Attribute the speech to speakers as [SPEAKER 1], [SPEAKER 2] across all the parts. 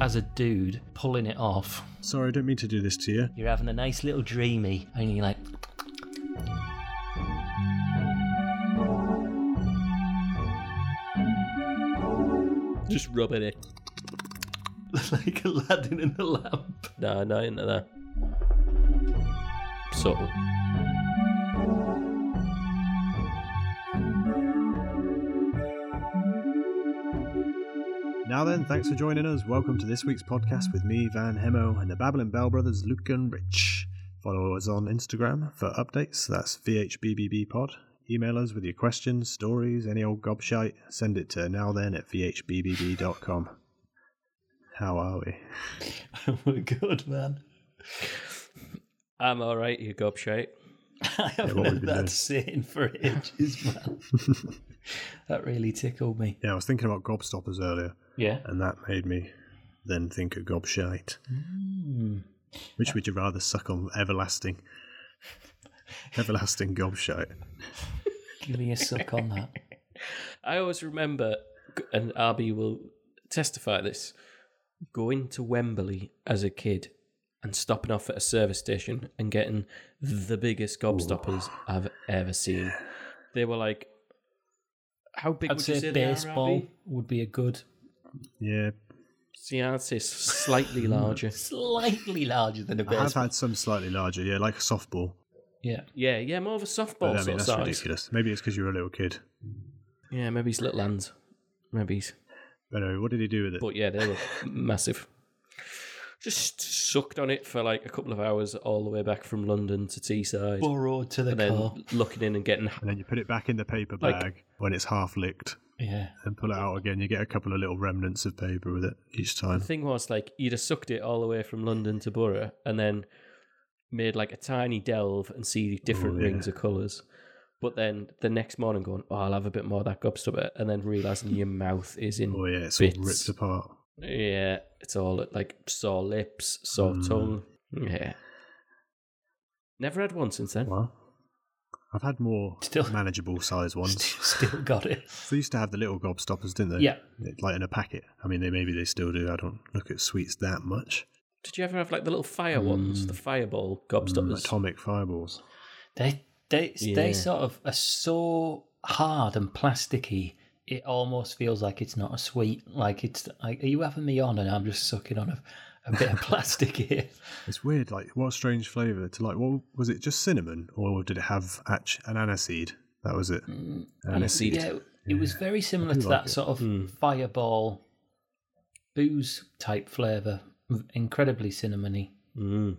[SPEAKER 1] as a dude pulling it off.
[SPEAKER 2] Sorry, I don't mean to do this to you.
[SPEAKER 1] You're having a nice little dreamy, and you're like,
[SPEAKER 3] Just rubbing it.
[SPEAKER 1] like Aladdin in the lamp.
[SPEAKER 3] No, no, into that. Subtle.
[SPEAKER 2] Now then, thanks for joining us. Welcome to this week's podcast with me, Van Hemo, and the Babbling Bell brothers, Luke and Rich. Follow us on Instagram for updates. That's VHBBB Pod. Email us with your questions, stories, any old gobshite. Send it to now then at VHBBB.com. How are we?
[SPEAKER 1] We're good, man.
[SPEAKER 3] I'm all right, you gobshite.
[SPEAKER 1] I haven't
[SPEAKER 2] what
[SPEAKER 1] had
[SPEAKER 2] we've been doing.
[SPEAKER 1] that sitting for ages, man. that really tickled me.
[SPEAKER 2] Yeah, I was thinking about gobstoppers earlier,
[SPEAKER 1] Yeah.
[SPEAKER 2] and that made me then think of gobshite. Which would you rather suck on? Everlasting. Everlasting gobshite.
[SPEAKER 1] Give me a suck on that.
[SPEAKER 3] I always remember, and Arby will testify this, going to Wembley as a kid and stopping off at a service station and getting the biggest gobstoppers I've ever seen. They were like, how big
[SPEAKER 1] I'd
[SPEAKER 3] would you
[SPEAKER 1] say
[SPEAKER 3] say they are,
[SPEAKER 1] baseball
[SPEAKER 3] Arby?
[SPEAKER 1] would be a good,
[SPEAKER 2] Yeah,
[SPEAKER 3] See, I'd say slightly larger.
[SPEAKER 1] slightly larger than a
[SPEAKER 2] I have
[SPEAKER 1] baseball.
[SPEAKER 2] had some slightly larger, yeah, like a softball.
[SPEAKER 1] Yeah.
[SPEAKER 3] Yeah, yeah, more of a softball
[SPEAKER 2] But I mean,
[SPEAKER 3] sort of
[SPEAKER 2] that's
[SPEAKER 3] size.
[SPEAKER 2] ridiculous. Maybe it's because you were a little kid.
[SPEAKER 3] Yeah, maybe it's little hands. Maybe he's.
[SPEAKER 2] But anyway, what did he do with it?
[SPEAKER 3] But yeah, they were massive. Just sucked on it for like a couple of hours all the way back from London to Teesside.
[SPEAKER 1] Burrowed to the
[SPEAKER 3] and then
[SPEAKER 1] car.
[SPEAKER 3] looking in and getting
[SPEAKER 2] and then you put it back in the paper
[SPEAKER 3] Like-
[SPEAKER 2] bag when it's half licked
[SPEAKER 1] Yeah.
[SPEAKER 2] and pull it out again. You get a couple of little remnants of paper with it each time.
[SPEAKER 3] the thing was like you'd have sucked it all the way from London to Borough and then made like a tiny delve and see different
[SPEAKER 2] Oh, yeah.
[SPEAKER 3] rings of colours. But then the next morning going, Oh, I'll have a bit more of that gobstopper and then realising your mouth is in
[SPEAKER 2] Oh, yeah, it's all
[SPEAKER 3] Bits.
[SPEAKER 2] ripped apart.
[SPEAKER 3] Yeah, it's all like sore lips, sore
[SPEAKER 2] Mm.
[SPEAKER 3] tongue. Yeah. Never had one since then.
[SPEAKER 2] Well, I've had more
[SPEAKER 1] Still-
[SPEAKER 2] manageable size ones.
[SPEAKER 1] Still got it.
[SPEAKER 2] They used to have the little gobstoppers, didn't they?
[SPEAKER 1] Yeah.
[SPEAKER 2] Like in a packet. I mean, they maybe they still do. I don't look at sweets that much.
[SPEAKER 3] Did you ever have like the little fire ones, the fireball gobstoppers?
[SPEAKER 2] Atomic Mm, fireballs.
[SPEAKER 1] They they they
[SPEAKER 3] Yeah.
[SPEAKER 1] sort of are so hard and plasticky. It almost feels like it's not a sweet. Like it's like are you having me on and I'm just sucking on a, a bit of plastic here.
[SPEAKER 2] It's weird, like what a strange flavour to like. What was it? Just cinnamon, or did it have ach- an aniseed? That was it.
[SPEAKER 1] Mm,
[SPEAKER 3] Aniseed.
[SPEAKER 1] Yeah, it was very similar to that
[SPEAKER 2] do like it. Hmm.
[SPEAKER 1] sort of fireball booze type flavour. Incredibly cinnamony.
[SPEAKER 3] Mm.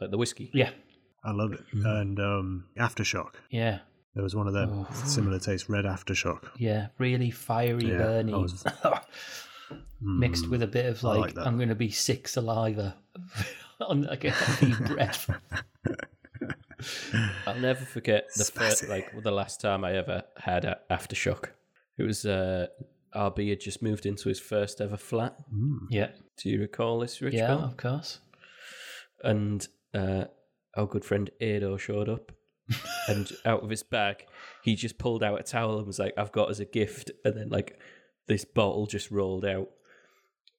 [SPEAKER 3] Like the whiskey.
[SPEAKER 1] Yeah.
[SPEAKER 2] I love it.
[SPEAKER 1] mm.
[SPEAKER 2] And um, aftershock.
[SPEAKER 1] Yeah.
[SPEAKER 2] There was one of them
[SPEAKER 1] Oh.
[SPEAKER 2] similar taste. Red aftershock.
[SPEAKER 1] Yeah. Really fiery
[SPEAKER 2] Yeah, I
[SPEAKER 1] burning.
[SPEAKER 2] was- Mm. Hmm.
[SPEAKER 1] mixed with a bit of
[SPEAKER 2] I like
[SPEAKER 1] like,
[SPEAKER 2] that.
[SPEAKER 1] I'm going to be sick saliva on like a heavy breath.
[SPEAKER 3] I'll never forget the first,
[SPEAKER 2] Spazzy.
[SPEAKER 3] like the last time I ever had a aftershock. It was uh, RB had just moved into his first ever flat.
[SPEAKER 1] Yeah.
[SPEAKER 3] Do you recall this, Rich?
[SPEAKER 1] yeah,
[SPEAKER 3] Bell?
[SPEAKER 1] of course.
[SPEAKER 3] and uh, our good friend Ado showed up, and out of his bag, he just pulled out a towel and was like, "I've got as a gift," and then like this bottle just rolled out,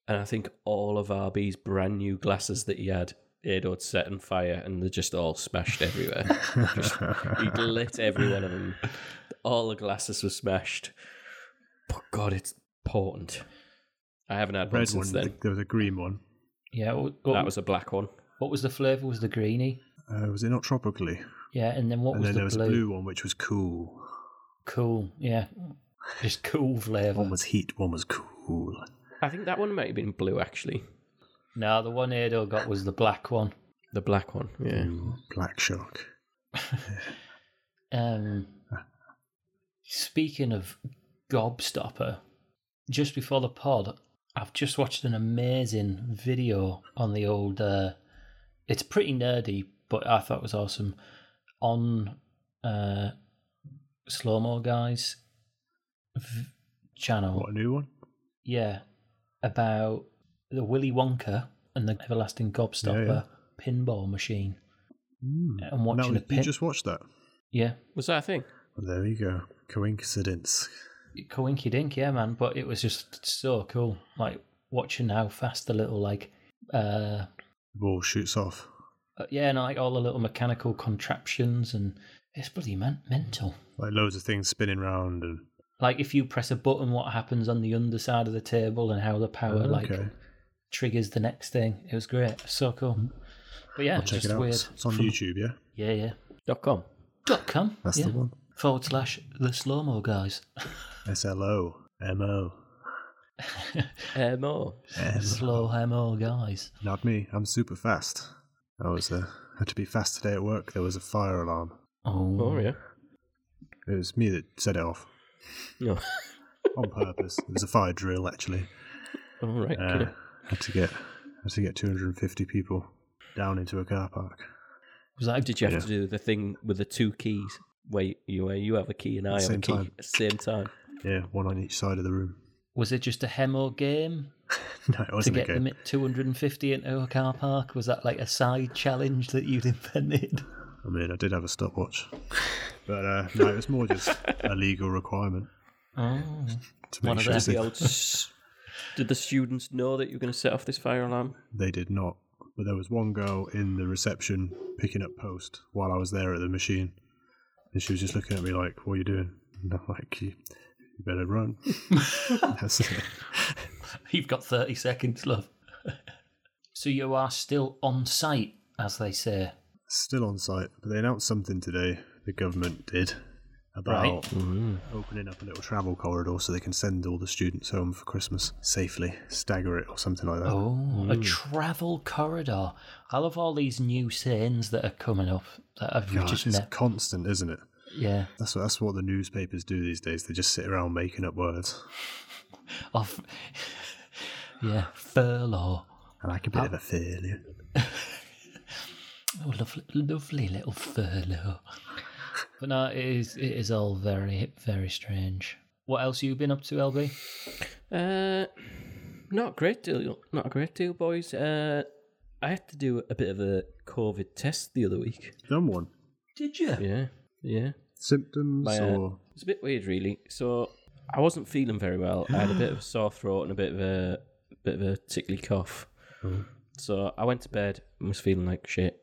[SPEAKER 3] and I think all of RB's brand new glasses that he had, Ado'd set on fire, and they just all smashed everywhere. Just- he'd lit every one of them. All the glasses were smashed. But God, it's important. I haven't had one
[SPEAKER 2] Red
[SPEAKER 3] since
[SPEAKER 2] one.
[SPEAKER 3] then.
[SPEAKER 2] There was a green one.
[SPEAKER 1] Yeah. What, what,
[SPEAKER 3] That was a black one.
[SPEAKER 1] what was the flavour? Was the greeny?
[SPEAKER 2] Uh, was it not tropically?
[SPEAKER 1] Yeah. And then what
[SPEAKER 2] and
[SPEAKER 1] was
[SPEAKER 2] then
[SPEAKER 1] the
[SPEAKER 2] there was
[SPEAKER 1] blue?
[SPEAKER 2] a blue one, which was cool.
[SPEAKER 1] Cool. Yeah. Just cool flavour.
[SPEAKER 2] One was heat. One was cool.
[SPEAKER 3] I think that one might have been blue actually.
[SPEAKER 1] No, the one Ado got was the black one.
[SPEAKER 3] The black one, yeah.
[SPEAKER 2] Ooh, Black shock.
[SPEAKER 1] Um, speaking of Gobstopper, just before the pod, I've just watched an amazing video on the old. Uh, it's pretty nerdy, but I thought it was awesome. On uh, Slow Mo Guys v- channel.
[SPEAKER 2] What a new one.
[SPEAKER 1] Yeah, about the Willy Wonka and the everlasting Gobstopper pinball machine. And watching
[SPEAKER 2] Hmm. now,
[SPEAKER 1] a
[SPEAKER 2] you
[SPEAKER 1] pin.
[SPEAKER 2] just watched that.
[SPEAKER 1] Yeah,
[SPEAKER 3] Was that a thing?
[SPEAKER 2] Well, there you go. Coincidence.
[SPEAKER 1] coinky dink, yeah, man. But it was just so cool. Like watching how fast the little like uh,
[SPEAKER 2] Ball shoots off.
[SPEAKER 1] uh, yeah, and like all the little mechanical contraptions and it's bloody men- mental.
[SPEAKER 2] Like loads of things spinning round and
[SPEAKER 1] Like if you press a button, what happens on the underside of the table and how the power like
[SPEAKER 2] Oh, Okay.
[SPEAKER 1] triggers the next thing. It was great, so cool. But yeah,
[SPEAKER 2] Mm. I'll
[SPEAKER 1] it's
[SPEAKER 2] check
[SPEAKER 1] just
[SPEAKER 2] it out.
[SPEAKER 1] weird.
[SPEAKER 2] It's on
[SPEAKER 1] From-
[SPEAKER 2] YouTube, yeah.
[SPEAKER 1] Yeah, yeah.
[SPEAKER 3] Dot com.
[SPEAKER 1] Dot com.
[SPEAKER 2] That's
[SPEAKER 1] yeah.
[SPEAKER 2] the one.
[SPEAKER 1] Forward slash the slow mo guys.
[SPEAKER 2] S L O M O.
[SPEAKER 3] MO.
[SPEAKER 1] slow mo guys.
[SPEAKER 2] Not me. I'm super fast. I was uh, had to be fast today at work. There was a fire alarm.
[SPEAKER 1] Oh,
[SPEAKER 3] Oh, yeah.
[SPEAKER 2] It was me that set it off
[SPEAKER 3] No.
[SPEAKER 2] on purpose. it was a fire drill, actually.
[SPEAKER 3] Oh, All right.
[SPEAKER 2] Uh,
[SPEAKER 3] cool.
[SPEAKER 2] had to get had to get 250 people down into a car park.
[SPEAKER 1] Was that
[SPEAKER 3] Did you have
[SPEAKER 2] yeah.
[SPEAKER 3] to do the thing with the two keys? Where you, where you have a key and I have a
[SPEAKER 2] Same
[SPEAKER 3] key
[SPEAKER 2] time.
[SPEAKER 3] at the same time.
[SPEAKER 2] Yeah, one on each side of the room.
[SPEAKER 1] was it just a hemo game
[SPEAKER 2] no, it
[SPEAKER 1] to
[SPEAKER 2] wasn't a
[SPEAKER 1] get
[SPEAKER 2] game.
[SPEAKER 1] them at 250 into a car park? Was that like a side challenge that you'd invented?
[SPEAKER 2] I mean, I did have a stopwatch, but uh, no, it was more just a legal requirement
[SPEAKER 1] Oh,
[SPEAKER 2] to make
[SPEAKER 1] One of
[SPEAKER 2] sure
[SPEAKER 1] them.
[SPEAKER 3] Did the
[SPEAKER 2] that
[SPEAKER 3] old s- did the students know that you were going to set off this fire alarm?
[SPEAKER 2] they did not. But there was one girl in the reception picking up post while I was there at the machine, and she was just looking at me like, "What are you doing?" And I'm like, "You, you better run." That's it.
[SPEAKER 1] you've got 30 seconds, love. so you are still on site, as they say.
[SPEAKER 2] Still on site, but they announced something today. The government did about
[SPEAKER 1] Right. Mm-hmm.
[SPEAKER 2] opening up a little travel corridor so they can send all the students home for Christmas safely, stagger it or something like that.
[SPEAKER 1] Oh, a travel corridor. I love all these new sayings that are coming up that I've
[SPEAKER 2] God,
[SPEAKER 1] just
[SPEAKER 2] Ah, it's
[SPEAKER 1] met.
[SPEAKER 2] constant, isn't it?
[SPEAKER 1] Yeah.
[SPEAKER 2] That's what, that's what the newspapers do these days. They just sit around making up words.
[SPEAKER 1] Of, yeah, furlough.
[SPEAKER 2] I like a bit of a failure.
[SPEAKER 1] Oh, lovely, lovely little furlough. But no, it is, it is all very, very strange. What else you been up to, LB?
[SPEAKER 3] Uh, not a great deal. Not a great deal, boys. Uh, I had to do a bit of a COVID test the other week.
[SPEAKER 2] Done one.
[SPEAKER 1] Did you?
[SPEAKER 3] Yeah, yeah.
[SPEAKER 2] Symptoms
[SPEAKER 3] My, uh,
[SPEAKER 2] or
[SPEAKER 3] It's a bit weird, really. So I wasn't feeling very well. I had a bit of a sore throat and a bit of a bit of a tickly cough. So I went to bed and was feeling like shit.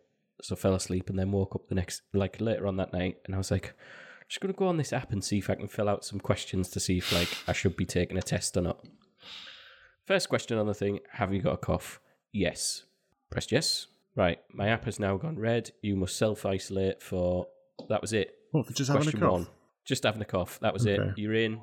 [SPEAKER 3] So fell asleep and then woke up the next, like later on that night, and I was like, I'm just gonna go on this app and see if I can fill out some questions to see if like I should be taking a test or not. First question on the thing: Have you got a cough? Yes. Pressed yes. Right. My app has now gone red. You must self isolate for. That was it.
[SPEAKER 2] What, for just having a
[SPEAKER 3] Question
[SPEAKER 2] cough?
[SPEAKER 3] one. Just having a cough. That was it.
[SPEAKER 2] Okay.
[SPEAKER 3] You're in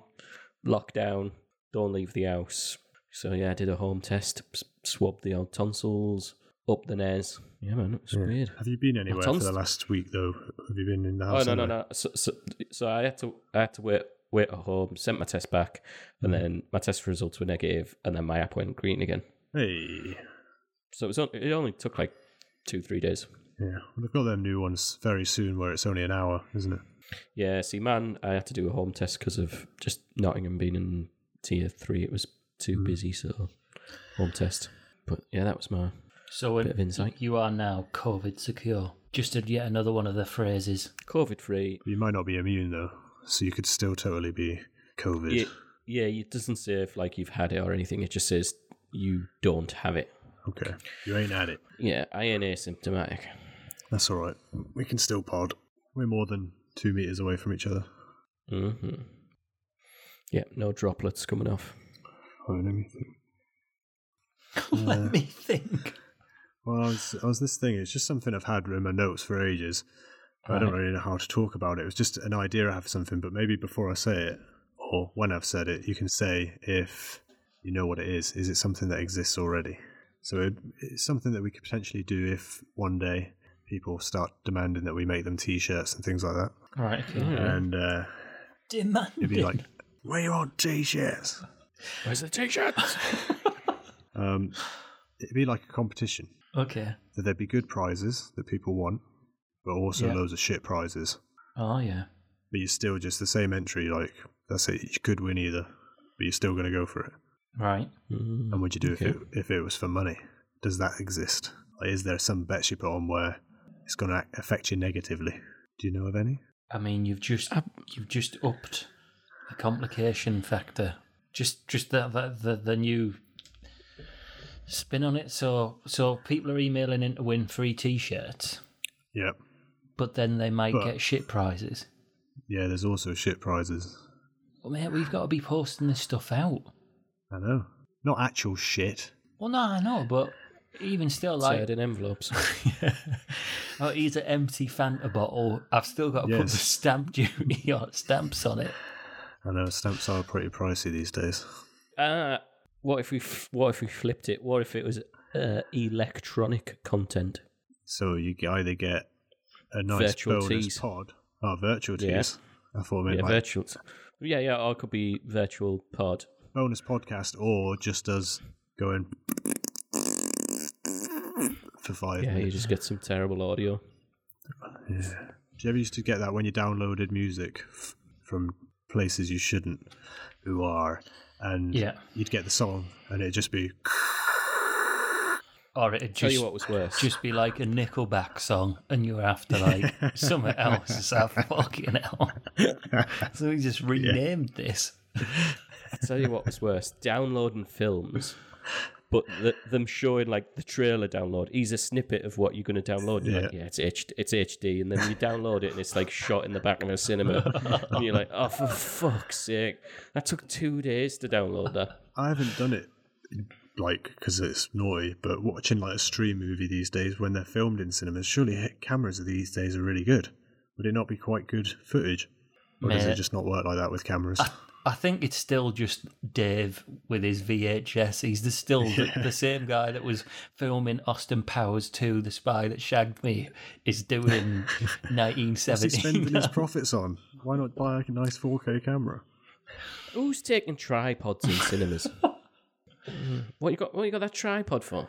[SPEAKER 3] lockdown. Don't leave the house. So yeah, I did a home test. s- Swabbed the old tonsils up the nose. Yeah, man, it's weird.
[SPEAKER 2] Have you been anywhere for
[SPEAKER 3] tons-
[SPEAKER 2] the last week though? Have you been in the
[SPEAKER 3] Oh
[SPEAKER 2] house?
[SPEAKER 3] no, no,
[SPEAKER 2] anywhere?
[SPEAKER 3] no. So, so, so I had to, I had to wait, wait at home. Sent my test back,
[SPEAKER 2] Mm.
[SPEAKER 3] and then my test results were negative, and then my app went green again.
[SPEAKER 2] Hey.
[SPEAKER 3] So it was, only, it only took like two, three days.
[SPEAKER 2] Yeah. Well, they've got them new ones very soon where it's only an hour, isn't it?
[SPEAKER 3] Yeah, see, man, I had to do a home test because of just Nottingham being in tier three. It was too busy, so home test. But yeah, that was my
[SPEAKER 1] So
[SPEAKER 3] bit of insight.
[SPEAKER 1] you are now COVID secure. Just a, yet another one of the phrases.
[SPEAKER 3] COVID free.
[SPEAKER 2] But you might not be immune though, so you could still totally be COVID.
[SPEAKER 3] Yeah, yeah, it doesn't say if like you've had it or anything. It just says you don't have it.
[SPEAKER 2] Okay. You ain't had it.
[SPEAKER 3] Yeah, I ain't asymptomatic.
[SPEAKER 2] That's all right. We can still pod. We're more than two meters away from each other.
[SPEAKER 3] Mm-hmm. Yeah, no droplets coming off.
[SPEAKER 2] Oh, let me think.
[SPEAKER 1] Let me think.
[SPEAKER 2] Well, I was, I was this thing. It's just something I've had in my notes for ages. I don't really know how to talk about it. It was just an idea I have for something, but maybe before I say it or when I've said it, you can say if you know what it is. Is it something that exists already? So it, it's something that we could potentially do if one day people start demanding that we make them T-shirts and things like that,
[SPEAKER 1] All right. Okay.
[SPEAKER 2] and uh,
[SPEAKER 1] Demanding.
[SPEAKER 2] it'd be like, "We want T-shirts."
[SPEAKER 3] Where's the t-shirt?
[SPEAKER 2] Um, it'd be like a competition.
[SPEAKER 1] Okay.
[SPEAKER 2] that there'd be good prizes that people want, but also
[SPEAKER 1] Yeah.
[SPEAKER 2] loads of shit prizes.
[SPEAKER 1] Oh yeah.
[SPEAKER 2] But you're still just the same entry, like that's it. You could win either, but you're still gonna go for it.
[SPEAKER 1] Right.
[SPEAKER 3] Mm-hmm.
[SPEAKER 2] And would you do if it if it was for money? Does that exist? Like, is there some bets you put on where it's gonna ac- affect you negatively? Do you know of any?
[SPEAKER 1] I mean, you've just
[SPEAKER 2] Um,
[SPEAKER 1] you've just upped the complication factor. Just just that that the, the new spin on it. So so people are emailing in to win free T-shirts,
[SPEAKER 2] Yep.
[SPEAKER 1] but then they might
[SPEAKER 2] But-
[SPEAKER 1] get shit prizes.
[SPEAKER 2] Yeah, there's also shit prizes.
[SPEAKER 1] But mate, we've got to be posting this stuff out.
[SPEAKER 2] I know. Not actual shit.
[SPEAKER 1] Well, no, I know, but even still, like,
[SPEAKER 3] Tied in envelopes.
[SPEAKER 1] oh, here's an empty Fanta bottle. I've still got to put the
[SPEAKER 2] Yes.
[SPEAKER 1] stamp duty or stamps on it.
[SPEAKER 2] I know stamps are pretty pricey these days.
[SPEAKER 3] uh, what if we f- What if we flipped it? What if it was uh, electronic content?
[SPEAKER 2] So you g- either get a nice
[SPEAKER 3] Virtual
[SPEAKER 2] bonus
[SPEAKER 3] tees.
[SPEAKER 2] pod. Oh, virtual
[SPEAKER 3] Yeah.
[SPEAKER 2] tees. I thought I meant
[SPEAKER 3] Yeah,
[SPEAKER 2] like
[SPEAKER 3] virtual. Yeah, yeah. Or it could be virtual pod.
[SPEAKER 2] bonus podcast or just us going for five
[SPEAKER 3] Yeah, you
[SPEAKER 2] minutes.
[SPEAKER 3] just get some terrible audio.
[SPEAKER 2] Do you ever used to get that when you downloaded music f- from places you shouldn't, who are, and
[SPEAKER 1] Yeah.
[SPEAKER 2] you'd get the song and it'd just be
[SPEAKER 1] Or it'd
[SPEAKER 3] Tell
[SPEAKER 1] just,
[SPEAKER 3] you what was worse.
[SPEAKER 1] just be like a Nickelback song, and you're after like something else. It's like, fucking hell. so we just renamed this.
[SPEAKER 3] tell you what was worse: downloading films, but the, them showing like the trailer download. He's a snippet of what you're going to download. You're like, yeah, it's H- it's HD, and then you download it, and it's like shot in the back of a cinema, and you're like, oh, for fuck's sake! That took two days to download that.
[SPEAKER 2] I haven't done it like because it's naughty, but watching like a stream movie these days when they're filmed in cinemas, surely h- cameras these days are really good. Would it not be quite good footage? Or does it
[SPEAKER 1] Mate.
[SPEAKER 2] just not work like that with cameras?
[SPEAKER 1] I think it's still just Dave with his VHS. He's the, still the, the same guy that was filming Austin Powers 2, The Spy That Shagged Me, is doing
[SPEAKER 2] What's he
[SPEAKER 1] 1917.
[SPEAKER 2] spending his profits on? Why not buy a nice 4K camera?
[SPEAKER 3] Who's taking tripods in cinemas? what you got? What you got that tripod for?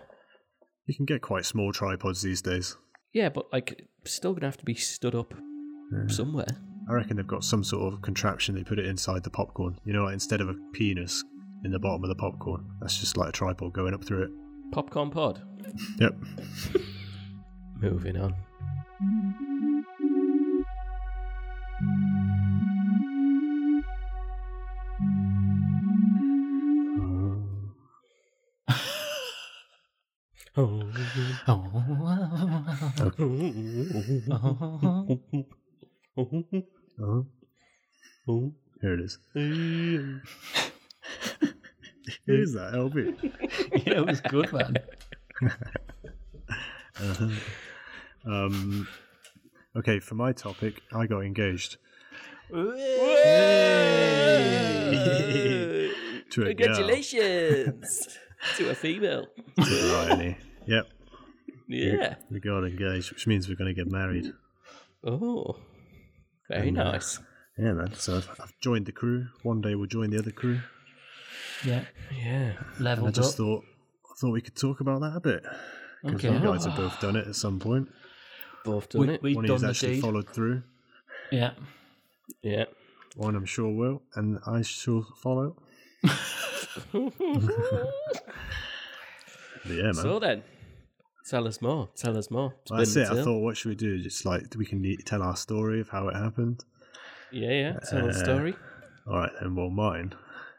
[SPEAKER 2] You can get quite small tripods these days.
[SPEAKER 3] Yeah, but like, still gonna have to be stood up somewhere.
[SPEAKER 2] I reckon they've got some sort of contraption they put it inside the popcorn. You know, like instead of a penis in the bottom of the popcorn, that's just like a tripod going up through it.
[SPEAKER 3] Popcorn pod.
[SPEAKER 2] Yep.
[SPEAKER 3] Moving on. Oh.
[SPEAKER 1] Oh, oh,
[SPEAKER 2] Uh-huh. Here it is. Who is that,
[SPEAKER 1] oh.
[SPEAKER 2] LB?
[SPEAKER 1] Yeah, it was good, man.
[SPEAKER 2] Um, okay, for my topic, I got engaged to a girl.
[SPEAKER 3] Congratulations to a female.
[SPEAKER 2] To Riley. Yep,
[SPEAKER 3] Yeah.
[SPEAKER 2] we got engaged, which means we're going to get married.
[SPEAKER 3] Oh, very nice.
[SPEAKER 2] Yeah, man. So I've, I've joined the crew. One day we'll join the other crew.
[SPEAKER 1] Yeah,
[SPEAKER 3] Yeah.
[SPEAKER 1] level
[SPEAKER 2] I
[SPEAKER 1] it up.
[SPEAKER 2] just thought, I thought we could talk about that a bit because
[SPEAKER 1] Okay.
[SPEAKER 2] you guys have both done it at some point.
[SPEAKER 3] Both done
[SPEAKER 1] We,
[SPEAKER 3] it.
[SPEAKER 1] we've
[SPEAKER 2] One of
[SPEAKER 1] done
[SPEAKER 2] you's
[SPEAKER 1] the
[SPEAKER 2] actually
[SPEAKER 1] deed.
[SPEAKER 2] followed through.
[SPEAKER 1] Yeah.
[SPEAKER 3] Yeah.
[SPEAKER 2] One I'm sure will, and I shall follow. But yeah, man.
[SPEAKER 3] So then, tell us more. Tell us more.
[SPEAKER 2] Well, that's
[SPEAKER 3] Spin
[SPEAKER 2] it.
[SPEAKER 3] the
[SPEAKER 2] I
[SPEAKER 3] tale.
[SPEAKER 2] thought, what should we do? Just like we can e- tell our story of how it happened.
[SPEAKER 3] Yeah, yeah. Tell the story.
[SPEAKER 2] All right, then. Well, mine.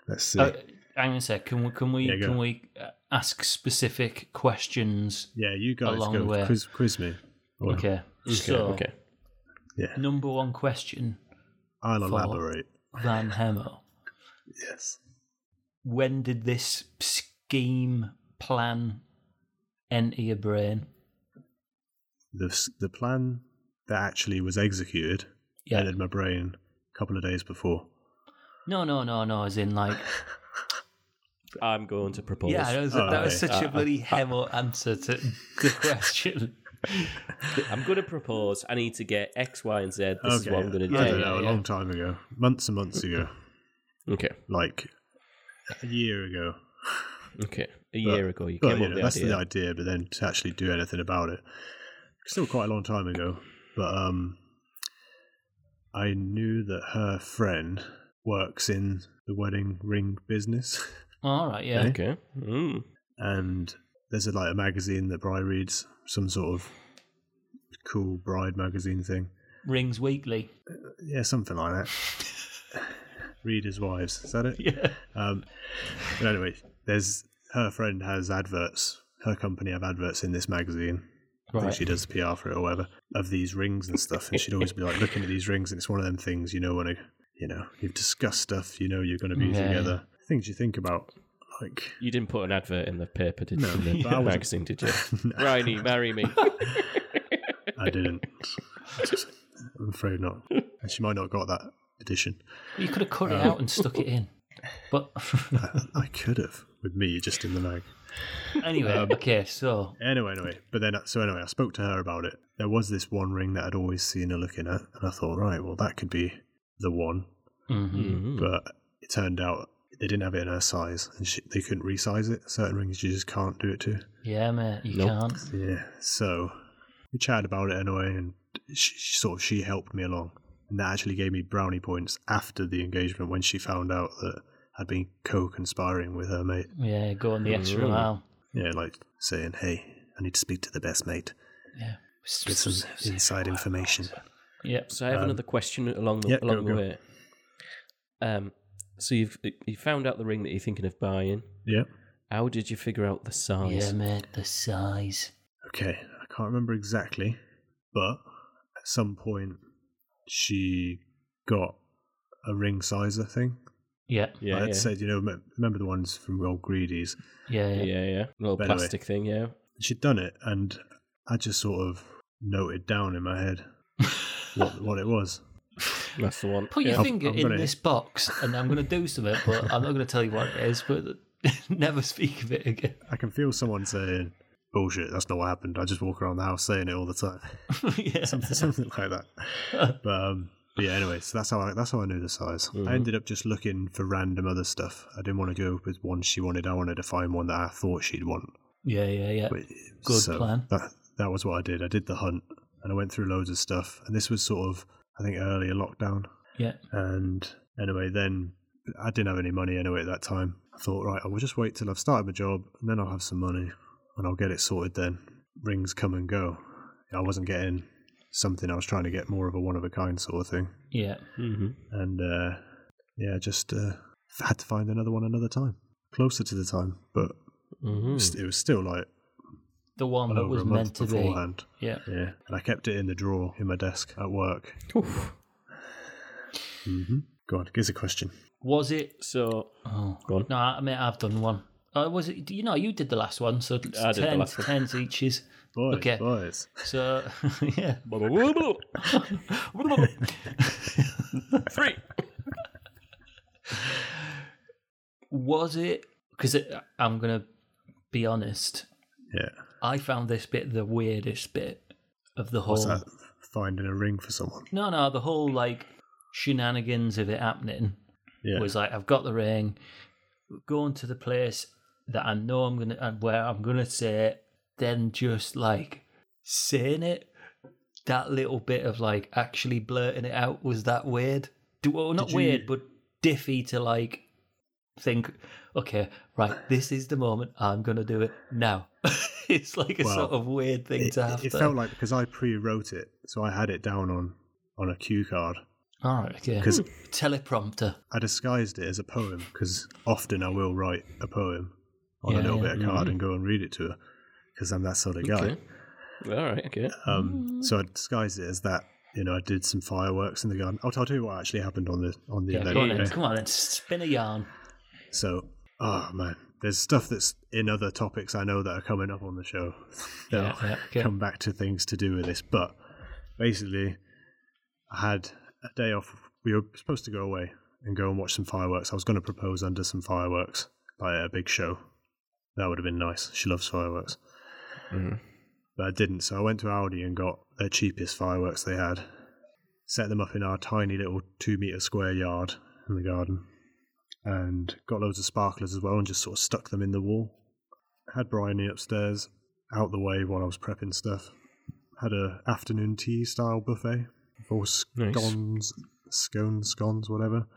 [SPEAKER 2] Let's see.
[SPEAKER 1] Uh, hang on a sec. Can we can we
[SPEAKER 2] Yeah, go.
[SPEAKER 1] can we uh, ask specific questions?
[SPEAKER 2] yeah, you guys
[SPEAKER 1] along
[SPEAKER 2] go
[SPEAKER 1] the way.
[SPEAKER 2] quiz, quiz me. Well,
[SPEAKER 1] Okay. So,
[SPEAKER 3] Okay.
[SPEAKER 2] Yeah,
[SPEAKER 1] number one question,
[SPEAKER 2] I'll elaborate.
[SPEAKER 1] Van Hemel.
[SPEAKER 2] Yes.
[SPEAKER 1] when did this scheme plan enter your brain?
[SPEAKER 2] The s- the plan that actually was executed
[SPEAKER 1] Yeah.
[SPEAKER 2] entered my brain a couple of days before.
[SPEAKER 1] No, no, no, no. As in, like,
[SPEAKER 3] I'm going to propose.
[SPEAKER 1] yeah, that was,
[SPEAKER 2] Oh,
[SPEAKER 1] that was
[SPEAKER 2] okay.
[SPEAKER 1] such a bloody Hemel answer to the question.
[SPEAKER 3] I'm going to propose. I need to get X, Y, and Z. This is what I'm going to
[SPEAKER 2] I don't know.
[SPEAKER 3] do.
[SPEAKER 1] yeah,
[SPEAKER 2] A
[SPEAKER 1] yeah.
[SPEAKER 2] long time ago, months and months ago,
[SPEAKER 3] Okay.
[SPEAKER 2] like a year ago.
[SPEAKER 3] Okay. A year ago, you
[SPEAKER 2] Well,
[SPEAKER 3] came
[SPEAKER 2] you
[SPEAKER 3] up
[SPEAKER 2] know,
[SPEAKER 3] with the
[SPEAKER 2] that's
[SPEAKER 3] idea.
[SPEAKER 2] the idea, but then to actually do anything about it, still quite a long time ago. But um, I knew that her friend works in the wedding ring business,
[SPEAKER 1] All right, yeah.
[SPEAKER 2] eh?
[SPEAKER 3] Okay. Mm.
[SPEAKER 2] and there's a, like a magazine that Bri reads, some sort of cool bride magazine thing.
[SPEAKER 1] Rings Weekly.
[SPEAKER 2] Yeah, something like that. Readers' wives, is that it?
[SPEAKER 1] Yeah.
[SPEAKER 2] Um, but anyway, there's her friend has adverts. Her company have adverts in this magazine. I think
[SPEAKER 1] Right.
[SPEAKER 2] she does PR for it or whatever of these rings and stuff, and she'd always be like looking at these rings, and it's one of them things you know when a, you know you've discussed stuff, you know you're going to be
[SPEAKER 1] Yeah.
[SPEAKER 2] together. Things you think about, like
[SPEAKER 3] You didn't put an advert in the paper, did you?
[SPEAKER 2] No,
[SPEAKER 3] in the
[SPEAKER 2] but I wasn't-
[SPEAKER 3] magazine, did you? Riney, marry me.
[SPEAKER 2] I didn't. I'm afraid not. And she might not have got that edition.
[SPEAKER 1] You could have cut it
[SPEAKER 2] Um,
[SPEAKER 1] out and stuck it in. But
[SPEAKER 2] I, I could have with me just in the mag.
[SPEAKER 1] anyway,
[SPEAKER 2] Um,
[SPEAKER 1] okay, so
[SPEAKER 2] Anyway, anyway, but then so anyway, I spoke to her about it. There was this one ring that I'd always seen her looking at, and I thought, right, well, that could be the one.
[SPEAKER 1] mhm.
[SPEAKER 3] Mhm.
[SPEAKER 2] But it turned out they didn't have it in her size, and she, they couldn't resize it. Certain rings you just can't do it to.
[SPEAKER 1] yeah, mate, you
[SPEAKER 3] Nope.
[SPEAKER 1] can't.
[SPEAKER 2] Yeah. So we chatted about it anyway, and she, she sort of she helped me along, and that actually gave me brownie points after the engagement when she found out that I'd been co-conspiring with her mate.
[SPEAKER 1] Yeah, go on the extra
[SPEAKER 3] Mm.
[SPEAKER 1] mile.
[SPEAKER 2] Yeah, like saying, "Hey, I need to speak to the best mate,
[SPEAKER 1] Yeah,
[SPEAKER 2] get some inside information."
[SPEAKER 1] Yeah,
[SPEAKER 3] So I have
[SPEAKER 2] Um,
[SPEAKER 3] another question along the
[SPEAKER 2] yeah, go,
[SPEAKER 3] along the
[SPEAKER 2] go.
[SPEAKER 3] way. Um, so you've you found out the ring that you're thinking of buying.
[SPEAKER 2] Yeah.
[SPEAKER 3] How did you figure out the
[SPEAKER 1] yeah,
[SPEAKER 3] size?
[SPEAKER 1] mate, the size.
[SPEAKER 2] Okay, I can't remember exactly, but at some point she got a ring sizer thing.
[SPEAKER 1] Yeah,
[SPEAKER 2] I
[SPEAKER 3] yeah,
[SPEAKER 2] had
[SPEAKER 3] yeah.
[SPEAKER 2] said, you know, me- remember the ones from old Greedy's?
[SPEAKER 1] yeah,
[SPEAKER 3] yeah,
[SPEAKER 1] yeah.
[SPEAKER 3] yeah. Little
[SPEAKER 2] By the way.
[SPEAKER 3] plastic thing, yeah.
[SPEAKER 2] she'd done it, and I just sort of noted down in my head what what it was.
[SPEAKER 3] That's the one.
[SPEAKER 1] Put your
[SPEAKER 3] yeah.
[SPEAKER 1] finger
[SPEAKER 2] I'm
[SPEAKER 1] in
[SPEAKER 2] gonna-
[SPEAKER 1] this box, and I'm going to do something, but I'm not going to tell you what it is. But never speak of it again.
[SPEAKER 2] I can feel someone saying, "Bullshit, that's not what happened." I just walk around the house saying it all the time,
[SPEAKER 1] yeah.
[SPEAKER 2] something, something like that. But, um, but yeah, anyway, so that's how I, that's how I knew the size.
[SPEAKER 1] Mm-hmm.
[SPEAKER 3] Mhm.
[SPEAKER 2] I ended up just looking for random other stuff. I didn't want to go with one she wanted. I wanted to find one that I thought she'd want.
[SPEAKER 1] yeah, yeah, yeah.
[SPEAKER 2] But-
[SPEAKER 1] Good plan.
[SPEAKER 2] That, that was what I did. I did the hunt, and I went through loads of stuff. And this was sort of, I think, earlier lockdown.
[SPEAKER 1] Yeah,
[SPEAKER 2] And anyway, then I didn't have any money anyway at that time. I thought, right, I will just wait till I've started my job and then I'll have some money and I'll get it sorted then. Rings come and go. I wasn't getting something, I was trying to get more of a one of a kind sort of thing.
[SPEAKER 1] yeah.
[SPEAKER 3] hmm
[SPEAKER 2] And uh, yeah, just uh, had to find another one another time, closer to the time. But
[SPEAKER 3] hmm
[SPEAKER 2] st- it was still like
[SPEAKER 1] The one
[SPEAKER 2] well
[SPEAKER 1] that
[SPEAKER 2] over
[SPEAKER 1] was
[SPEAKER 2] a month
[SPEAKER 1] meant to be.
[SPEAKER 2] beforehand.
[SPEAKER 1] Yeah.
[SPEAKER 2] Yeah. And I kept it in the drawer in my desk at work. Mm-hmm. Go on, give us a question.
[SPEAKER 1] Was it?
[SPEAKER 3] So
[SPEAKER 1] Oh,
[SPEAKER 3] Go on.
[SPEAKER 1] no, I mean I've done one. Uh, was it? You know, you did the last one, so it's
[SPEAKER 3] I did the
[SPEAKER 1] ten,
[SPEAKER 3] last one.
[SPEAKER 1] ten to each is.
[SPEAKER 2] Boys,
[SPEAKER 1] Okay.
[SPEAKER 2] boys.
[SPEAKER 1] So yeah.
[SPEAKER 3] three.
[SPEAKER 1] was it? Because I'm gonna be honest.
[SPEAKER 2] Yeah.
[SPEAKER 1] I found this bit the weirdest bit of the whole.
[SPEAKER 2] What's that? Finding a ring for someone.
[SPEAKER 1] No, no, the whole like shenanigans of it happening
[SPEAKER 2] Yeah.
[SPEAKER 1] was like I've got the ring, going to the place that I know I'm gonna and where I'm gonna say it, then just like saying it. That little bit of like actually blurting it out was that weird. Do well, not
[SPEAKER 2] Did you-
[SPEAKER 1] weird, but diffy to like think. Okay, right, this is the moment I'm gonna do it now. it's like a
[SPEAKER 2] Well,
[SPEAKER 1] sort of weird thing
[SPEAKER 2] it,
[SPEAKER 1] to have.
[SPEAKER 2] it
[SPEAKER 1] to...
[SPEAKER 2] felt like because I pre-wrote it, so I had it down on on a cue card.
[SPEAKER 1] All right, okay.
[SPEAKER 2] 'Cause-
[SPEAKER 1] teleprompter.
[SPEAKER 2] I disguised it as a poem because often I will write a poem on a
[SPEAKER 1] Yeah,
[SPEAKER 2] little
[SPEAKER 1] yeah. Mm-hmm.
[SPEAKER 2] bit of card and go and read it to her because I'm that sort of guy.
[SPEAKER 3] Okay. All right. Okay.
[SPEAKER 1] Mm-hmm.
[SPEAKER 2] Um, so I disguised it as that. You know, I did some fireworks in the garden. I'll, I'll tell you what actually happened on the on the
[SPEAKER 1] Yeah,
[SPEAKER 2] event.
[SPEAKER 1] go on, then.
[SPEAKER 2] okay?
[SPEAKER 1] come on, then. spin a yarn.
[SPEAKER 2] So, oh man, there's stuff that's in other topics I know that are coming up on the show. that
[SPEAKER 1] Yeah,
[SPEAKER 2] will
[SPEAKER 1] yeah, okay.
[SPEAKER 2] come back to things to do with this, but basically, I had a day off. We were supposed to go away and go and watch some fireworks. I was going to propose under some fireworks by a big show. That would have been nice. She loves fireworks.
[SPEAKER 3] Mhm.
[SPEAKER 2] But I didn't, so I went to Audi and got their cheapest fireworks they had, set them up in our tiny little two metre square yard in the garden and got loads of sparklers as well and just sort of stuck them in the wall. Had Bryony upstairs, out the way while I was prepping stuff. Had a afternoon tea style buffet for
[SPEAKER 3] Nice.
[SPEAKER 2] scones, scones, scones, whatever,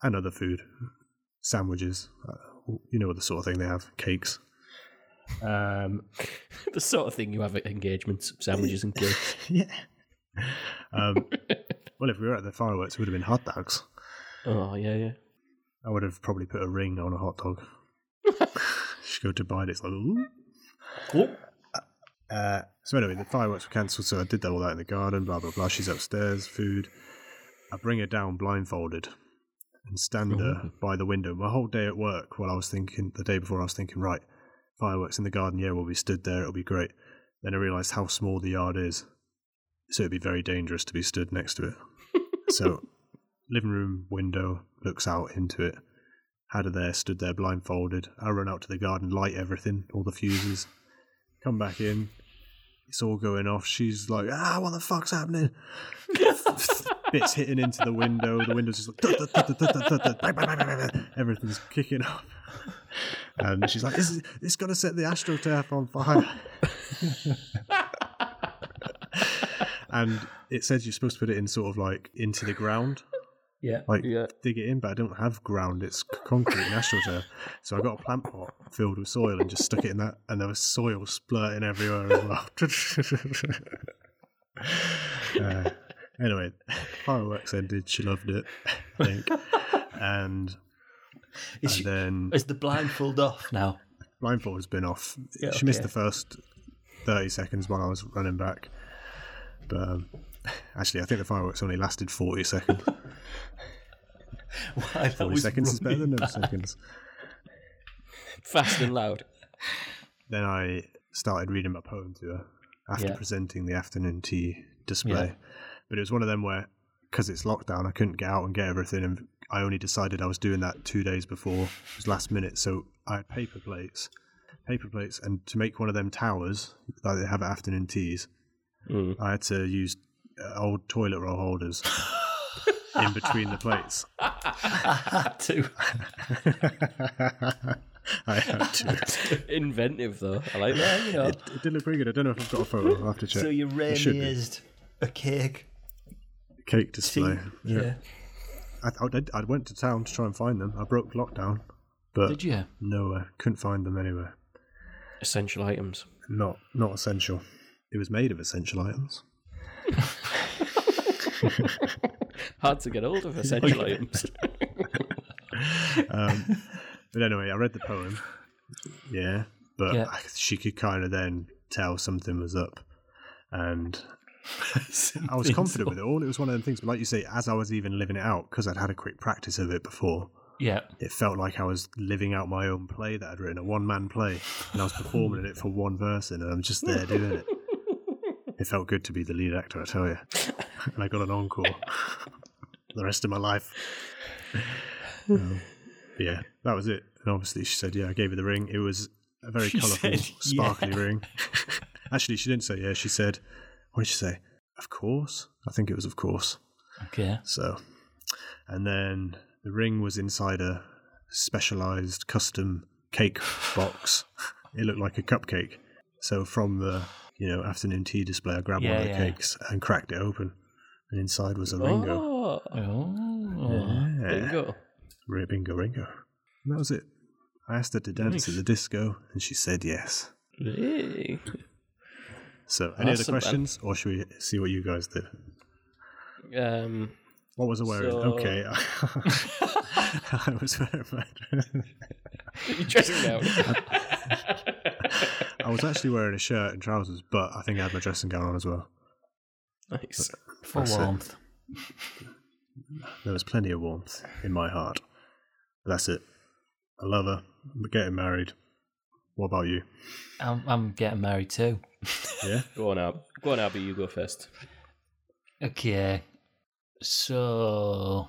[SPEAKER 2] and other food, sandwiches. Uh, you know the sort of thing they have, cakes. Um,
[SPEAKER 3] the sort of thing you have at engagements, sandwiches, and cakes.
[SPEAKER 2] yeah. Um, well, if we were at the fireworks, it would have been hot dogs.
[SPEAKER 3] Oh yeah, yeah.
[SPEAKER 2] I would have probably put a ring on a hot dog. go to bite it, it's like. Ooh.
[SPEAKER 1] Oh,
[SPEAKER 2] Uh, so anyway, the fireworks were cancelled, so I did all that in the garden. Blah blah blah. She's upstairs, food. I bring her down blindfolded and stand her by the window. My whole day at work, while I was thinking the day before, I was thinking, right, fireworks in the garden. Yeah, we'll be stood there. It'll be great. Then I realised how small the yard is, so it'd be very dangerous to be stood next to it. so, living room window looks out into it. Had her there, stood there blindfolded. I run out to the garden, light everything, all the fuses. Come back in. It's all going off. She's like, ah, what the fuck's happening? Bits hitting into the window. The window's just like, "Dut, dut, dut, dut, dut, dut, dut, bang, bang, bang, bang, bang." everything's kicking up. And she's like, this is, it's going to set the AstroTurf on fire. and it says you're supposed to put it in sort of like into the ground,
[SPEAKER 1] yeah.
[SPEAKER 2] like
[SPEAKER 3] Yeah.
[SPEAKER 2] dig it in, but I don't have ground, it's c- concrete and astroturf. So I got a plant pot filled with soil and just stuck it in that, and there was soil splurting everywhere as well. uh, anyway, fireworks ended, she loved it, I think. And, and
[SPEAKER 1] Is, she-
[SPEAKER 2] then
[SPEAKER 1] is the blindfold off now?
[SPEAKER 2] blindfold has been off.
[SPEAKER 1] Yeah,
[SPEAKER 2] she missed
[SPEAKER 1] okay.
[SPEAKER 2] the first 30 seconds while I was running back. But um, actually, I think the fireworks only lasted 40 seconds.
[SPEAKER 1] Why, that
[SPEAKER 2] 40
[SPEAKER 1] was
[SPEAKER 2] seconds is better
[SPEAKER 1] running
[SPEAKER 2] than no
[SPEAKER 1] back.
[SPEAKER 2] seconds.
[SPEAKER 3] Fast and loud.
[SPEAKER 2] Then I started reading my poem to her after
[SPEAKER 1] Yeah.
[SPEAKER 2] presenting the afternoon tea display.
[SPEAKER 1] Yeah.
[SPEAKER 2] But it was one of them where, because it's lockdown, I couldn't get out and get everything. And I only decided I was doing that two days before. It was last minute. So I had paper plates. Paper plates. And to make one of them towers that they have at afternoon teas,
[SPEAKER 3] Mm.
[SPEAKER 2] I had to use uh, old toilet roll holders in between the plates.
[SPEAKER 1] I had to.
[SPEAKER 2] I had to.
[SPEAKER 3] Inventive though. I like that.
[SPEAKER 1] Yeah, you know.
[SPEAKER 2] It, it did look pretty good. I don't know if I've got a photo. I'll have to check.
[SPEAKER 1] So you
[SPEAKER 2] It should be.
[SPEAKER 1] raised a cake.
[SPEAKER 2] Cake
[SPEAKER 1] tea-
[SPEAKER 2] display.
[SPEAKER 1] Yeah.
[SPEAKER 2] I, I, did- I went to town to try and find them. I broke lockdown, but
[SPEAKER 1] Did you?
[SPEAKER 2] nowhere. Couldn't find them anywhere.
[SPEAKER 3] Essential items.
[SPEAKER 2] Not not essential. It was made of essential items.
[SPEAKER 3] Hard to get hold of essential items.
[SPEAKER 2] Um, but anyway, I read the poem. Yeah, but
[SPEAKER 1] Yeah.
[SPEAKER 2] I, she could kind of then tell something was up, and I was confident with it all. It was one of them things. But like you say, as I was even living it out, because I'd had a quick practice of it before,
[SPEAKER 1] Yeah.
[SPEAKER 2] it felt like I was living out my own play that I'd written, a one man play, and I was performing it for one person, and I'm just there doing it. It felt good to be the lead actor, I tell you. And I got an encore the rest of my life. Um, yeah, that was it. And obviously, she said, Yeah, I gave her the ring. It was a very
[SPEAKER 1] She
[SPEAKER 2] colourful,
[SPEAKER 1] said,
[SPEAKER 2] sparkly ring. Actually, she didn't say, Yeah, she said, What did she say? Of course. I think it was, Of course.
[SPEAKER 1] Okay.
[SPEAKER 2] So, and then the ring was inside a specialized custom cake box. it looked like a cupcake. So from the you know afternoon tea display, I grabbed one
[SPEAKER 1] Yeah,
[SPEAKER 2] of the
[SPEAKER 1] yeah.
[SPEAKER 2] cakes and cracked it open, and inside was a Ringo.
[SPEAKER 3] Oh,
[SPEAKER 1] Oh.
[SPEAKER 2] Yeah.
[SPEAKER 3] bingo.
[SPEAKER 2] Ri- Bingo, Ringo. And that was it. I asked her to dance at
[SPEAKER 3] Nice.
[SPEAKER 2] the disco, and she said yes.
[SPEAKER 3] Hey.
[SPEAKER 2] So, any other
[SPEAKER 3] Awesome, man.
[SPEAKER 2] questions, or should we see what you guys did?
[SPEAKER 3] Um,
[SPEAKER 2] What was I wearing?
[SPEAKER 3] So-
[SPEAKER 2] Okay, I was wearing.
[SPEAKER 3] you're dressing down.
[SPEAKER 2] I was actually wearing a shirt and trousers, but I think I had my dressing gown on as well.
[SPEAKER 3] nice.
[SPEAKER 1] For
[SPEAKER 2] That's it.
[SPEAKER 1] warmth.
[SPEAKER 2] There was plenty of warmth in my heart. But that's it. I love her. We're getting married. What about you?
[SPEAKER 1] I'm, I'm getting married too.
[SPEAKER 2] Yeah?
[SPEAKER 3] Go on, Ab. Go on, Abby. You go first.
[SPEAKER 1] Okay. So,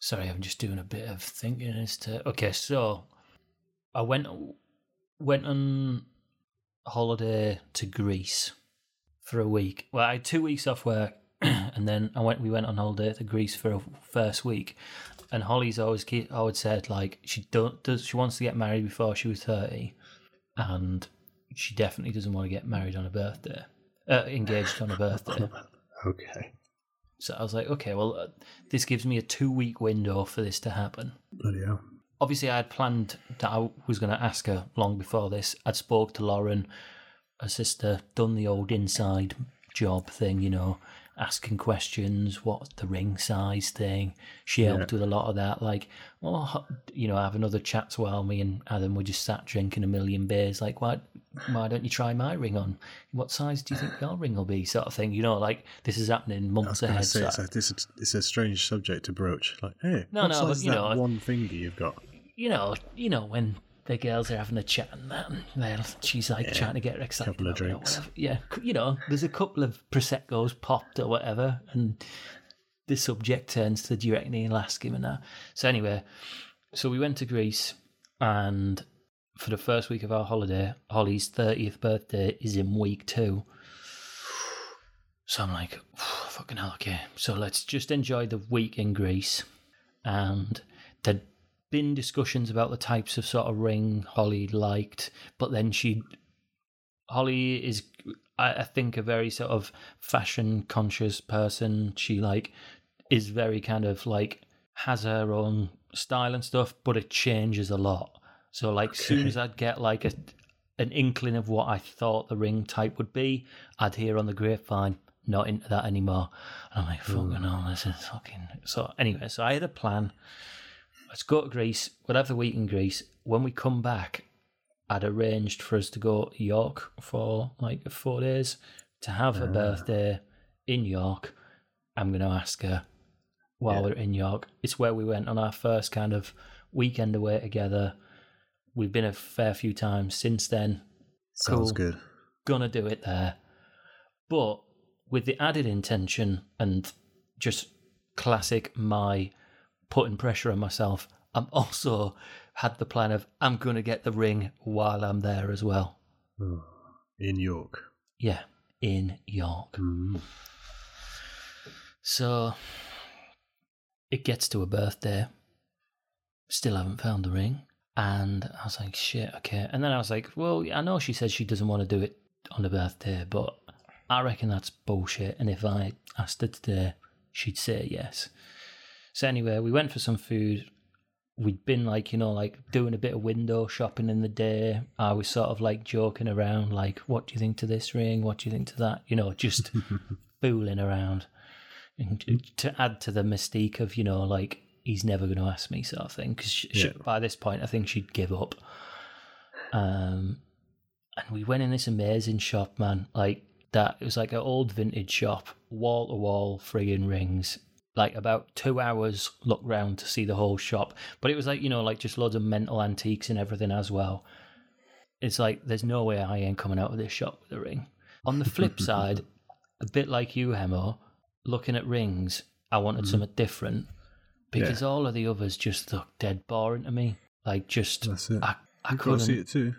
[SPEAKER 1] sorry, I'm just doing a bit of thinking as to. Okay, so I went went on holiday to Greece for a week. Well, I had two weeks off work, and then I went. We went on holiday to Greece for a first week. And Holly's always keep, always said like she don't does she wants to get married before she was thirty, and she definitely doesn't want to get married on a birthday, uh, engaged on a birthday.
[SPEAKER 2] Okay.
[SPEAKER 1] So I was like, okay, well, uh, this gives me a two week window for this to happen.
[SPEAKER 2] Bloody hell.
[SPEAKER 1] Obviously, I had planned that I was going to ask her long before this. I'd spoke to Lauren, her sister, done the old inside job thing, you know, asking questions, what's the ring size thing. She
[SPEAKER 2] Yeah.
[SPEAKER 1] helped with a lot of that. Like, oh, you know, having other chats while me and Adam were just sat drinking a million beers. Like, why, why don't you try my ring on? What size do you think your ring will be? Sort of thing. You know, like this is happening
[SPEAKER 2] I
[SPEAKER 1] months
[SPEAKER 2] was going to
[SPEAKER 1] ahead.
[SPEAKER 2] say
[SPEAKER 1] so-
[SPEAKER 2] it's a, this is- it's a strange subject to broach. Like, hey,
[SPEAKER 1] No,
[SPEAKER 2] what
[SPEAKER 1] no,
[SPEAKER 2] size
[SPEAKER 1] but,
[SPEAKER 2] is
[SPEAKER 1] you
[SPEAKER 2] that
[SPEAKER 1] know,
[SPEAKER 2] one finger you've got?
[SPEAKER 1] you know, you know when the girls are having a chat and that, and they're- she's like trying to get her excited.
[SPEAKER 2] Couple of
[SPEAKER 1] about it or
[SPEAKER 2] drinks.
[SPEAKER 1] whatever. Yeah, c- you know, there's a couple of proseccos popped or whatever, and the subject turns to do you reckon he'll ask him and that. So anyway, so we went to Greece, and for the first week of our holiday, Holly's thirtieth birthday is in week two. So I'm like, fucking hell, okay. So let's just enjoy the week in Greece. And there'd been discussions about the types of sort of ring Holly liked, but then she, Holly is, I, I think, a very sort of fashion conscious person. She like is very kind of like has her own style and stuff, but it changes a lot. So like, soon as I'd get like a an inkling of what I thought the ring type would be, I'd hear on the grapevine, not into that anymore. And I'm like, fucking hell, this is fucking. So, anyway, so I had a plan. Let's go to Greece. We'll have the week in Greece. When we come back, I'd arranged for us to go to York for like four days to have her birthday in York. I'm going to ask her while we're in York. It's where we went on our first kind of weekend away together. We've been a fair few times since then
[SPEAKER 2] Sounds
[SPEAKER 1] Cool.
[SPEAKER 2] good.
[SPEAKER 1] gonna do it there. But with the added intention and just classic my putting pressure on myself, I'm also had the plan of I'm gonna get the ring while I'm there as well.
[SPEAKER 2] In York.
[SPEAKER 1] Yeah, in York. So it gets to a birthday. Still haven't found the ring. And I was like, shit, okay. And then I was like, well, I know she says she doesn't want to do it on her birthday, but I reckon that's bullshit. And if I asked her today, she'd say yes. So anyway, we went for some food. We'd been like, you know, like doing a bit of window shopping in the day. I was sort of like joking around, like, what do you think to this ring? What do you think to that? You know, just fooling around. And to- to add to the mystique of, you know, like, he's never going to ask me sort of thing. Because
[SPEAKER 2] Yeah.
[SPEAKER 1] by this point, I think she'd give up. Um, and we went in this amazing shop, man. Like, that, it was like an old vintage shop, wall to wall, friggin' rings like about two hours look round to see the whole shop. But it was like, you know, like just loads of mental antiques and everything as well. It's like, there's no way I ain't coming out of this shop with a ring. On the flip side, a bit like you, Hemo, looking at rings, I wanted
[SPEAKER 2] Mm-hmm.
[SPEAKER 1] something different because all of the others just looked dead boring to me. Like, just,
[SPEAKER 2] That's it.
[SPEAKER 1] I, I
[SPEAKER 2] Got to
[SPEAKER 1] couldn't.
[SPEAKER 2] see it too.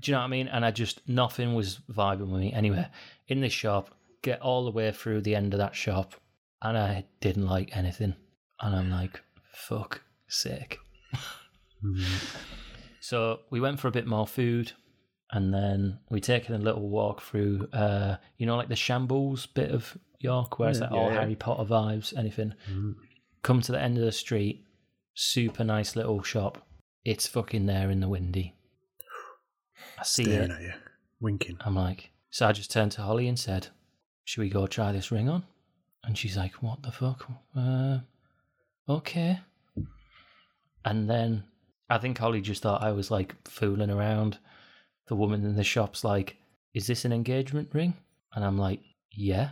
[SPEAKER 1] Do you know what I mean? And I just nothing was vibing with me anyway. In this shop, get all the way through the end of that shop, and I didn't like anything. And I'm like, fuck sake.
[SPEAKER 2] Mm-hmm.
[SPEAKER 1] so we went for a bit more food, and then we taken a little walk through, uh, you know, like the shambles bit of York, where it's like all
[SPEAKER 3] Mm, yeah.
[SPEAKER 1] Harry Potter vibes, anything. Come to the end of the street, super nice little shop. It's fucking there in the windy. I see it.
[SPEAKER 2] Staring at you, winking.
[SPEAKER 1] I'm like, so I just turned to Holly and said, Should we go try this ring on? And she's like, What the fuck? Uh, okay. And then I think Holly just thought I was like fooling around. The woman in the shop's like, Is this an engagement ring? And I'm like, Yeah.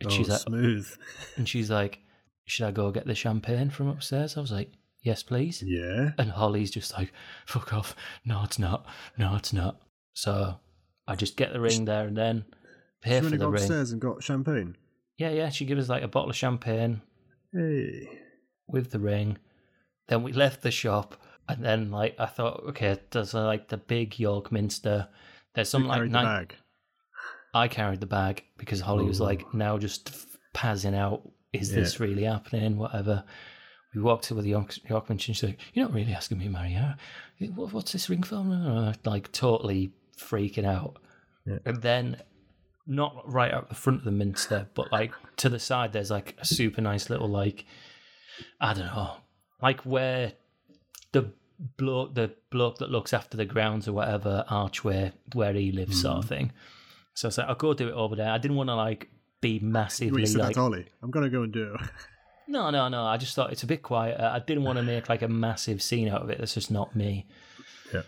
[SPEAKER 1] And
[SPEAKER 2] oh,
[SPEAKER 1] she's like,
[SPEAKER 2] smooth.
[SPEAKER 1] and she's like, Should I go get the champagne from upstairs? I was like, Yes, please.
[SPEAKER 2] Yeah.
[SPEAKER 1] And Holly's just like, fuck off. No, it's not. No, it's not. So I just get the ring there and then pay
[SPEAKER 2] she
[SPEAKER 1] for
[SPEAKER 2] went
[SPEAKER 1] the ring.
[SPEAKER 2] upstairs and got champagne.
[SPEAKER 1] Yeah, yeah. She gave us like a bottle of champagne
[SPEAKER 2] Hey.
[SPEAKER 1] with the ring. Then we left the shop. And then, like, I thought, okay, there's uh, like the big York Minster. There's
[SPEAKER 2] Who
[SPEAKER 1] some like
[SPEAKER 2] carried the
[SPEAKER 1] nine-
[SPEAKER 2] bag?
[SPEAKER 1] I carried the bag because Holly was
[SPEAKER 2] Ooh.
[SPEAKER 1] like now just f- passing out. Is this really happening? Whatever. We walked over the York, York and she's like, "You're not really asking me, Mario. What, what's this ring for?" Uh, Like totally freaking out.
[SPEAKER 2] Yeah.
[SPEAKER 1] And then, not right out the front of the Minster, but like to the side, there's like a super nice little like, I don't know, like where the bloke the bloke that looks after the grounds or
[SPEAKER 2] Mm.
[SPEAKER 1] whatever archway where he lives sort of thing. So I said, I'll go do it over there. I didn't want to like be
[SPEAKER 2] You
[SPEAKER 1] massively
[SPEAKER 2] said
[SPEAKER 1] like
[SPEAKER 2] that, Ollie. I'm gonna go and do it.
[SPEAKER 1] no, no, no. I just thought it's a bit quieter. I didn't want to make like a massive scene out of it. That's just not me.
[SPEAKER 2] Yeah.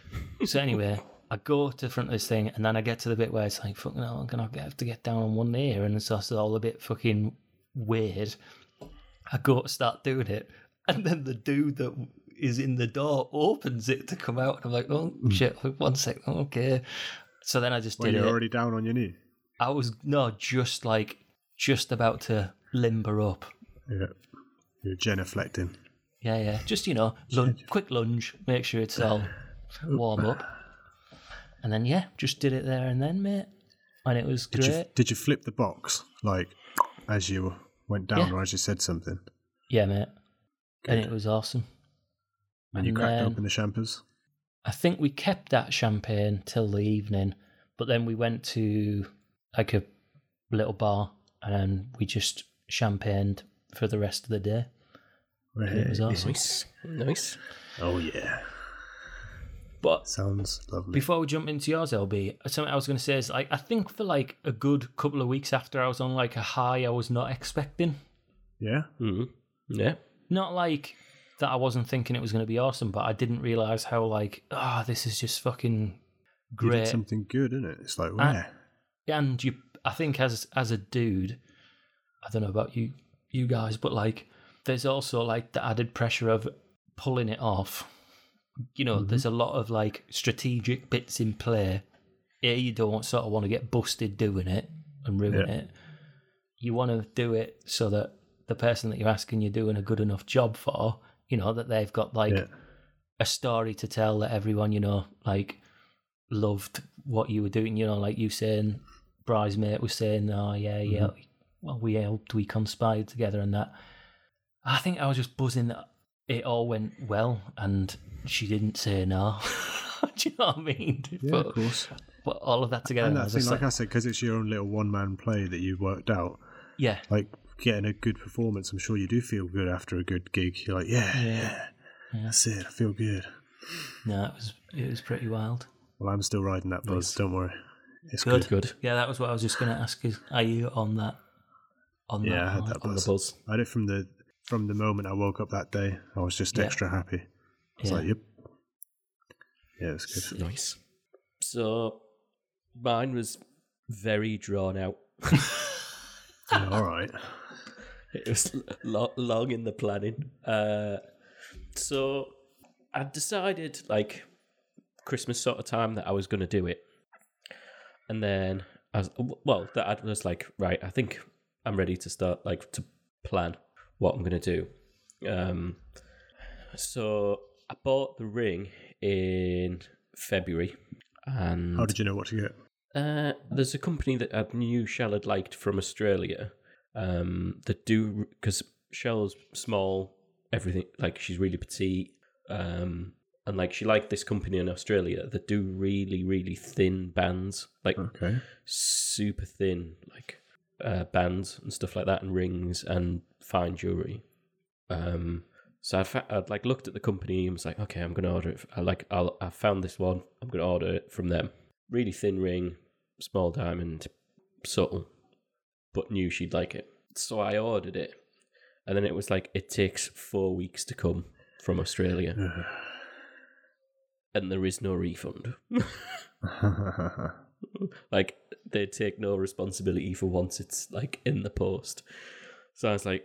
[SPEAKER 1] So anyway, I go to the front of this thing, and then I get to the bit where it's like, fucking hell, I'm gonna have to get down on one knee, here," and it's just all a bit fucking weird. I go to start doing it, and then the dude that is in the door opens it to come out, and I'm like, oh shit, one sec, okay. So then I just
[SPEAKER 2] Hmm. Well,
[SPEAKER 1] did
[SPEAKER 2] you're
[SPEAKER 1] it.
[SPEAKER 2] already down on your knee.
[SPEAKER 1] I was no, just like, just about to limber up.
[SPEAKER 2] Yeah. You're genuflecting.
[SPEAKER 1] Yeah, yeah. Just you know, lun- quick lunge. Make sure it's all warm up, and then yeah, just did it there and then, mate. And it was
[SPEAKER 2] Did
[SPEAKER 1] great.
[SPEAKER 2] you, did you flip the box like as you went down
[SPEAKER 1] Yeah.
[SPEAKER 2] or as you said something?
[SPEAKER 1] Yeah, mate. And it was awesome.
[SPEAKER 2] And you cracked
[SPEAKER 1] then
[SPEAKER 2] open the champers.
[SPEAKER 1] I think we kept that champagne till the evening, but then we went to like a little bar and we just champagned for the rest of the day. And it was awesome.
[SPEAKER 3] Nice, nice.
[SPEAKER 2] Oh yeah.
[SPEAKER 1] But
[SPEAKER 2] Sounds lovely.
[SPEAKER 1] Before we jump into yours, LB, something I was going to say is like I think for like a good couple of weeks after I was on like a high I was not expecting.
[SPEAKER 2] yeah?
[SPEAKER 3] Mm. Yeah.
[SPEAKER 1] Not like that I wasn't thinking it was going to be awesome, but I didn't realize how like ah this is just fucking
[SPEAKER 2] You
[SPEAKER 1] great. Ah,
[SPEAKER 2] did something good, innit? It's like,
[SPEAKER 1] I-
[SPEAKER 2] yeah.
[SPEAKER 1] and you, I think as as a dude, I don't know about you you guys, but like there's also like the added pressure of pulling it off. You know, there's a lot of like strategic bits in play. Yeah, you don't sort of want to get busted doing it and ruin
[SPEAKER 2] Yeah.
[SPEAKER 1] it. You want to do it so that the person that you're asking you're doing a good enough job for, you know, that they've got like
[SPEAKER 2] Yeah.
[SPEAKER 1] a story to tell that everyone, you know, like loved what you were doing. You know, like you saying, Bry's mate was saying, oh, yeah, yeah,
[SPEAKER 2] Mm-hmm.
[SPEAKER 1] well, we helped, we conspired together and that. I think I was just buzzing that it all went well and she didn't say no. Do you know what I mean?
[SPEAKER 2] Yeah,
[SPEAKER 1] but,
[SPEAKER 2] of course.
[SPEAKER 1] but all of that together, I
[SPEAKER 2] And that
[SPEAKER 1] was
[SPEAKER 2] thing,
[SPEAKER 1] just
[SPEAKER 2] like
[SPEAKER 1] like,
[SPEAKER 2] I said, because it's your own little one man play that you've worked out,
[SPEAKER 1] yeah,
[SPEAKER 2] like getting a good performance, I'm sure you do feel good after a good gig. You're like, yeah, yeah, that's it. I feel good.
[SPEAKER 1] no, it was it was pretty wild.
[SPEAKER 2] Well, I'm still riding that buzz. Don't worry. It's good.
[SPEAKER 3] Good.
[SPEAKER 1] Yeah, that was what I was just going to ask. Is are you on that? On
[SPEAKER 2] Yeah, I
[SPEAKER 1] that?
[SPEAKER 2] had that
[SPEAKER 3] On the
[SPEAKER 2] buzz.
[SPEAKER 3] buzz.
[SPEAKER 2] I had it from the from the moment I woke up that day. I was just
[SPEAKER 1] Yeah.
[SPEAKER 2] extra happy. I was
[SPEAKER 1] Yeah.
[SPEAKER 2] like, yep. Yeah, it's good.
[SPEAKER 3] Nice. So mine was very drawn out.
[SPEAKER 2] Yeah, all right.
[SPEAKER 3] It was lo- long in the planning. Uh, so I decided, like Christmas sort of time, that I was going to do it, and then I was, well, that I was like, right, I think I'm ready to start, like to plan what I'm going to do. Um, so I bought the ring in February, and
[SPEAKER 2] How did you know what to get?
[SPEAKER 3] uh, there's a company that I knew Shell had liked from Australia. Um, that do because Shell's small, everything like she's really petite. Um, and like she liked this company in Australia that do really, really thin bands, like
[SPEAKER 2] Okay.
[SPEAKER 3] super thin, like uh, bands and stuff like that, and rings and fine jewelry. Um, so I fa- I'd like looked at the company and was like, okay, I'm gonna order it. f- I like I'll, I found this one. I'm gonna order it from them. Really thin ring, small diamond, subtle, but knew she'd like it. So I ordered it, and then it was like it takes four weeks to come from Australia, and there is no refund. Mm-hmm. like they take no responsibility for once it's like in the post. So I was like,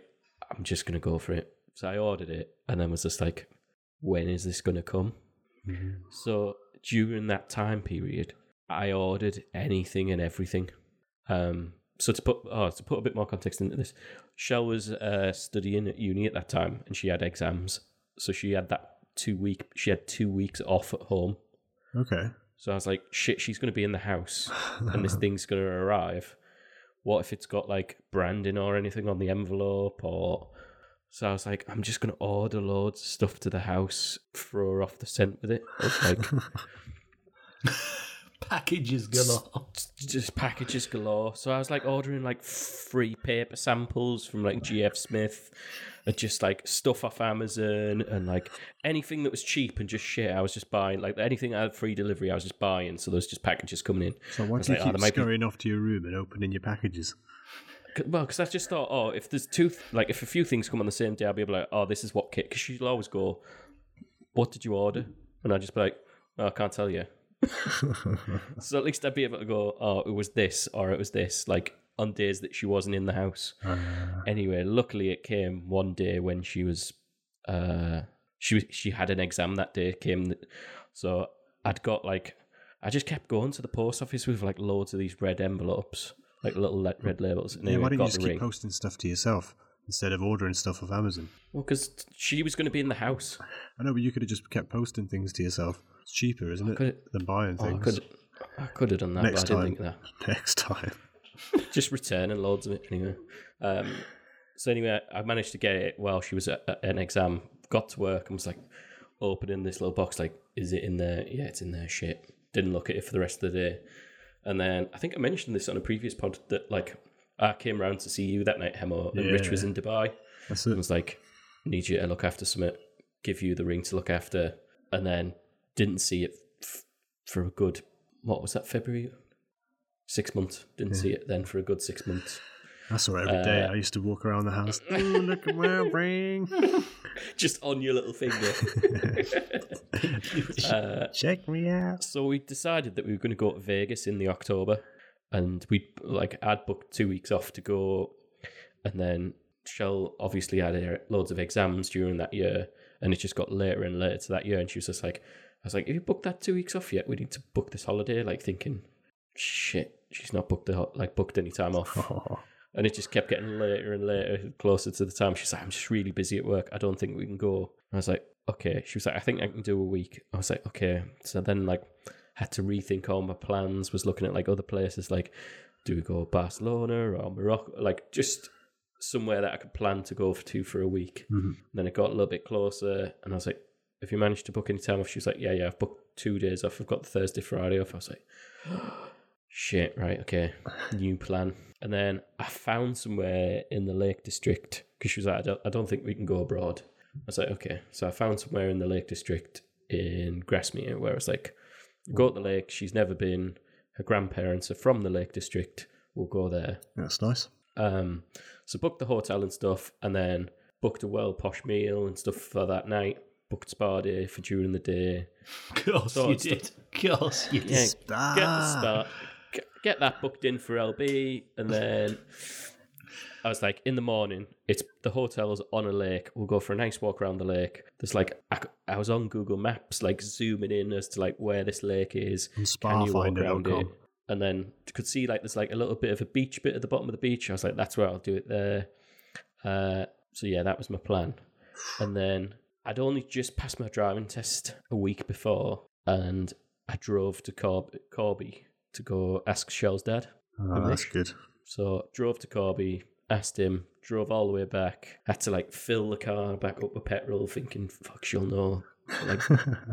[SPEAKER 3] I'm just gonna go for it. So I ordered it and then was just like, when is this gonna come? So during that time period, I ordered anything and everything. Um, so to put oh, to put a bit more context into this, Shell was uh, studying at uni at that time, and she had exams. So she had that two week. She had two weeks off at home.
[SPEAKER 2] okay.
[SPEAKER 3] So I was like, shit, she's going to be in the house and this thing's going to arrive. What if it's got like branding or anything on the envelope or. So I was like, I'm just going to order loads of stuff to the house, throw her off the scent with it. I was like,
[SPEAKER 1] Packages galore.
[SPEAKER 3] just packages galore. So I was like ordering like free paper samples from like GF Smith and just like stuff off Amazon and like anything that was cheap and just shit. I was just buying like anything I had free delivery, I was just buying. So there was just packages coming in.
[SPEAKER 2] So why
[SPEAKER 3] was
[SPEAKER 2] do you
[SPEAKER 3] like, oh, there
[SPEAKER 2] keep
[SPEAKER 3] might be-
[SPEAKER 2] scurrying off to your room and opening your packages?
[SPEAKER 3] C- Well, because I just thought, oh, if there's two, th- like if a few things come on the same day, I'll be able to like, oh, this is what kit. Because she'll always go, what did you order? And I'll just be like, oh, I can't tell you. so at least I'd be able to go, oh, it was this or it was this, like on days that she wasn't in the house.
[SPEAKER 2] Uh.
[SPEAKER 3] anyway, luckily it came one day when she was, uh, she was- she had an exam that day. Came, th- so I'd got like, I just kept going to the post office with like loads of these red envelopes, like little le- red labels. And
[SPEAKER 2] yeah,
[SPEAKER 3] anyway,
[SPEAKER 2] why don't you
[SPEAKER 3] got
[SPEAKER 2] just
[SPEAKER 3] the
[SPEAKER 2] keep
[SPEAKER 3] ring.
[SPEAKER 2] posting stuff to yourself instead of ordering stuff off Amazon?
[SPEAKER 3] Well, because she was going to be in the house.
[SPEAKER 2] I know, but you could have just kept posting things to yourself. It's cheaper, isn't it,
[SPEAKER 3] could-
[SPEAKER 2] than buying
[SPEAKER 3] Oh, I
[SPEAKER 2] things?
[SPEAKER 3] could, I could have done that,
[SPEAKER 2] Next
[SPEAKER 3] but I
[SPEAKER 2] time.
[SPEAKER 3] didn't think of
[SPEAKER 2] Next time.
[SPEAKER 3] that. Just returning loads of it anyway. Um, so anyway, I managed to get it while she was at at an exam. Got to work and was like opening this little box. Like, is it in there? Yeah, it's in there. Shit. Didn't look at it for the rest of the day. And then I think I mentioned this on a previous pod that like I came round to see you that night, Hemo, and Rich was
[SPEAKER 2] Yeah.
[SPEAKER 3] in Dubai.
[SPEAKER 2] That's
[SPEAKER 3] and
[SPEAKER 2] it.
[SPEAKER 3] was like, "Need you to look after Summit, give you the ring to look after," and then didn't see it f- for a good what was that February, six months. Didn't see it then for a good six months.
[SPEAKER 2] That's all right. Every day
[SPEAKER 3] Uh,
[SPEAKER 2] I used to walk around the house. Oh, look at my ring.
[SPEAKER 3] Just on your little finger. Uh,
[SPEAKER 2] Check me out.
[SPEAKER 3] so we decided that we were going to go to Vegas in the October, and we like I'd booked two weeks off to go, and then Shell obviously had her loads of exams during that year, and it just got later and later to that year, and she was just like, I was like, have you booked that two weeks off yet? We need to book this holiday. Like thinking, shit, she's not booked the ho- like booked any time off.
[SPEAKER 2] Oh,
[SPEAKER 3] And it just kept getting later and later, closer to the time. She's like, I'm just really busy at work. I don't think we can go. And I was like, okay. She was like, I think I can do a week. I was like, okay. So then, like, had to rethink all my plans, was looking at like other places, like, do we go Barcelona or Morocco? Like, just somewhere that I could plan to go for two for a week.
[SPEAKER 2] Mhm.
[SPEAKER 3] Then it got a little bit closer, and I was like, have you managed to book any time off? She was like, yeah, yeah, I've booked two days off. I've got the Thursday, Friday off. I was like, shit, right, okay, new plan. And then I found somewhere in the Lake District because she was like, I don't, I don't think we can go abroad. I was like, okay. So I found somewhere in the Lake District in Grassmere where it's like, go to the lake. She's never been. Her grandparents are from the Lake District. We'll go there.
[SPEAKER 2] that's nice.
[SPEAKER 3] Um, so booked the hotel and stuff, and then booked a well posh meal and stuff for that night. Booked spa day for during the day.
[SPEAKER 1] Of course
[SPEAKER 3] So
[SPEAKER 1] you
[SPEAKER 3] it's the-
[SPEAKER 1] did. Of course you did.
[SPEAKER 3] Yeah, get the
[SPEAKER 2] Ah.
[SPEAKER 3] start, get, get that booked in for LB, and then I was like, in the morning, it's the hotel's on a lake. We'll go for a nice walk around the lake. There's like, I, c- I was on Google Maps, like zooming in as to like where this lake is.
[SPEAKER 2] On
[SPEAKER 3] Can you walk around
[SPEAKER 2] Spafinder.com.
[SPEAKER 3] it? And then could see like there's like a little bit of a beach bit at the bottom of the beach. I was like, that's where I'll do it there. Uh, so yeah, that was my plan. And then I'd only just passed my driving test a week before, and I drove to Corb- Corby to go ask Shell's dad.
[SPEAKER 2] Ah, that's good.
[SPEAKER 3] So drove to Corby, asked him, drove all the way back. Had to like fill the car back up with petrol, thinking, fuck, she'll know. Like,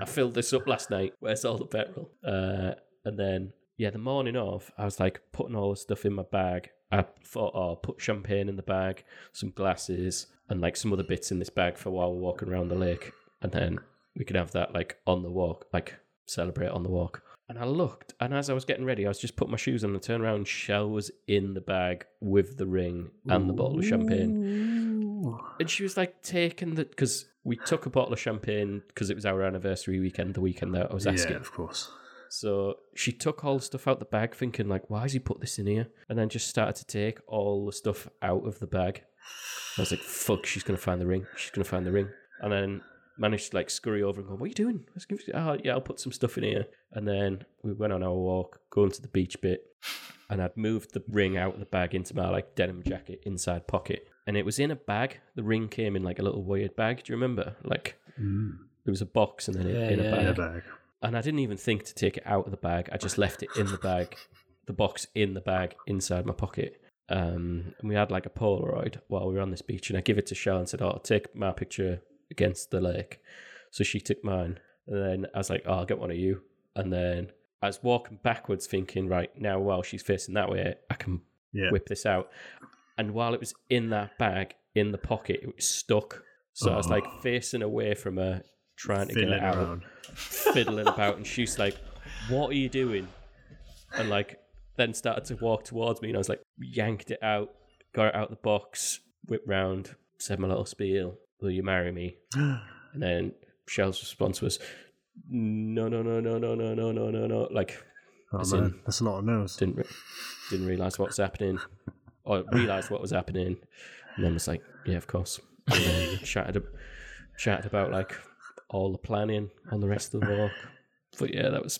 [SPEAKER 3] I filled this up last night. Where's all the petrol? Uh, and then, yeah, the morning of, I was like putting all the stuff in my bag. I thought, oh, I'll put champagne in the bag, some glasses, and like some other bits in this bag for while we're walking around the lake. And then we could have that like on the walk, like celebrate on the walk. And I looked, and as I was getting ready, I was just putting my shoes on and turned around. Shell was in the bag with the ring and the bottle of champagne. And she was like taking the because we took a bottle of champagne because it was our anniversary weekend, the weekend that I was asking.
[SPEAKER 2] Yeah, of course.
[SPEAKER 3] So she took all the stuff out the bag, thinking like, "Why has he put this in here?" And then just started to take all the stuff out of the bag. I was like, "Fuck, she's gonna find the ring. She's gonna find the ring." And then managed to like scurry over and go, "What are you doing?" I was gonna, oh, yeah, I'll put some stuff in here. And then we went on our walk, going to the beach bit, and I'd moved the ring out of the bag into my like denim jacket inside pocket, and it was in a bag. The ring came in like a little weird bag. Do you remember? Like there was a box and then
[SPEAKER 1] Yeah,
[SPEAKER 3] it in a
[SPEAKER 1] yeah,
[SPEAKER 3] bag
[SPEAKER 2] In a bag.
[SPEAKER 3] and I didn't even think to take it out of the bag. I just left it in the bag, the box in the bag inside my pocket. Um, and we had like a Polaroid while we were on this beach, and I give it to Shell and said, "Oh, take my picture against the lake." So she took mine, and then I was like, "Oh, I'll get one of you." And then I was walking backwards, thinking, "Right now, while she's facing that way, I can
[SPEAKER 2] Yeah.
[SPEAKER 3] whip this out." And while it was in that bag, in the pocket, it was stuck. So I was like facing away from her, trying to get
[SPEAKER 2] Fiddling
[SPEAKER 3] it out
[SPEAKER 2] around.
[SPEAKER 3] fiddling about, and she's like, "What are you doing?" And like, then started to walk towards me, and I was like, yanked it out, got it out the box, whipped round, said my little spiel, will you marry me? And then Shell's response was, no, no, no, no, no, no, no, no, no, no. Like,
[SPEAKER 2] Oh
[SPEAKER 3] As
[SPEAKER 2] man,
[SPEAKER 3] in-
[SPEAKER 2] that's a lot of no's.
[SPEAKER 3] didn't re- didn't realize what's happening, or realized what was happening, and then was like, yeah, of course. And then chatted, ab- chatted about like all the planning on the rest of the walk. But yeah, that was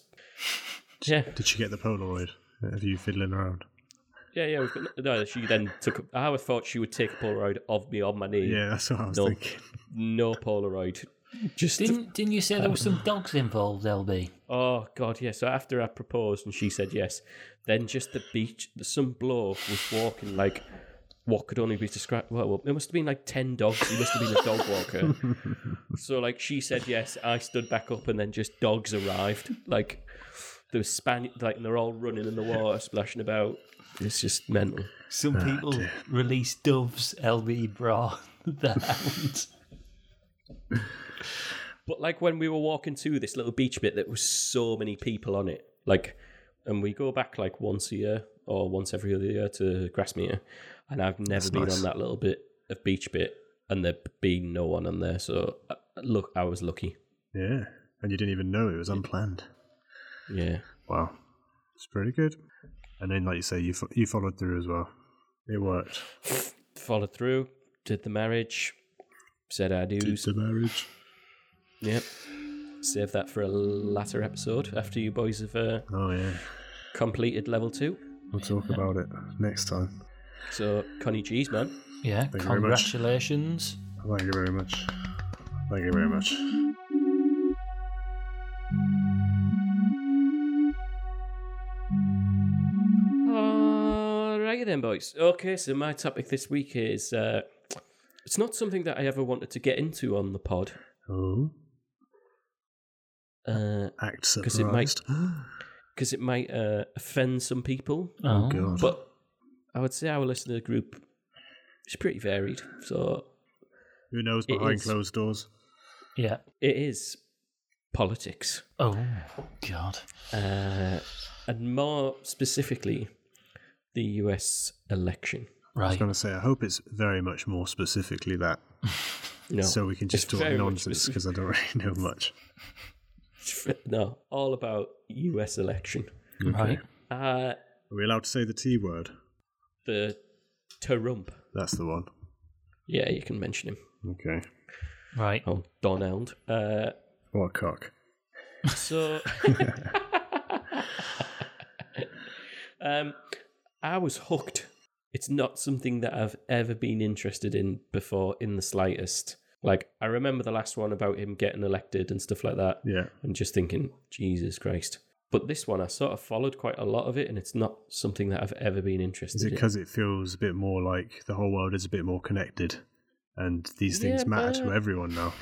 [SPEAKER 3] yeah,
[SPEAKER 2] Did you get the Polaroid of you fiddling around?
[SPEAKER 3] yeah, yeah. We've got, no, she then took. a- I thought she would take a Polaroid of me on my knee.
[SPEAKER 2] Yeah, that's what I was
[SPEAKER 3] No.
[SPEAKER 2] thinking.
[SPEAKER 3] No Polaroid. Just
[SPEAKER 1] Didn't didn't you say there was some dogs involved, LB?
[SPEAKER 3] Oh God, yeah. So after I proposed and she said yes, then just the beach, some bloke was walking like what could only be described. Well, well, it must have been like ten dogs. He must have been a dog walker. so like she said yes, I stood back up, and then just dogs arrived. Like there was span, like and they're all running in the water, splashing about. It's just mental.
[SPEAKER 2] Ah,
[SPEAKER 1] Some people release doves, LB bra, the hound.
[SPEAKER 3] But like when we were walking to this little beach bit, there was so many people on it. Like, and we go back like once a year or once every other year to Grassmere, and I've never been
[SPEAKER 2] nice.
[SPEAKER 3] on that little bit of beach bit, and there been no one on there. So uh, look, I was lucky.
[SPEAKER 2] Yeah, and you didn't even know
[SPEAKER 3] Mm.
[SPEAKER 2] it was unplanned.
[SPEAKER 3] Yeah,
[SPEAKER 2] Wow, it's pretty good. And then, like you say, you fo- you followed through as well. It worked.
[SPEAKER 3] followed through, did the marriage, said I do's.
[SPEAKER 2] the marriage.
[SPEAKER 3] Yep. Save that for a latter episode after you boys have uh,
[SPEAKER 2] Oh yeah,
[SPEAKER 3] completed level two.
[SPEAKER 2] we'll talk about it next time.
[SPEAKER 3] So Connie G's man.
[SPEAKER 1] Yeah,
[SPEAKER 2] you very much.
[SPEAKER 1] congratulations.
[SPEAKER 2] Thank you very much. Thank you very much.
[SPEAKER 3] Alrighty Oh, then, boys. Okay, so my topic this week is uh, it's not something that I ever wanted to get into on the pod
[SPEAKER 2] Oh,
[SPEAKER 3] because
[SPEAKER 2] act
[SPEAKER 3] 'Cause it might-
[SPEAKER 2] surprised.
[SPEAKER 3] uh, it might uh, offend some people.
[SPEAKER 1] Oh,
[SPEAKER 2] God.
[SPEAKER 3] But I would say our listener group is pretty varied, so
[SPEAKER 2] Who knows
[SPEAKER 3] It
[SPEAKER 2] behind
[SPEAKER 3] is.
[SPEAKER 2] closed doors?
[SPEAKER 1] yeah.
[SPEAKER 3] it is politics,
[SPEAKER 1] Oh God.
[SPEAKER 3] uh, and more specifically, the U.S.
[SPEAKER 2] I
[SPEAKER 3] election.
[SPEAKER 2] was
[SPEAKER 1] Right.
[SPEAKER 2] going to say, I hope it's very much more specifically that,
[SPEAKER 3] No,
[SPEAKER 2] so we can just
[SPEAKER 3] Oh, it's
[SPEAKER 2] talk
[SPEAKER 3] very much
[SPEAKER 2] nonsense because I don't really know much.
[SPEAKER 3] no, all about U.S. election.
[SPEAKER 1] Right.
[SPEAKER 3] Uh,
[SPEAKER 2] Are we allowed to say the T word?
[SPEAKER 3] the Trump.
[SPEAKER 2] That's the one.
[SPEAKER 3] Yeah, you can mention him.
[SPEAKER 2] Okay.
[SPEAKER 1] Right.
[SPEAKER 3] Oh, Donald. Uh,
[SPEAKER 2] What a cock.
[SPEAKER 3] so, um, I was hooked. It's not something that I've ever been interested in before, in the slightest. Like, I remember the last one about him getting elected and stuff like that,
[SPEAKER 2] Yeah.
[SPEAKER 3] and just thinking, Jesus Christ. But this one, I sort of followed quite a lot of it, and it's not something that I've ever been interested
[SPEAKER 2] Is it
[SPEAKER 3] in.
[SPEAKER 2] because it feels a bit more like the whole world is a bit more connected and these things
[SPEAKER 3] Yeah,
[SPEAKER 2] matter to
[SPEAKER 3] but-
[SPEAKER 2] everyone now?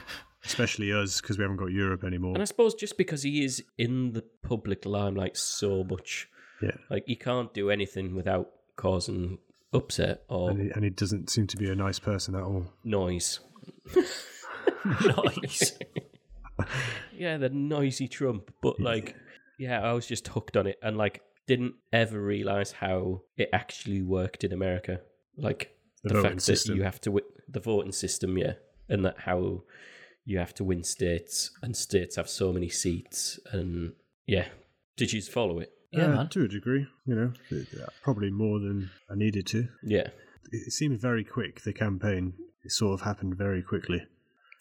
[SPEAKER 2] Especially us because we haven't got Europe anymore.
[SPEAKER 3] And I suppose just because he is in the public limelight so much,
[SPEAKER 2] Yeah.
[SPEAKER 3] like he can't do anything without causing upset or
[SPEAKER 2] And he, and he doesn't seem to be a nice person at all.
[SPEAKER 3] noise.
[SPEAKER 1] Nice.
[SPEAKER 3] Yeah, the noisy Trump, but like, yeah, I was just hooked on it and like didn't ever realize how it actually worked in America. Like
[SPEAKER 2] The
[SPEAKER 3] the,
[SPEAKER 2] voting
[SPEAKER 3] fact
[SPEAKER 2] system.
[SPEAKER 3] that you have to win the voting system, yeah, and that how you have to win states and states have so many seats and yeah. Did you follow it?
[SPEAKER 1] Yeah,
[SPEAKER 2] Uh,
[SPEAKER 1] man.
[SPEAKER 2] To a degree, you know, th- th- probably more than I needed to.
[SPEAKER 3] Yeah.
[SPEAKER 2] It seemed very quick, the campaign. It sort of happened very quickly.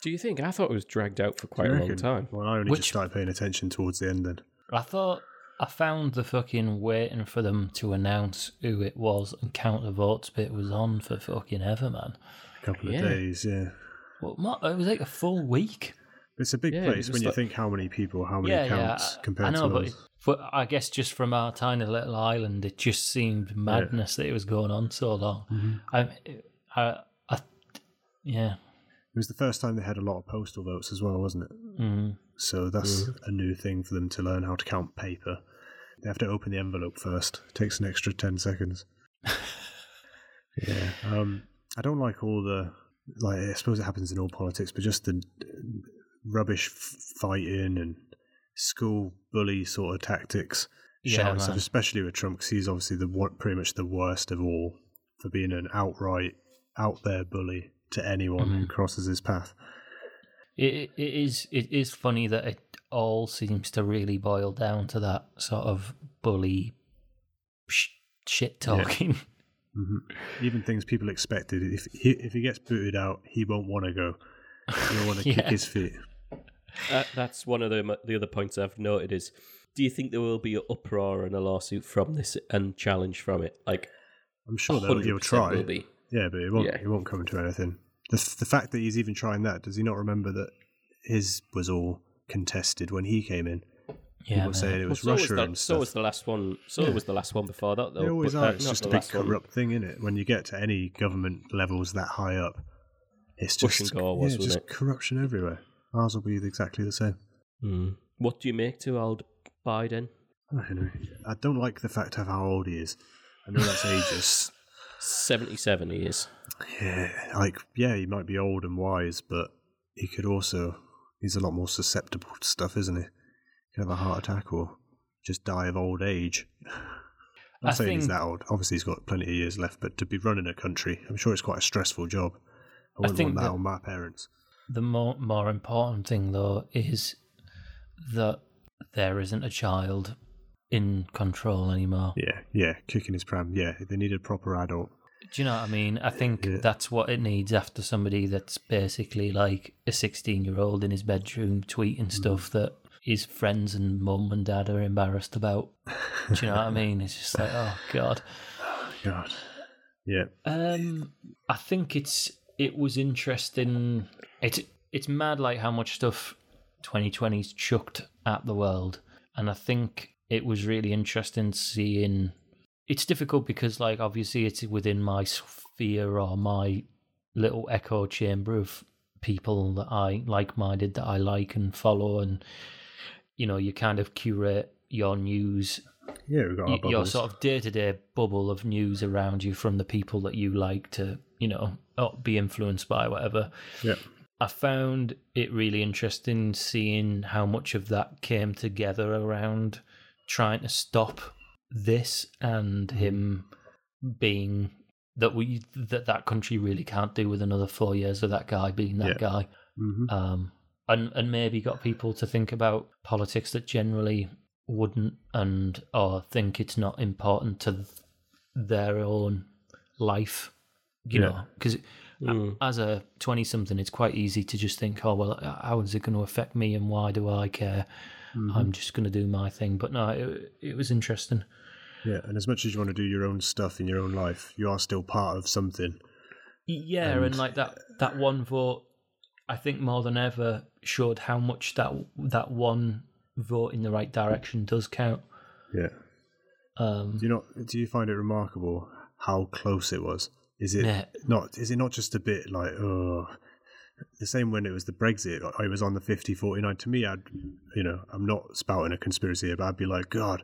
[SPEAKER 3] Do you think? I thought it was dragged out for
[SPEAKER 2] Do
[SPEAKER 3] quite
[SPEAKER 2] you
[SPEAKER 3] a long
[SPEAKER 2] reckon?
[SPEAKER 3] time.
[SPEAKER 2] Well, I only
[SPEAKER 1] Which-
[SPEAKER 2] just started paying attention towards the end then.
[SPEAKER 1] I thought I found the fucking waiting for them to announce who it was and count the votes bit was on for fucking ever, man.
[SPEAKER 2] A couple
[SPEAKER 3] Yeah.
[SPEAKER 2] of days, yeah.
[SPEAKER 1] Well, not, it was like a full week.
[SPEAKER 2] It's a big
[SPEAKER 3] Yeah,
[SPEAKER 2] place
[SPEAKER 3] it's
[SPEAKER 2] when you
[SPEAKER 3] like-
[SPEAKER 2] think how many people, how many counts
[SPEAKER 1] I-
[SPEAKER 2] compared
[SPEAKER 1] I know,
[SPEAKER 2] to
[SPEAKER 1] but,
[SPEAKER 2] us.
[SPEAKER 1] but I guess just from our tiny little island, it just seemed madness that it was going on so long.
[SPEAKER 2] Mm-hmm.
[SPEAKER 1] I, I, I, yeah,
[SPEAKER 2] It was the first time they had a lot of postal votes as well, wasn't it?
[SPEAKER 1] mm,
[SPEAKER 2] So that's a new thing for them to learn how to count paper. They have to open the envelope first. It takes an extra 10 seconds. yeah. Um, I don't like all the, like, I suppose it happens in all politics, but just the uh, rubbish f- fighting and school bully sort of tactics.
[SPEAKER 1] Yeah,
[SPEAKER 2] shouting stuff,
[SPEAKER 1] man.
[SPEAKER 2] especially with Trump, because he's obviously the one, pretty much the worst of all for being an outright out there bully to anyone
[SPEAKER 1] Mm-hmm.
[SPEAKER 2] who crosses his path.
[SPEAKER 1] It, it is it is funny that it all seems to really boil down to that sort of bully sh- shit talking.
[SPEAKER 2] Even things people expected. If he if he gets booted out, he won't want to go. He'll want to kick
[SPEAKER 1] Yeah.
[SPEAKER 2] his feet.
[SPEAKER 3] Uh, that's one of the the other points I've noted is: Do you think there will be an uproar and a lawsuit from this and challenge from it? Like,
[SPEAKER 2] I'm sure they'll, he'll
[SPEAKER 3] 100%
[SPEAKER 2] Oh, try.
[SPEAKER 3] will be.
[SPEAKER 2] Yeah, but it won't.
[SPEAKER 3] Yeah.
[SPEAKER 2] It won't come to anything. The, f- the fact that he's even trying that does he not remember that his was all contested when he came in?
[SPEAKER 1] Yeah,
[SPEAKER 2] People saying it was
[SPEAKER 3] Well, so
[SPEAKER 2] Russia
[SPEAKER 3] was the,
[SPEAKER 2] and
[SPEAKER 3] so
[SPEAKER 2] stuff.
[SPEAKER 3] was the last one. So
[SPEAKER 2] Yeah.
[SPEAKER 3] was the last one before that, though.
[SPEAKER 2] they always
[SPEAKER 3] but
[SPEAKER 2] are.
[SPEAKER 3] that-
[SPEAKER 2] It's
[SPEAKER 3] not
[SPEAKER 2] just
[SPEAKER 3] the
[SPEAKER 2] a big
[SPEAKER 3] last one.
[SPEAKER 2] corrupt thing, isn't it? When you get to any government levels that high up, it's
[SPEAKER 3] Bush and
[SPEAKER 2] just
[SPEAKER 3] Gore was,
[SPEAKER 2] yeah,
[SPEAKER 3] wasn't
[SPEAKER 2] just
[SPEAKER 3] it?
[SPEAKER 2] corruption everywhere. Ours will be exactly the same.
[SPEAKER 3] Mm. What do you make to old Biden?
[SPEAKER 2] I don't, know. Oh, I don't like the fact of how old he is. I know that's ageist.
[SPEAKER 3] Seventy-seven. He is.
[SPEAKER 2] Yeah, like yeah, he might be old and wise, but he could also he's a lot more susceptible to stuff, isn't he? Could have a heart attack or just die of old age. I'm
[SPEAKER 1] I
[SPEAKER 2] not saying he's
[SPEAKER 1] think-
[SPEAKER 2] that old. Obviously, he's got plenty of years left, but to be running a country, I'm sure it's quite a stressful job. I wouldn't
[SPEAKER 1] think
[SPEAKER 2] want that,
[SPEAKER 1] that-
[SPEAKER 2] on my parents.
[SPEAKER 1] The more more important thing though is that there isn't a child in control anymore.
[SPEAKER 2] Yeah, yeah, kicking his pram. Yeah, they need a proper adult.
[SPEAKER 1] Do you know what I mean? I think
[SPEAKER 2] Yeah.
[SPEAKER 1] that's what it needs after somebody that's basically like a 16 year old in his bedroom
[SPEAKER 2] Mm.
[SPEAKER 1] tweeting stuff that his friends and mum and dad are embarrassed about. Do you know what I mean? It's just like, oh god.
[SPEAKER 2] God. Yeah,
[SPEAKER 1] Um, I think it's it was interesting. It's it's mad like how much stuff 2020's chucked at the world, and I think it was really interesting seeing. It's difficult because like obviously it's within my sphere or my little echo chamber of people that I like minded that I like and follow, and you know you kind of curate your news
[SPEAKER 2] yeah, we've got our
[SPEAKER 1] y- your
[SPEAKER 2] bubbles.
[SPEAKER 1] sort of day to day bubble of news around you from the people that you like to, you know, or be influenced by, whatever.
[SPEAKER 2] Yeah.
[SPEAKER 1] I found it really interesting seeing how much of that came together around trying to stop this and
[SPEAKER 2] Hmm.
[SPEAKER 1] him being that we that that country really can't do with another four years of that guy being that
[SPEAKER 2] Yeah.
[SPEAKER 1] guy
[SPEAKER 2] hmm
[SPEAKER 1] um, and and maybe got people to think about politics that generally wouldn't and or think it's not important to th- their own life, you
[SPEAKER 2] Yeah. Mm.
[SPEAKER 1] know, because as a twenty-something, it's quite easy to just think, oh well, h- how is it going to affect me, and why do I care?
[SPEAKER 2] Mm-hmm.
[SPEAKER 1] I'm just going to do my thing. But no, it, it was interesting.
[SPEAKER 2] Yeah, and as much as you want to do your own stuff in your own life, you are still part of something.
[SPEAKER 1] Yeah, and, like that that one vote, I think more than ever showed how much that that one vote in the right direction does count.
[SPEAKER 2] Yeah.
[SPEAKER 1] Um,
[SPEAKER 2] Do you not? Do you find it remarkable how close it was? Is it
[SPEAKER 1] Yeah.
[SPEAKER 2] not? Is it not just a bit like oh, the same when it was the Brexit? I was on the 50-49. To me, I'd you know I'm not spouting a conspiracy, here, but I'd be like God,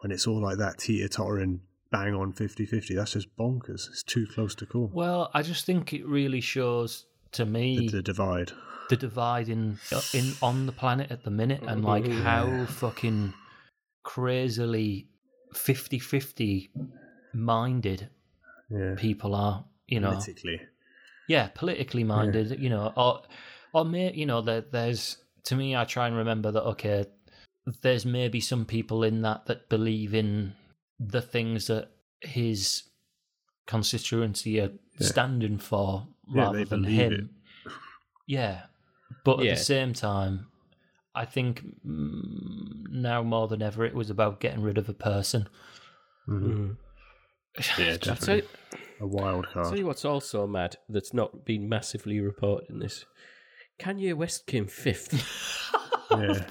[SPEAKER 2] when it's all like that teeter tottering, bang on 50-50, That's just bonkers. It's too close to call.
[SPEAKER 1] well, I just think it really shows to
[SPEAKER 2] The,
[SPEAKER 1] me
[SPEAKER 2] the divide.
[SPEAKER 1] the divide in in on the planet at the minute and like how fucking crazily 50-50 minded
[SPEAKER 2] Yeah.
[SPEAKER 1] people are, you know.
[SPEAKER 2] Politically.
[SPEAKER 1] yeah, politically minded, you know, or or may, you know, there, there's to me, I try and remember that okay, there's maybe some people in that that believe in the things that his constituency are standing for
[SPEAKER 2] Yeah,
[SPEAKER 1] rather
[SPEAKER 2] they
[SPEAKER 1] than
[SPEAKER 2] believe
[SPEAKER 1] him.
[SPEAKER 2] it.
[SPEAKER 1] Yeah, but
[SPEAKER 3] Yeah.
[SPEAKER 1] at the same time, I think mm, now more than ever, it was about getting rid of a person.
[SPEAKER 3] Hmm.
[SPEAKER 2] Yeah,
[SPEAKER 3] I tell,
[SPEAKER 2] Hmm. definitely.
[SPEAKER 3] you,
[SPEAKER 2] A wild
[SPEAKER 3] tell
[SPEAKER 2] card.
[SPEAKER 3] you what's also mad that's not been massively reported in this. Kanye West came fifth.
[SPEAKER 2] Yeah.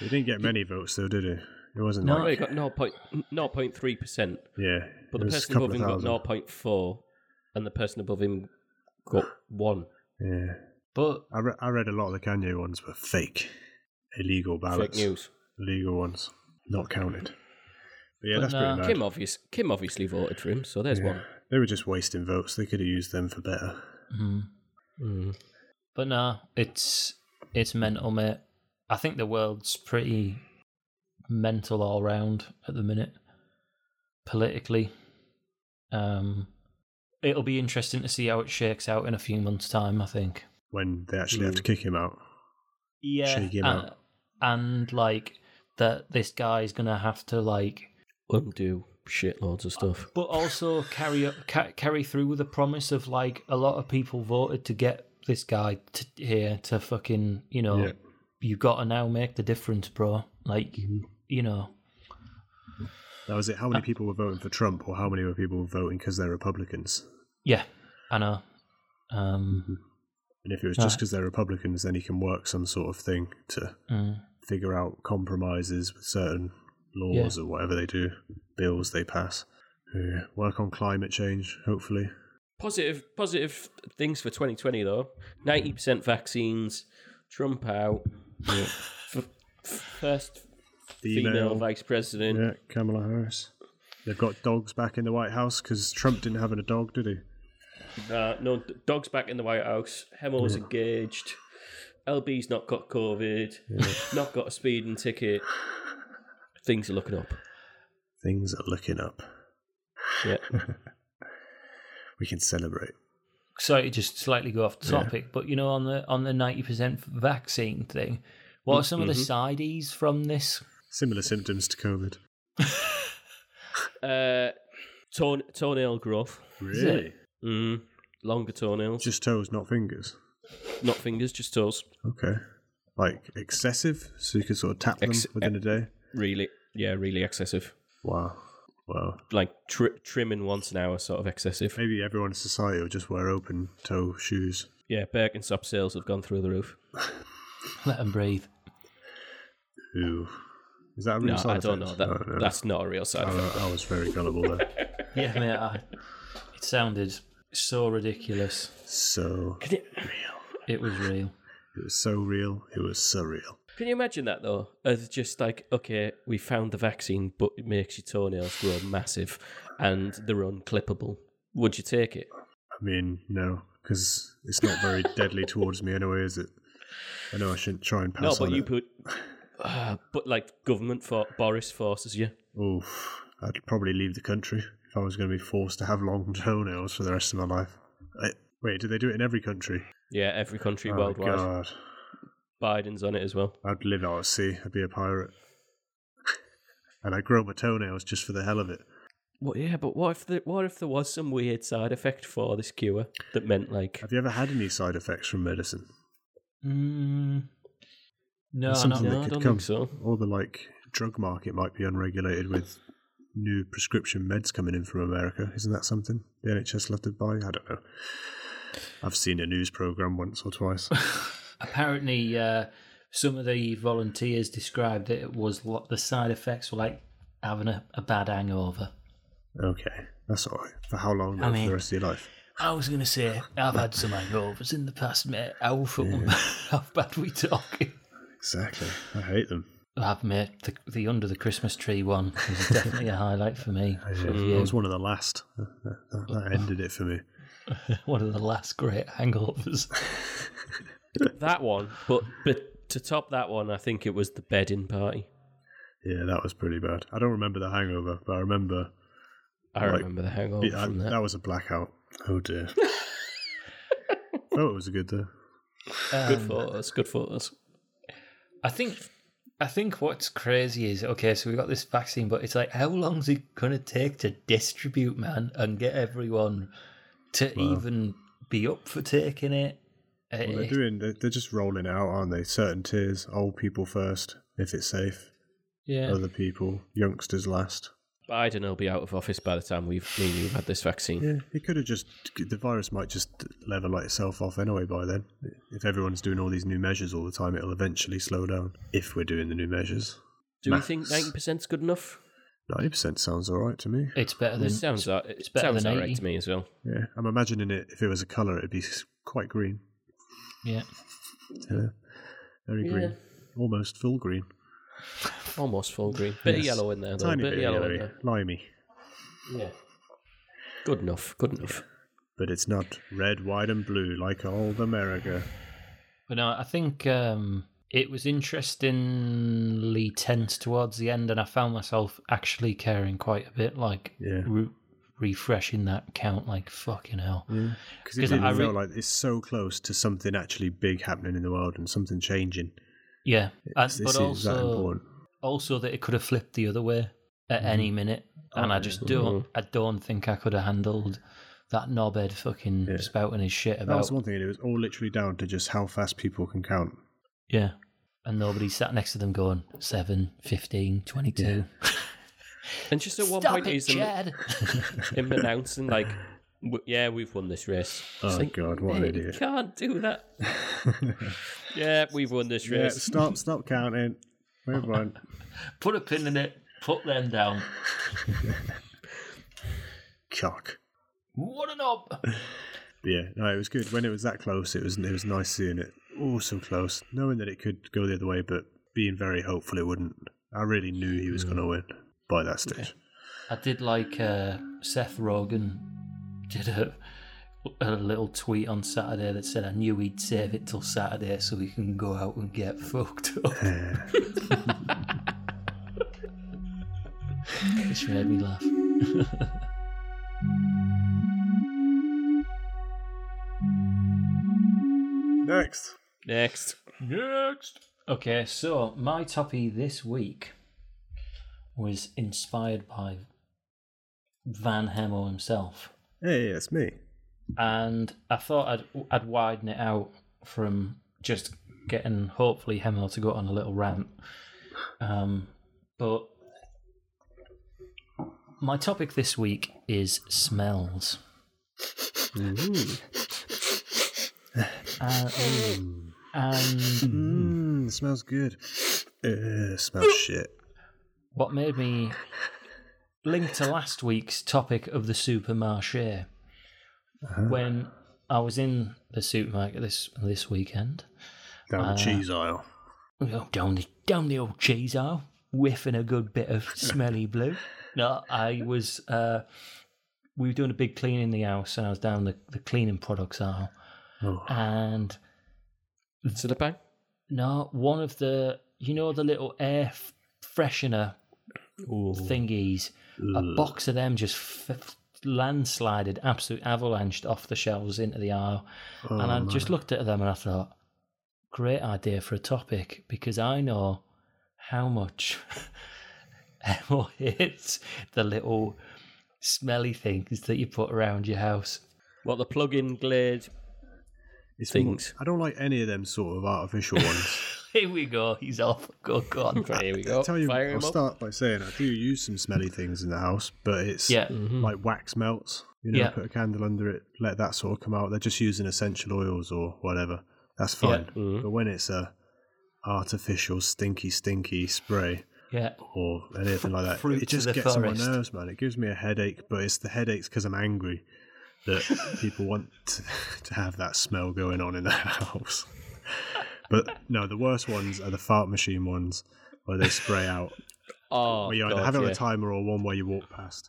[SPEAKER 2] He didn't get many votes though, did he? It wasn't
[SPEAKER 1] No.
[SPEAKER 3] Well,
[SPEAKER 2] like
[SPEAKER 3] he got 0.3 percent,
[SPEAKER 2] yeah.
[SPEAKER 3] but
[SPEAKER 2] it
[SPEAKER 3] the
[SPEAKER 2] was a
[SPEAKER 3] person
[SPEAKER 2] couple of
[SPEAKER 3] above him got
[SPEAKER 2] thousand.
[SPEAKER 3] 0.4, and the person above him got one.
[SPEAKER 2] Yeah.
[SPEAKER 1] But
[SPEAKER 2] I, re- I read a lot of the Kanye ones were fake, illegal
[SPEAKER 3] Fake
[SPEAKER 2] ballots,
[SPEAKER 3] news.
[SPEAKER 2] illegal ones, not counted. But yeah,
[SPEAKER 1] But
[SPEAKER 2] that's
[SPEAKER 1] no.
[SPEAKER 2] pretty
[SPEAKER 3] Kim
[SPEAKER 2] bad.
[SPEAKER 3] obvious Kim obviously voted for him, so there's one.
[SPEAKER 2] They were just wasting votes. They could have used them for better.
[SPEAKER 1] mm, But no, it's it's mental, mate. I think the world's pretty mental all round at the minute, politically. Um, it'll be interesting to see how it shakes out in a few months' time. I think.
[SPEAKER 2] when they actually
[SPEAKER 3] Hmm.
[SPEAKER 2] have to kick him out.
[SPEAKER 1] Yeah,
[SPEAKER 2] Shake him
[SPEAKER 1] and,
[SPEAKER 2] out.
[SPEAKER 1] and like that, this guy's gonna have to like,
[SPEAKER 3] Undo shitloads of stuff.
[SPEAKER 1] but also carry ca- carry through with the promise of like a lot of people voted to get this guy to, here to fucking you know
[SPEAKER 2] Yeah.
[SPEAKER 1] you gotta now make the difference, bro. Like
[SPEAKER 2] Mm-hmm.
[SPEAKER 1] you know,
[SPEAKER 2] That was it. How
[SPEAKER 3] Ah.
[SPEAKER 2] many people were voting for Trump, or how many were people voting because they're Republicans?
[SPEAKER 1] yeah, I know.
[SPEAKER 2] Mm-hmm.
[SPEAKER 1] Um,
[SPEAKER 2] And if it was just
[SPEAKER 1] Right.
[SPEAKER 2] because they're Republicans, then he can work some sort of thing to
[SPEAKER 1] mm,
[SPEAKER 2] figure out compromises with certain laws or whatever they do, bills they pass. Yeah. Work on climate change, hopefully.
[SPEAKER 3] Positive, positive things for 2020 though. 90% vaccines. Trump out. F- f- first female, vice president.
[SPEAKER 2] Yeah, Kamala Harris. They've got dogs back in the White House because Trump didn't have a dog, did he?
[SPEAKER 3] Uh, no, d- dog's back in the White House. Hemo's engaged. LB's not got COVID. Not got a speeding ticket. Things are looking up.
[SPEAKER 2] Things are looking up.
[SPEAKER 3] Yeah.
[SPEAKER 2] We can celebrate.
[SPEAKER 1] sorry to just slightly go off the topic, but you know, on the on the ninety percent vaccine thing, what are some of the
[SPEAKER 2] Mm-hmm.
[SPEAKER 1] sides from this?
[SPEAKER 2] Similar symptoms to COVID.
[SPEAKER 3] Uh, toe- toenail growth.
[SPEAKER 2] Really?
[SPEAKER 3] Mm, longer toenails.
[SPEAKER 2] Just toes, not fingers.
[SPEAKER 3] not fingers, just toes.
[SPEAKER 2] Okay. Like excessive, so you could sort of tap them
[SPEAKER 3] Ex-
[SPEAKER 2] within a day.
[SPEAKER 3] Really, yeah, really excessive.
[SPEAKER 2] Wow. Wow.
[SPEAKER 3] Like tri- trimming once an hour, sort of excessive.
[SPEAKER 2] Maybe everyone in society will just wear open toe shoes.
[SPEAKER 3] Yeah, Birkenstock sales have gone through the roof.
[SPEAKER 1] Let them breathe.
[SPEAKER 2] Ooh. Is that a real
[SPEAKER 3] No, Oh,
[SPEAKER 2] side
[SPEAKER 3] I don't know.
[SPEAKER 2] effect?
[SPEAKER 3] That,
[SPEAKER 2] I don't know.
[SPEAKER 3] That's not a real side
[SPEAKER 2] I,
[SPEAKER 3] effect.
[SPEAKER 2] I was very gullible there.
[SPEAKER 1] Yeah, mate, I, it sounded so ridiculous.
[SPEAKER 2] so
[SPEAKER 3] Can you,
[SPEAKER 1] It was real.
[SPEAKER 2] it was so real. It was surreal.
[SPEAKER 3] can you imagine that though? As just like, okay, we found the vaccine, but it makes your toenails grow massive and they're unclippable. Would you take it?
[SPEAKER 2] I mean, no, because it's not very deadly towards me anyway, is it? I know I shouldn't try and
[SPEAKER 3] No,
[SPEAKER 2] pass
[SPEAKER 3] but
[SPEAKER 2] on
[SPEAKER 3] you
[SPEAKER 2] it.
[SPEAKER 3] put. Uh, but like government for Boris forces you.
[SPEAKER 2] Oof, I'd probably leave the country if I was going to be forced to have long toenails for the rest of my life. I, wait, do they do it in every country?
[SPEAKER 3] Yeah, every country
[SPEAKER 2] Oh,
[SPEAKER 3] worldwide.
[SPEAKER 2] God.
[SPEAKER 3] Biden's on it as well.
[SPEAKER 2] I'd live out at sea. I'd be a pirate. and I'd grow my toenails just for the hell of it.
[SPEAKER 3] Well, yeah, but what if there, what if there was some weird side effect for this cure that meant like
[SPEAKER 2] Have you ever had any side effects from medicine?
[SPEAKER 1] Mm, no,
[SPEAKER 2] That's
[SPEAKER 1] no,
[SPEAKER 2] something
[SPEAKER 3] no,
[SPEAKER 2] that
[SPEAKER 3] I
[SPEAKER 2] could
[SPEAKER 3] don't
[SPEAKER 2] come.
[SPEAKER 3] think so.
[SPEAKER 2] Or the like drug market might be unregulated with new prescription meds coming in from America. Isn't that something the NHS will have to buy? I don't know. I've seen a news program once or twice.
[SPEAKER 1] apparently uh, some of the volunteers described it was lo- the side effects were like having a, a bad hangover.
[SPEAKER 2] okay, that's all right. For how long?
[SPEAKER 1] I
[SPEAKER 2] though?
[SPEAKER 1] mean-
[SPEAKER 2] for the rest of your life?
[SPEAKER 1] I was going to say, I've had some hangovers in the past, mate. How fucking how bad we talking?
[SPEAKER 2] Exactly. I hate them.
[SPEAKER 1] I've made the, the under the Christmas tree one was definitely a highlight for me.
[SPEAKER 3] Mm.
[SPEAKER 2] I was one of the last. That, that- that ended it for me.
[SPEAKER 1] One of the last great hangovers.
[SPEAKER 3] That one, but but to top that one, I think it was the bedding party.
[SPEAKER 2] Yeah, that was pretty bad. I don't remember the hangover, but I remember
[SPEAKER 3] I
[SPEAKER 2] Like,
[SPEAKER 3] remember the hangover
[SPEAKER 2] Yeah, I-
[SPEAKER 3] from
[SPEAKER 2] that.
[SPEAKER 3] that.
[SPEAKER 2] was a blackout. Oh dear. oh, it was a good though.
[SPEAKER 3] Good photos, good photos.
[SPEAKER 1] I think I think what's crazy is okay, so we've got this vaccine, but it's like how long's it gonna take to distribute, man, and get everyone to even be up for taking it? Uh,
[SPEAKER 2] Well, they're doing. They're, they're just rolling it out, aren't they? Certain tiers, old people first, if it's safe.
[SPEAKER 1] yeah.
[SPEAKER 2] Other people, youngsters last.
[SPEAKER 3] Biden will be out of office by the time we've me and you've had this vaccine.
[SPEAKER 2] Yeah, it could have just. The virus might just level itself off anyway by then. If everyone's doing all these new measures all the time, it'll eventually slow down. If we're doing the new measures,
[SPEAKER 3] Do we think
[SPEAKER 2] Maths.
[SPEAKER 3] ninety percent's good enough?
[SPEAKER 2] ninety percent sounds all right to me.
[SPEAKER 1] It's better
[SPEAKER 2] Mm.
[SPEAKER 1] than
[SPEAKER 3] It sounds all- it
[SPEAKER 1] better
[SPEAKER 3] sounds
[SPEAKER 1] than
[SPEAKER 3] all right
[SPEAKER 1] 80.
[SPEAKER 3] to me as well.
[SPEAKER 2] Yeah, I'm imagining it. If it was a color, it'd be s- quite green.
[SPEAKER 1] yeah.
[SPEAKER 2] Yeah, very green, almost full green.
[SPEAKER 3] Almost full green, bit of yellow in there, though.
[SPEAKER 2] Tiny
[SPEAKER 3] bit, of yellow in
[SPEAKER 2] yellowy,
[SPEAKER 3] there.
[SPEAKER 2] limey,
[SPEAKER 3] Yeah, good enough, good enough.
[SPEAKER 2] but it's not red, white, and blue like old America.
[SPEAKER 1] But no, I think um, it was interestingly tense towards the end, and I found myself actually caring quite a bit, like
[SPEAKER 2] Yeah.
[SPEAKER 1] re- refreshing that count like fucking hell.
[SPEAKER 2] Because it
[SPEAKER 1] 'Cause
[SPEAKER 2] really
[SPEAKER 1] I re-
[SPEAKER 2] felt like it's so close to something actually big happening in the world and something changing.
[SPEAKER 1] Yeah, and,
[SPEAKER 2] This
[SPEAKER 1] but
[SPEAKER 2] is that
[SPEAKER 1] also
[SPEAKER 2] important.
[SPEAKER 1] also that it could have flipped the other way at any minute, and I just don't I don't think I could have handled that knobhead fucking spouting his shit
[SPEAKER 2] That was
[SPEAKER 1] about
[SPEAKER 2] one thing, and it was all literally down to just how fast people can count.
[SPEAKER 1] yeah, and nobody sat next to them going 7, 15, 22.
[SPEAKER 3] And just at one
[SPEAKER 1] Stop
[SPEAKER 3] point,
[SPEAKER 1] it,
[SPEAKER 3] he's am-
[SPEAKER 1] Chad.
[SPEAKER 3] him announcing like, w- "Yeah, we've won this race."
[SPEAKER 2] Oh
[SPEAKER 3] It's like,
[SPEAKER 2] god, what an
[SPEAKER 3] "Mate, You
[SPEAKER 2] idiot!
[SPEAKER 3] can't do that. yeah, we've won this
[SPEAKER 2] Yeah,
[SPEAKER 3] race.
[SPEAKER 2] stop, stop counting. Move on.
[SPEAKER 1] Put a pin in it. Put them down.
[SPEAKER 2] Cock.
[SPEAKER 1] What a knob.
[SPEAKER 2] Yeah, no, it was good when it was that close. It was it was nice seeing it all so close, knowing that it could go the other way, but being very hopeful it wouldn't. I really knew he was going to
[SPEAKER 3] Mm.
[SPEAKER 2] win by that stage.
[SPEAKER 1] I did like uh, Seth Rogen did a, a little tweet on Saturday that said, I knew he'd save it till Saturday so we can go out and get fucked up. Which made me laugh.
[SPEAKER 2] Next,
[SPEAKER 3] Next,
[SPEAKER 1] Next. Okay, so my toppy this week was inspired by Van Hemo himself.
[SPEAKER 2] hey, it's me.
[SPEAKER 1] and I thought I'd I'd widen it out from just getting hopefully Hemel to go on a little rant. Um, but my topic this week is smells. Uh, and
[SPEAKER 2] Mmm, smells good. Uh, smells shit.
[SPEAKER 1] what made me link to last week's topic of the supermarché when I was in the supermarket this this weekend.
[SPEAKER 2] Down
[SPEAKER 3] Ah.
[SPEAKER 2] the cheese aisle.
[SPEAKER 1] Oh, down the down the old cheese aisle, whiffing a good bit of smelly blue. No, I was. Uh, we were doing a big clean in the house, and I was down the, the cleaning products aisle,
[SPEAKER 2] Oh.
[SPEAKER 1] and
[SPEAKER 3] to the bang.
[SPEAKER 1] no, one of the you know the little air f- freshener thingies, a box of them just f- f- landslided, absolute avalanched off the shelves into the aisle, and I just looked at them and I thought, great idea for a topic because I know how much Emma hates the little smelly things that you put around your house.
[SPEAKER 3] What the plug-in glade?
[SPEAKER 2] It's
[SPEAKER 3] things.
[SPEAKER 2] I don't like any of them sort of artificial ones.
[SPEAKER 1] Here we go. He's off. Go, go on.
[SPEAKER 3] Right, here we go.
[SPEAKER 2] I'll tell you,
[SPEAKER 3] Oh, Fire
[SPEAKER 2] I'll
[SPEAKER 3] him up.
[SPEAKER 2] start by saying I do use some smelly things in the house, but it's
[SPEAKER 1] Yeah.
[SPEAKER 2] like wax melts. You know,
[SPEAKER 1] Hmm. Yeah.
[SPEAKER 2] put a candle under it, let that sort of come out. They're just using essential oils or whatever. That's fine.
[SPEAKER 1] Mm-hmm.
[SPEAKER 2] But when it's a artificial stinky, stinky spray
[SPEAKER 1] Yeah.
[SPEAKER 2] or anything like that,
[SPEAKER 1] Fruit
[SPEAKER 2] it
[SPEAKER 1] to
[SPEAKER 2] just
[SPEAKER 1] the
[SPEAKER 2] gets on
[SPEAKER 1] forest.
[SPEAKER 2] my nerves, man. It gives me a headache, but it's the headaches because I'm angry that people want to, to have that smell going on in the house. But no, the worst ones are the fart machine ones where they spray out
[SPEAKER 3] Oh,
[SPEAKER 2] well, you either
[SPEAKER 3] God,
[SPEAKER 2] have it on
[SPEAKER 3] yeah.
[SPEAKER 2] a timer or one where you walk past.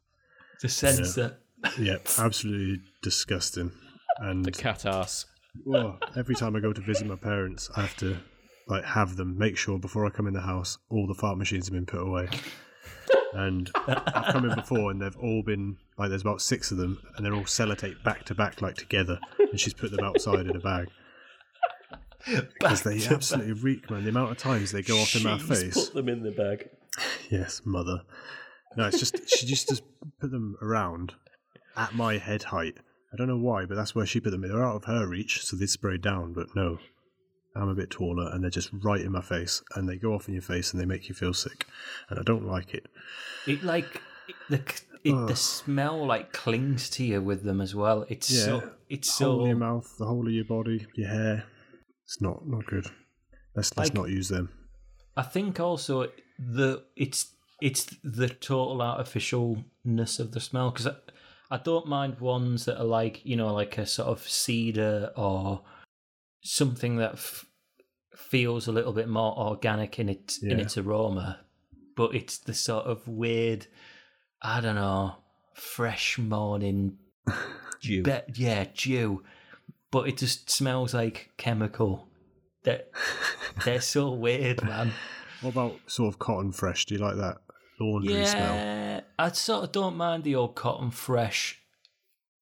[SPEAKER 1] The sense that
[SPEAKER 2] Yeah, absolutely disgusting.
[SPEAKER 3] the
[SPEAKER 2] And
[SPEAKER 3] cat ass.
[SPEAKER 2] oh, every time I go to visit my parents, I have to like have them make sure before I come in the house all the fart machines have been put away. And I've come in before, and they've all been like there's about six of them, and they're all sellotape back to back, like together. And she's put them outside in a bag because they absolutely reek, man. The amount of times they go off in my
[SPEAKER 3] Jeez,
[SPEAKER 2] face.
[SPEAKER 3] Put them in the bag.
[SPEAKER 2] Yes, mother. No, it's just she used to put them around at my head height. I don't know why, but that's where she put them. They're out of her reach, so they spray down. But no, I'm a bit taller, and they're just right in my face, and they go off in your face, and they make you feel sick, and I don't like it.
[SPEAKER 1] it like the it, the smell like clings to you with them as well. It's so
[SPEAKER 2] Yeah.
[SPEAKER 1] it's
[SPEAKER 2] Whole of your
[SPEAKER 1] so
[SPEAKER 2] mouth, the whole of your body, your hair. It's not not good. Let's let's
[SPEAKER 1] Like-
[SPEAKER 2] not use them.
[SPEAKER 1] I think also the it's it's the total artificialness of the smell because I, I don't mind ones that are like you know like a sort of cedar or something that f- feels a little bit more organic in its in
[SPEAKER 2] Yeah.
[SPEAKER 1] its aroma, but it's the sort of weird I don't know fresh morning
[SPEAKER 3] Jew.
[SPEAKER 1] be- yeah dew, but it just smells like chemical. That they're so weird, man.
[SPEAKER 2] What about sort of cotton fresh? Do you like that laundry smell?
[SPEAKER 1] Yeah, I sort of don't mind the old cotton fresh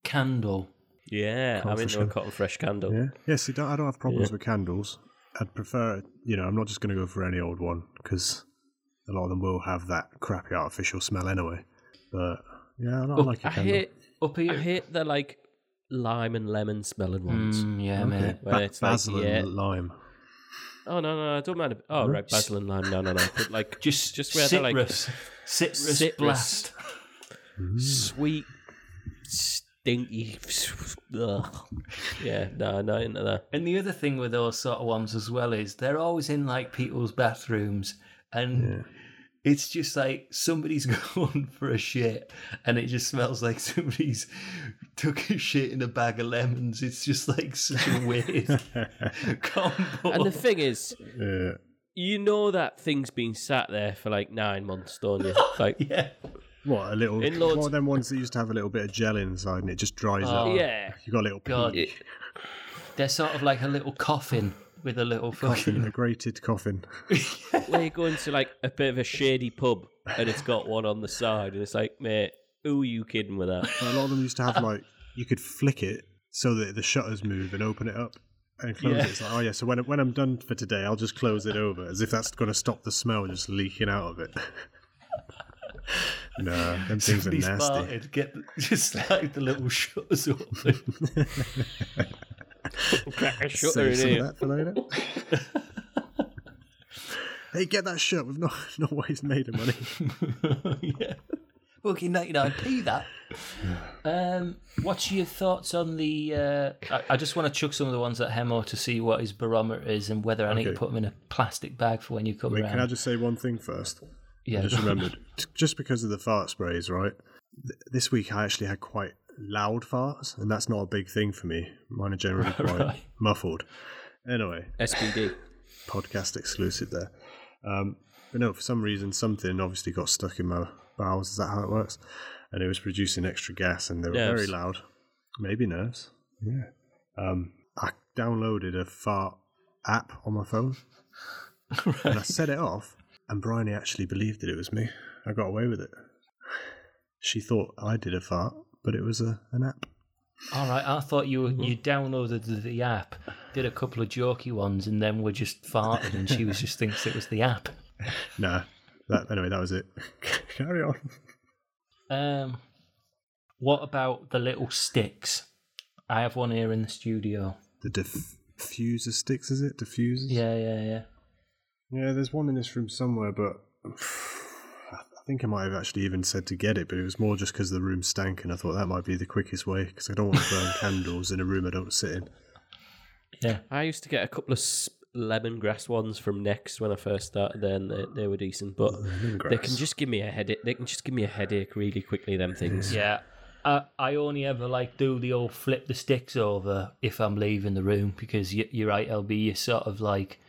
[SPEAKER 1] candle.
[SPEAKER 3] Yeah,
[SPEAKER 2] Cotton
[SPEAKER 3] I'm into a
[SPEAKER 2] fresh
[SPEAKER 3] cotton fresh candle.
[SPEAKER 2] Yeah. Yes, see, don't, I don't have problems
[SPEAKER 3] Yeah.
[SPEAKER 2] with candles. I'd prefer, you know, I'm not just going to go for any old one because a lot of them will have that crappy artificial smell anyway. But yeah, I, don't
[SPEAKER 1] Oh,
[SPEAKER 2] like a
[SPEAKER 3] I
[SPEAKER 2] candle.
[SPEAKER 3] hate
[SPEAKER 1] Up
[SPEAKER 3] I
[SPEAKER 1] here,
[SPEAKER 3] hate the like lime and lemon smelling ones.
[SPEAKER 1] Mm, yeah,
[SPEAKER 2] Okay.
[SPEAKER 1] mate.
[SPEAKER 2] Ba-
[SPEAKER 3] Well, it's like,
[SPEAKER 2] basil
[SPEAKER 3] yeah.
[SPEAKER 2] and lime.
[SPEAKER 3] Oh no, no, I don't mind. A... Oh
[SPEAKER 2] No.
[SPEAKER 3] right, basil and lime. No, no, no. But like
[SPEAKER 1] Just
[SPEAKER 3] Just
[SPEAKER 1] just
[SPEAKER 3] where they're like-
[SPEAKER 1] citrus, citrus,
[SPEAKER 3] Citrus.
[SPEAKER 1] blast.
[SPEAKER 2] Mm.
[SPEAKER 3] sweet, stinky. Ugh. Yeah, no, no, into that.
[SPEAKER 1] And the other thing with those sort of ones as well is they're always in like people's bathrooms, and it's just like somebody's gone for a shit, and it just smells like somebody's took a shit in a bag of lemons. It's just like such a weird combo.
[SPEAKER 3] And the thing is,
[SPEAKER 2] Yeah.
[SPEAKER 3] you know that thing's been sat there for like nine months, don't you? Like,
[SPEAKER 1] yeah,
[SPEAKER 2] What, a little.
[SPEAKER 3] In loads-
[SPEAKER 2] One of them ones that used to have a little bit of gel inside and it just dries
[SPEAKER 1] Oh.
[SPEAKER 2] up.
[SPEAKER 3] yeah,
[SPEAKER 2] you got a little
[SPEAKER 1] God.
[SPEAKER 2] peak,
[SPEAKER 1] they're sort of like a little coffin with a little fucking.
[SPEAKER 2] a grated coffin.
[SPEAKER 3] where you go into like a bit of a shady pub and it's got one on the side, and it's like, mate, who are you kidding with that?
[SPEAKER 2] But a lot of them used to
[SPEAKER 1] Uh-huh.
[SPEAKER 2] have like you could flick it so that the shutters move and open it up and close
[SPEAKER 1] Yeah.
[SPEAKER 2] it. It's like, oh yeah, so when when I'm done for today, I'll just close it over as if that's going to stop the smell just leaking out of it. no, them things are
[SPEAKER 1] Somebody's
[SPEAKER 2] nasty.
[SPEAKER 1] farted, Get just like the little shutters open.
[SPEAKER 3] Crack a
[SPEAKER 2] Save
[SPEAKER 3] shutter in
[SPEAKER 2] some of
[SPEAKER 3] here.
[SPEAKER 2] that for later. hey, get that shut. We've not not waste made of money.
[SPEAKER 1] yeah. Fucking 99p that. Um, what's your thoughts on the. Uh, I, I just want to chuck some of the ones at Hemo to see what his barometer is and whether I need to
[SPEAKER 2] Okay.
[SPEAKER 1] put them in a plastic bag for when you come
[SPEAKER 2] Wait,
[SPEAKER 1] round.
[SPEAKER 2] can I just say one thing first?
[SPEAKER 1] yeah.
[SPEAKER 2] I just remembered. T- just because of the fart sprays, right? Th- this week I actually had quite loud farts, and that's not a big thing for me. Mine are generally quite
[SPEAKER 1] Right.
[SPEAKER 2] muffled. Anyway,
[SPEAKER 3] SPD.
[SPEAKER 2] podcast exclusive there. Um, but no, for some reason, something obviously got stuck in my bowels. Is that how it works? And it was producing extra gas, and they were very
[SPEAKER 3] Nerves.
[SPEAKER 2] loud. Maybe nerves. Yeah. Um, I downloaded a fart app on my phone, and I set it off. And Bryony actually believed that it was me. I got away with it. She thought I did a fart, but it was a, an app.
[SPEAKER 1] All right, I thought you you downloaded the, the app, did a couple of jokey ones, and then were just farting, and she was just thinks it was the app.
[SPEAKER 2] Nah. That, anyway, that was it. Carry on.
[SPEAKER 1] Um, what about the little sticks? I have one here in the studio.
[SPEAKER 2] The diff- diffuser sticks, is it? Diffusers?
[SPEAKER 1] Yeah, yeah, yeah.
[SPEAKER 2] Yeah, there's one in this room somewhere, but I think I might have actually even said to get it, but it was more just because the room stank, and I thought that might be the quickest way because I don't want to burn candles in a room I don't sit in.
[SPEAKER 1] Yeah.
[SPEAKER 3] I used to get a couple of s- lemongrass ones from Next when I first started. Then they, they were decent, but they can just give me a headache. They can just give me a headache really quickly. Them things.
[SPEAKER 1] Yeah. I, I only ever like do the old flip the sticks over if I'm leaving the room because you, you're right, LB. You're sort of like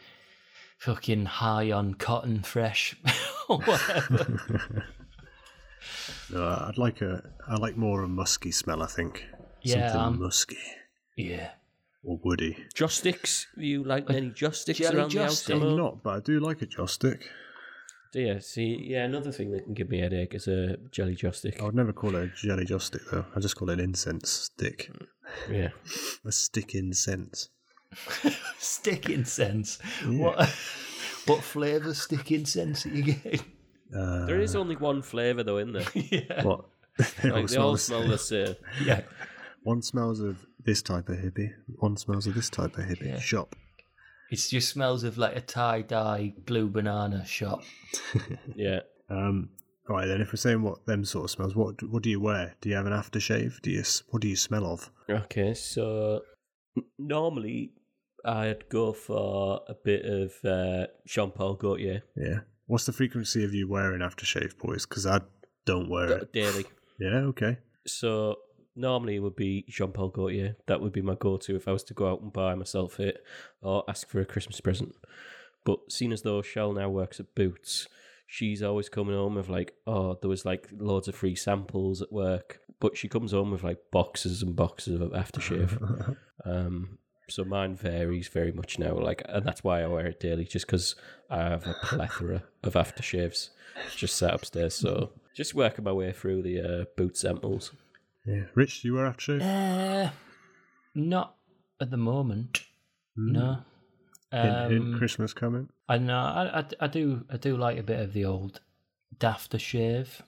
[SPEAKER 1] fucking high on cotton fresh or whatever.
[SPEAKER 2] No, Uh, I'd like a, I like more a musky smell. I think
[SPEAKER 1] yeah,
[SPEAKER 2] something
[SPEAKER 1] um,
[SPEAKER 2] musky
[SPEAKER 1] yeah.
[SPEAKER 2] or woody.
[SPEAKER 3] Joss sticks. You like any joss sticks
[SPEAKER 1] jelly
[SPEAKER 3] around the
[SPEAKER 1] joss
[SPEAKER 3] house?
[SPEAKER 1] stick.
[SPEAKER 3] Simone?
[SPEAKER 2] I'm not, but I do like a joss stick.
[SPEAKER 3] Do you see? Yeah, another thing that can give me a headache is a jelly joss stick.
[SPEAKER 2] I would never call it a jelly joss stick though. I just call it an incense stick.
[SPEAKER 3] Yeah.
[SPEAKER 2] A stick incense.
[SPEAKER 1] Stick incense. What what flavour stick incense are you getting?
[SPEAKER 2] Uh,
[SPEAKER 3] There is only one flavour though in there.
[SPEAKER 1] yeah.
[SPEAKER 2] what? They all
[SPEAKER 3] Like, they
[SPEAKER 2] smell
[SPEAKER 3] all
[SPEAKER 2] the
[SPEAKER 3] smell
[SPEAKER 2] same.
[SPEAKER 3] the same.
[SPEAKER 1] Yeah.
[SPEAKER 2] One smells of this type of hippie. One smells of this type of hippie.
[SPEAKER 1] Yeah.
[SPEAKER 2] Shop.
[SPEAKER 1] It just smells of like a tie dye blue banana shop.
[SPEAKER 3] Yeah.
[SPEAKER 2] Um, right then, if we're saying what them sort of smells, what what do you wear? Do you have an aftershave? Do you s- what do you smell of?
[SPEAKER 3] Okay, so n- normally I'd go for a bit of uh, Jean Paul Gaultier
[SPEAKER 2] Yeah. What's the frequency of you wearing aftershave, boys? Because I don't wear it.
[SPEAKER 3] daily.
[SPEAKER 2] Yeah. Okay.
[SPEAKER 3] So normally it would be Jean Paul Gaultier. That would be my go-to if I was to go out and buy myself it or ask for a Christmas present. But seeing as though Shell now works at Boots, she's always coming home with like, oh, there was like loads of free samples at work. But she comes home with like boxes and boxes of aftershave. um, so mine varies very much now. Like, and that's why I wear it daily, just because I have a plethora of aftershaves just sat upstairs. So Just working my way through the uh, boot samples.
[SPEAKER 2] Yeah. Rich, you were actually.
[SPEAKER 1] Uh, not at the moment. No.
[SPEAKER 2] Hint, hint,
[SPEAKER 1] Um,
[SPEAKER 2] Christmas coming.
[SPEAKER 1] I know. uh, I, I, I do. I do like a bit of the old dafter shave.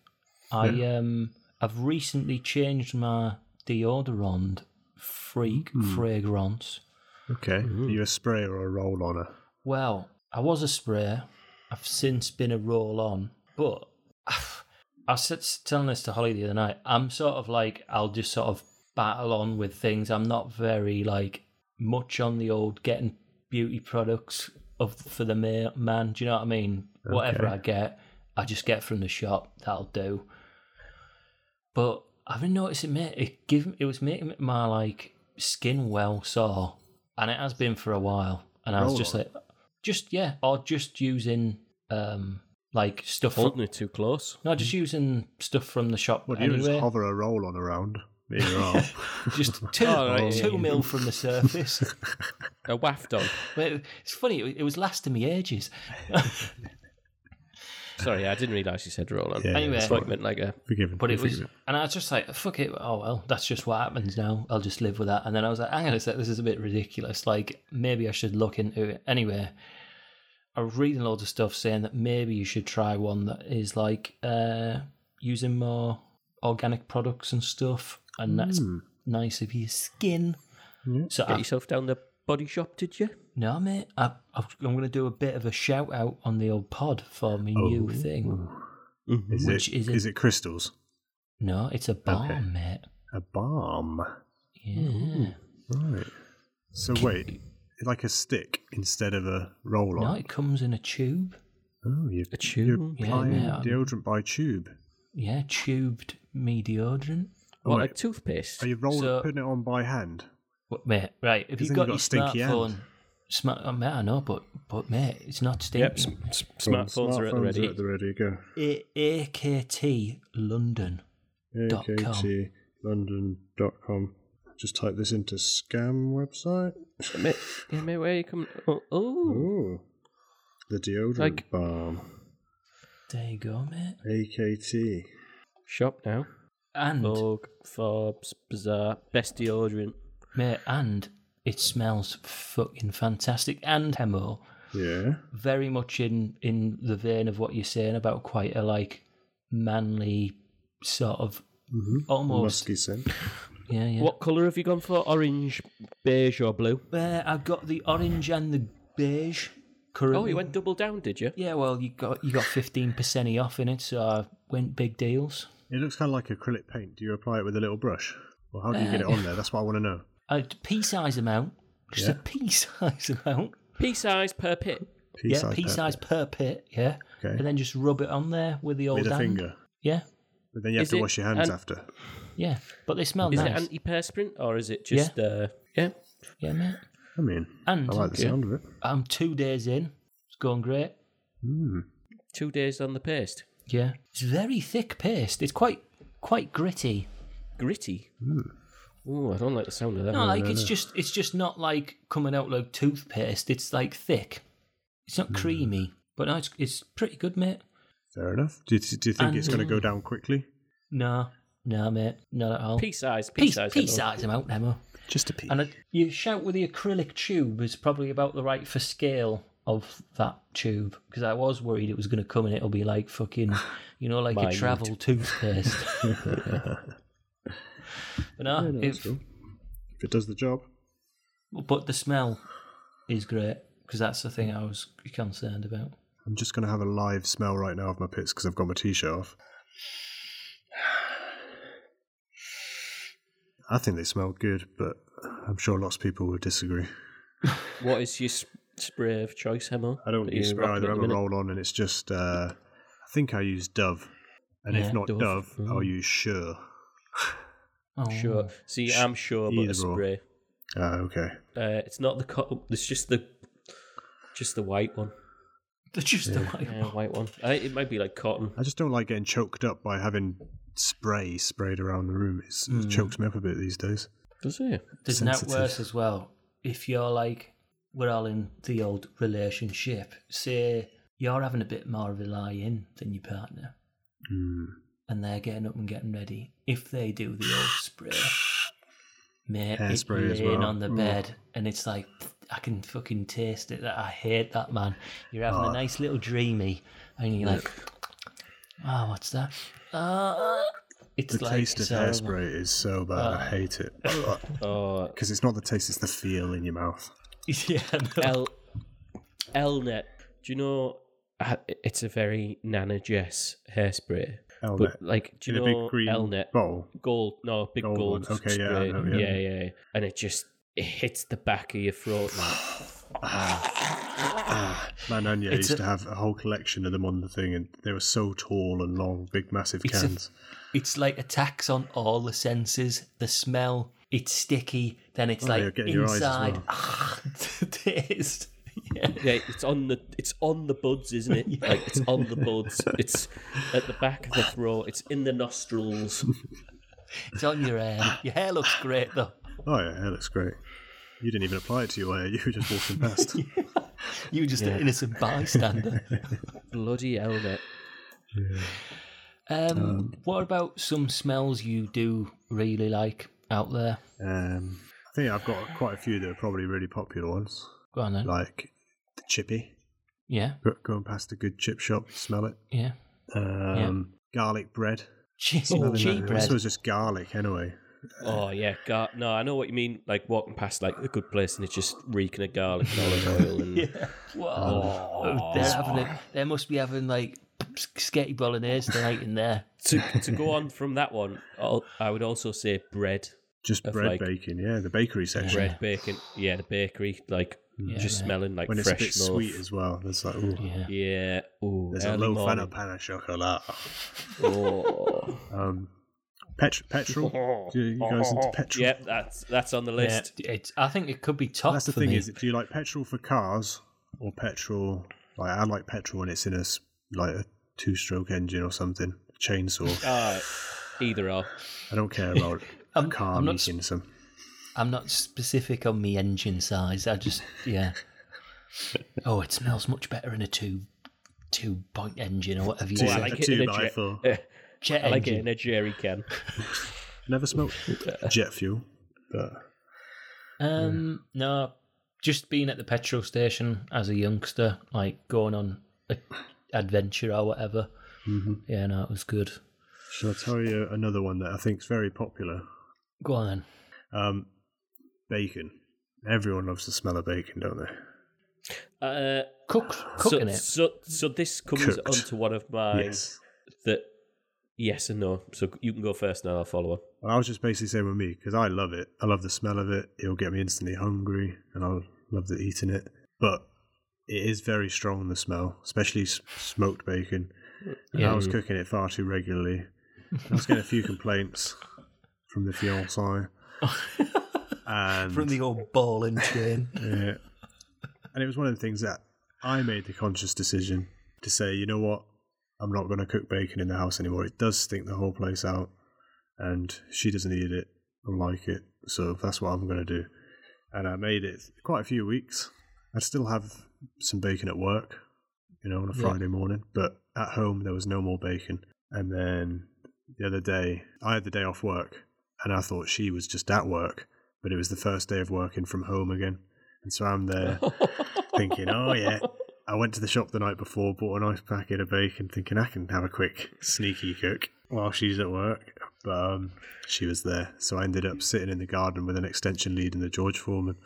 [SPEAKER 1] I um. I've recently changed my deodorant freak fragrance.
[SPEAKER 2] Okay. Are you a sprayer or a roll oner?
[SPEAKER 1] Well, I was a sprayer. I've since been a roll on, but I was just telling this to Holly the other night. I'm sort of like I'll just sort of battle on with things. I'm not very like much on the old getting beauty products of for the ma- man. Do you know what I mean? Whatever
[SPEAKER 2] Okay.
[SPEAKER 1] I get, I just get from the shop. That'll do. But I've been noticing, mate, it give it was making my like skin well sore, and it has been for a while. And I was
[SPEAKER 2] Roll
[SPEAKER 1] just
[SPEAKER 2] on.
[SPEAKER 1] like, just yeah, or just using um like stuff. from-
[SPEAKER 3] Holding it too close.
[SPEAKER 1] no, just using stuff from the shop
[SPEAKER 2] What do you just
[SPEAKER 1] anyway.
[SPEAKER 2] hover a roll on around? There you are.
[SPEAKER 1] Just two,
[SPEAKER 3] Oh, right, yeah,
[SPEAKER 1] two
[SPEAKER 3] yeah.
[SPEAKER 1] mil from the surface.
[SPEAKER 3] A waft on.
[SPEAKER 1] but it's funny. It, it was lasting me ages.
[SPEAKER 3] Sorry, I didn't realise you said roll on.
[SPEAKER 2] Yeah,
[SPEAKER 1] Anyway.
[SPEAKER 2] it's
[SPEAKER 3] Thought
[SPEAKER 2] fine.
[SPEAKER 3] you meant like a
[SPEAKER 2] Forgiven.
[SPEAKER 1] But it
[SPEAKER 2] Forgiven.
[SPEAKER 1] was, and I was just like, fuck it. Oh well, that's just what happens now. I'll just live with that. And then I was like, hang on a sec, this is a bit ridiculous. Like maybe I should look into it. Anyway, I was reading loads of stuff saying that maybe you should try one that is like uh, using more organic products and stuff, and that's
[SPEAKER 2] Hmm.
[SPEAKER 1] nice for your skin. So
[SPEAKER 3] get
[SPEAKER 1] I,
[SPEAKER 3] yourself down the body shop, did you?
[SPEAKER 1] no, mate, I, I'm going to do a bit of a shout out on the old pod for my new
[SPEAKER 2] Oh.
[SPEAKER 1] thing.
[SPEAKER 2] Is
[SPEAKER 1] which
[SPEAKER 2] it,
[SPEAKER 1] is a-
[SPEAKER 2] is it crystals?
[SPEAKER 1] No, it's a balm, mate.
[SPEAKER 2] A balm.
[SPEAKER 1] Yeah.
[SPEAKER 2] Right. So wait, like a stick instead of a roll
[SPEAKER 1] No,
[SPEAKER 2] on.
[SPEAKER 1] it comes in a tube.
[SPEAKER 2] Oh, you,
[SPEAKER 3] A
[SPEAKER 2] you're
[SPEAKER 3] tune.
[SPEAKER 2] applying
[SPEAKER 1] yeah.
[SPEAKER 2] deodorant by tube.
[SPEAKER 1] Yeah, tubed me deodorant.
[SPEAKER 3] What,
[SPEAKER 2] Right.
[SPEAKER 3] like toothpaste?
[SPEAKER 2] Are you rolling,
[SPEAKER 1] So-
[SPEAKER 2] putting it on by hand?
[SPEAKER 1] What, mate, right, if
[SPEAKER 2] Because
[SPEAKER 1] you've
[SPEAKER 2] then
[SPEAKER 1] got, your
[SPEAKER 2] you've got a stinky
[SPEAKER 1] smartphone,
[SPEAKER 2] hand.
[SPEAKER 1] smart, oh, mate, I know, but, but mate, it's not
[SPEAKER 3] Yep,
[SPEAKER 1] stinky.
[SPEAKER 3] s- s- smartphones are at the ready.
[SPEAKER 2] ready. Go.
[SPEAKER 1] A- AKT London. Dot com.
[SPEAKER 2] AKTLondon.com. Just type this into scam website.
[SPEAKER 3] Mate, yeah, mate, where you come? Oh, oh.
[SPEAKER 2] Ooh. The deodorant
[SPEAKER 3] Like-
[SPEAKER 2] balm.
[SPEAKER 1] There you go, mate.
[SPEAKER 2] AKT.
[SPEAKER 3] shop now.
[SPEAKER 1] And,
[SPEAKER 2] Oh.
[SPEAKER 3] Vogue, Forbes, Bazaar, best deodorant.
[SPEAKER 1] mate, and it smells fucking fantastic. And Hemo,
[SPEAKER 2] Yeah.
[SPEAKER 1] very much in, in the vein of what you're saying about quite a, like, manly sort of, Mm-hmm. almost,
[SPEAKER 2] Musky scent.
[SPEAKER 1] yeah, yeah.
[SPEAKER 3] What colour have you gone for? Orange, beige, or blue?
[SPEAKER 1] Uh, I've got the orange and the beige. Currently.
[SPEAKER 3] Oh, you went double down, did you?
[SPEAKER 1] Yeah, well, you got you got fifteen percent off in it, so I went big deals.
[SPEAKER 2] It looks kind of like acrylic paint. Do you apply it with a little brush? Well, how do you get it on there? That's what I want to know.
[SPEAKER 1] A pea size amount, just a pea size amount.
[SPEAKER 3] Pea size per pit.
[SPEAKER 2] Peace
[SPEAKER 1] yeah,
[SPEAKER 2] out
[SPEAKER 1] pea
[SPEAKER 2] there.
[SPEAKER 1] size per pit. Yeah,
[SPEAKER 2] Okay.
[SPEAKER 1] and then just rub it on there with the old
[SPEAKER 2] with a
[SPEAKER 1] hand.
[SPEAKER 2] finger.
[SPEAKER 1] Yeah,
[SPEAKER 2] But then you have
[SPEAKER 3] Is
[SPEAKER 2] to
[SPEAKER 3] it
[SPEAKER 2] wash your hands
[SPEAKER 3] an-
[SPEAKER 2] after.
[SPEAKER 1] yeah, but they smell
[SPEAKER 3] Is
[SPEAKER 1] nice.
[SPEAKER 3] it antiperspirant or is it just uh yeah?
[SPEAKER 1] yeah, mate.
[SPEAKER 2] I mean,
[SPEAKER 1] And
[SPEAKER 2] I like the sound of it.
[SPEAKER 1] I'm two days in. It's going great.
[SPEAKER 2] Mm.
[SPEAKER 3] Two days on the paste.
[SPEAKER 1] Yeah, it's very thick paste. It's quite quite gritty.
[SPEAKER 3] Gritty. Ooh, Hmm. I don't like the sound of that.
[SPEAKER 1] No, like it's just it's just not like coming out like toothpaste. It's like thick. It's not creamy, but no, it's it's pretty good, mate.
[SPEAKER 2] Fair enough. Do you, do you think it's going to go down quickly?
[SPEAKER 1] No, no, mate, not at all.
[SPEAKER 3] pea size, pea
[SPEAKER 1] Pea
[SPEAKER 3] size.
[SPEAKER 1] pea
[SPEAKER 3] hello.
[SPEAKER 1] size amount, Emma.
[SPEAKER 2] Just a piece.
[SPEAKER 1] And I, you shout with the acrylic tube is probably about the right for scale of that tube because I was worried it was going to come and it'll be like fucking, you know, like
[SPEAKER 3] Minute.
[SPEAKER 1] a travel toothpaste. but no, it,
[SPEAKER 2] If it does the job,
[SPEAKER 1] but the smell is great because that's the thing I was concerned about.
[SPEAKER 2] I'm just going to have a live smell right now of my pits because I've got my t-shirt off. I think they smell good, but I'm sure lots of people would disagree.
[SPEAKER 3] What is your sp- spray of choice, Hemo?
[SPEAKER 2] I don't
[SPEAKER 3] That
[SPEAKER 2] use
[SPEAKER 3] you're
[SPEAKER 2] spray
[SPEAKER 3] rocking
[SPEAKER 2] either.
[SPEAKER 3] at
[SPEAKER 2] I'm
[SPEAKER 3] the
[SPEAKER 2] a
[SPEAKER 3] minute?
[SPEAKER 2] roll on, and it's just uh, I think I use Dove, and if
[SPEAKER 1] Yeah,
[SPEAKER 2] not Dove,
[SPEAKER 3] Dove. Mm.
[SPEAKER 2] I'll use Sure.
[SPEAKER 1] Oh,
[SPEAKER 3] Sure. See, I'm sure, but
[SPEAKER 2] either
[SPEAKER 3] a
[SPEAKER 2] or.
[SPEAKER 3] spray.
[SPEAKER 2] Ah, okay.
[SPEAKER 3] Uh, it's not the co- It's just the, just the white one.
[SPEAKER 1] Oh. just the white
[SPEAKER 3] Yeah, white one. I, it might be like cotton.
[SPEAKER 2] I just don't like getting choked up by having spray sprayed around the room. It's, It
[SPEAKER 1] Hmm.
[SPEAKER 2] chokes me up a bit these days.
[SPEAKER 3] Does it?
[SPEAKER 1] There's not
[SPEAKER 2] sensitive.
[SPEAKER 1] worse as well. If you're like, we're all in the old
[SPEAKER 2] Hmm.
[SPEAKER 1] relationship, say you're having a bit more rely in than your partner. and they're getting up and getting ready. If they do the old spray, mate, it's
[SPEAKER 2] Hairspray as
[SPEAKER 1] laying
[SPEAKER 2] well.
[SPEAKER 1] on the
[SPEAKER 2] Ugh.
[SPEAKER 1] bed, and it's like I can fucking taste it. I hate that man. You're having
[SPEAKER 2] Oh.
[SPEAKER 1] a nice little dreamy, and you're like, oh, what's that? Ah. it's um, uh,
[SPEAKER 2] The
[SPEAKER 1] like
[SPEAKER 2] taste of
[SPEAKER 1] so-
[SPEAKER 2] hairspray is so bad. I hate it because
[SPEAKER 3] Oh,
[SPEAKER 2] it's not the taste; it's the feel in your mouth.
[SPEAKER 1] Yeah, no.
[SPEAKER 3] L Elnet. Do you know? uh, It's a very Nana Jess hairspray,
[SPEAKER 2] Elnet.
[SPEAKER 3] but like, do you
[SPEAKER 2] in a
[SPEAKER 3] know
[SPEAKER 2] big green
[SPEAKER 3] Elnet?
[SPEAKER 2] bowl.
[SPEAKER 3] Gold, no, big
[SPEAKER 2] Gold
[SPEAKER 3] gold.
[SPEAKER 2] one. Okay, yeah, I
[SPEAKER 3] spray.
[SPEAKER 2] know, yeah.
[SPEAKER 3] yeah, yeah, yeah. and it just it hits the back of your throat.
[SPEAKER 2] Ah, my nanya
[SPEAKER 1] It's
[SPEAKER 2] used
[SPEAKER 1] a-
[SPEAKER 2] to have a whole collection of them on the thing, and they were so tall and long, big, massive
[SPEAKER 1] It's a-
[SPEAKER 2] cans.
[SPEAKER 1] It's like a tax on all the senses. The smell, it's sticky. Then it's
[SPEAKER 2] Oh, you're
[SPEAKER 1] like
[SPEAKER 2] getting your eyes as
[SPEAKER 1] inside.
[SPEAKER 2] well.
[SPEAKER 1] Ah, taste. Yeah.
[SPEAKER 3] yeah, it's on the it's on the buds, isn't it? Like it's on the buds. It's at the back of the throat. It's in the nostrils.
[SPEAKER 1] It's on your hair. Your hair looks great though.
[SPEAKER 2] Oh yeah, that looks great. You didn't even apply it to your hair; you were just walking past.
[SPEAKER 1] You were just an innocent bystander.
[SPEAKER 3] Bloody Elnet.
[SPEAKER 1] Um, what about some smells you do really like out there?
[SPEAKER 2] um, I think I've got quite a few that are probably really popular ones,
[SPEAKER 1] Go on then.
[SPEAKER 2] like the chippy.
[SPEAKER 1] yeah,
[SPEAKER 2] Go- Going past a good chip shop, smell it.
[SPEAKER 1] yeah.
[SPEAKER 2] Um, Garlic bread.
[SPEAKER 1] Cheap,
[SPEAKER 2] Smelling
[SPEAKER 1] cheap
[SPEAKER 2] that. This
[SPEAKER 1] bread.
[SPEAKER 2] was just garlic anyway.
[SPEAKER 3] Oh yeah, gar- no, I know what you mean. Like walking past like a good place and it's just reeking of garlic and olive oil. And Oh,
[SPEAKER 1] Whoa. They're having a, they must be having like sketty bolognese tonight in there.
[SPEAKER 3] to to go on from that one, I'll, I would also say bread,
[SPEAKER 2] Just
[SPEAKER 3] Of,
[SPEAKER 2] bread
[SPEAKER 3] like-
[SPEAKER 2] baking, yeah, the bakery section.
[SPEAKER 3] bread bacon. Yeah, the bakery, like just
[SPEAKER 1] mate.
[SPEAKER 3] smelling like
[SPEAKER 2] When it's a
[SPEAKER 3] fresh
[SPEAKER 2] bit
[SPEAKER 3] loaf.
[SPEAKER 2] sweet as well, there's like, ooh,
[SPEAKER 1] Yeah.
[SPEAKER 3] Yeah. Ooh,
[SPEAKER 2] there's a
[SPEAKER 3] early
[SPEAKER 2] low fan
[SPEAKER 3] morning.
[SPEAKER 2] of pan au chocolat.
[SPEAKER 3] Oh.
[SPEAKER 2] Um, pet- petrol. Do you guys into petrol?
[SPEAKER 3] yep, that's that's on the
[SPEAKER 1] Yeah,
[SPEAKER 3] list.
[SPEAKER 1] it's, I think it could be top
[SPEAKER 2] That's the
[SPEAKER 1] for
[SPEAKER 2] thing
[SPEAKER 1] me.
[SPEAKER 2] is, do you like petrol for cars or petrol? Like I like petrol when it's in a s- like a two-stroke engine or something, a chainsaw.
[SPEAKER 3] Alright, either or.
[SPEAKER 2] I don't care about a
[SPEAKER 1] I'm-
[SPEAKER 2] car
[SPEAKER 1] I'm not
[SPEAKER 2] making some.
[SPEAKER 1] I'm not specific on me engine size. I just yeah. oh, it smells much better in a two two point engine or whatever you
[SPEAKER 2] Two-
[SPEAKER 3] I
[SPEAKER 1] say.
[SPEAKER 3] like
[SPEAKER 2] a
[SPEAKER 3] it in
[SPEAKER 2] two
[SPEAKER 3] a
[SPEAKER 2] by
[SPEAKER 3] jet- uh,
[SPEAKER 2] four.
[SPEAKER 1] Jet
[SPEAKER 3] I like it
[SPEAKER 1] engine.
[SPEAKER 3] in a jerry can.
[SPEAKER 2] Never smoked jet fuel, but
[SPEAKER 1] Um, no, just being at the petrol station as a youngster, like going on a adventure or whatever.
[SPEAKER 3] Mm-hmm.
[SPEAKER 1] Yeah, no, it was good.
[SPEAKER 2] shall I tell you another one that I think is very popular?
[SPEAKER 1] Go on then.
[SPEAKER 2] Um, bacon. Everyone loves the smell of bacon, don't they?
[SPEAKER 3] Uh,
[SPEAKER 1] Cook,
[SPEAKER 3] so,
[SPEAKER 1] cooking it.
[SPEAKER 3] so so this comes
[SPEAKER 2] Cooked.
[SPEAKER 3] onto one of mine that yes and no. So you can go first and I'll follow on.
[SPEAKER 2] Well, I was just basically saying with me because I love it. I love the smell of it. It'll get me instantly hungry, and I'll love the eating it. But it is very strong the smell, especially s- smoked bacon. And I
[SPEAKER 1] Yeah.
[SPEAKER 2] was cooking it far too regularly. I was getting a few complaints from the fiance, and
[SPEAKER 1] From the old ball and chain.
[SPEAKER 2] yeah. Uh, And it was one of the things that I made the conscious decision to say, you know what, I'm not going to cook bacon in the house anymore. It does stink the whole place out, and she doesn't eat it or like it, so that's what I'm going to do. And I made it quite a few weeks. I still have some bacon at work, you know, on a
[SPEAKER 1] Yeah.
[SPEAKER 2] Friday morning, but at home there was no more bacon. And then the other day, I had the day off work, and I thought she was just at work, but it was the first day of working from home again. And so I'm there thinking, oh yeah. I went to the shop the night before, bought a nice packet of bacon, thinking I can have a quick sneaky cook while she's at work. But um, she was there, so I ended up sitting in the garden with an extension lead and the George Foreman.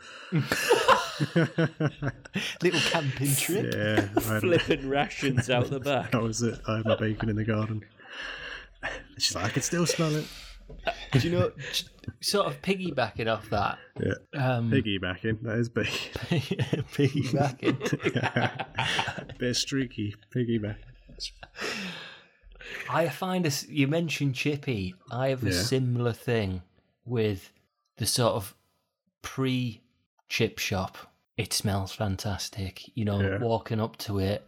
[SPEAKER 1] Little camping trip.
[SPEAKER 2] Yeah, I had,
[SPEAKER 3] Flipping rations out the back.
[SPEAKER 2] that was it. I had my bacon in the garden. She's like, I can still smell it.
[SPEAKER 1] Do you know, j- sort of piggybacking off that,
[SPEAKER 2] Yeah,
[SPEAKER 1] um,
[SPEAKER 2] piggybacking. That is bacon.
[SPEAKER 1] piggybacking,
[SPEAKER 2] Bit streaky piggyback.
[SPEAKER 1] I find a s you mentioned Chippy. I have a
[SPEAKER 2] Yeah.
[SPEAKER 1] similar thing with the sort of pre chip shop. It smells fantastic. You know,
[SPEAKER 2] Yeah. Mm-hmm.
[SPEAKER 1] walking up to it,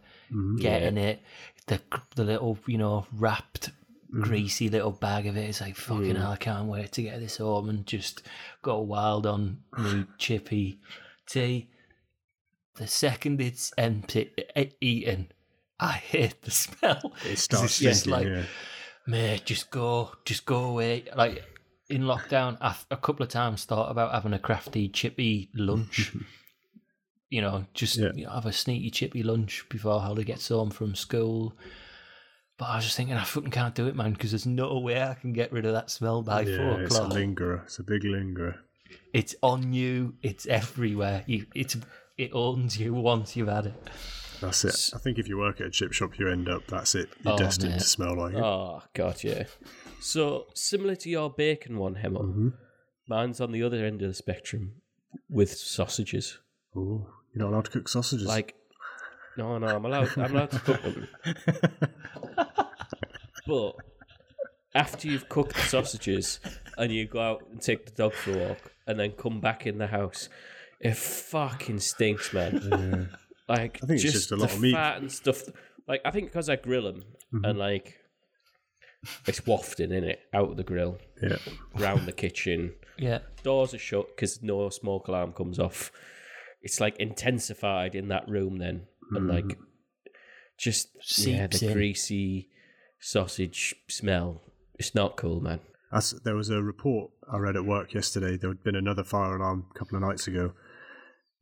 [SPEAKER 1] getting it, the the little you know wrapped.
[SPEAKER 2] Mm-hmm.
[SPEAKER 1] Greasy little bag of it. It's like fucking hell. I can't wait to get this home and just go wild on new chippy tea. The second it's empty, e- eaten, I hate the smell.
[SPEAKER 2] It
[SPEAKER 1] 'Cause
[SPEAKER 2] starts
[SPEAKER 1] it's just
[SPEAKER 2] stinking.
[SPEAKER 1] like
[SPEAKER 2] yeah.
[SPEAKER 1] mate, just go, just go away. Like in lockdown, I th- a couple of times thought about having a crafty, chippy lunch. you know, just
[SPEAKER 2] Yeah.
[SPEAKER 1] you know, have a sneaky, chippy lunch before Holly gets home from school. But I was just thinking, I fucking can't do it, man, because there's no way I can get rid of that smell by four
[SPEAKER 2] it's a
[SPEAKER 1] o'clock.
[SPEAKER 2] lingerer. It's a big lingerer.
[SPEAKER 1] It's on you. It's everywhere. You, it's it owns you once you've had it.
[SPEAKER 2] That's it. I think if you work at a chip shop, you end up. That's it. You're
[SPEAKER 1] Oh,
[SPEAKER 2] destined
[SPEAKER 1] mate.
[SPEAKER 2] to smell like it.
[SPEAKER 3] Oh god, yeah. So similar to your bacon one, Hemo,
[SPEAKER 1] Mm-hmm.
[SPEAKER 2] Mhm.
[SPEAKER 3] mine's on the other end of the spectrum with sausages.
[SPEAKER 2] Ooh, you're not allowed to cook sausages.
[SPEAKER 3] Like, no, no, I'm allowed. I'm allowed to cook them, but after you've cooked the sausages and you go out and take the dog for a walk and then come back in the house, it fucking stinks, man.
[SPEAKER 2] Yeah.
[SPEAKER 3] Like,
[SPEAKER 2] I think it's
[SPEAKER 3] just,
[SPEAKER 2] just a lot
[SPEAKER 3] the
[SPEAKER 2] of meat. Mm-hmm.
[SPEAKER 3] fat and stuff. Like, I think because I grill them and like it's wafting in it out of the grill,
[SPEAKER 2] yeah.
[SPEAKER 3] round the kitchen.
[SPEAKER 1] Yeah.
[SPEAKER 3] Doors are shut because no smoke alarm comes off. It's like intensified in that room then, and like just yeah,
[SPEAKER 1] Hmm. Seeps
[SPEAKER 3] the
[SPEAKER 1] in.
[SPEAKER 3] greasy sausage smell. It's not cool, man.
[SPEAKER 2] As there was a report I read at work yesterday. There had been another fire alarm a couple of nights ago,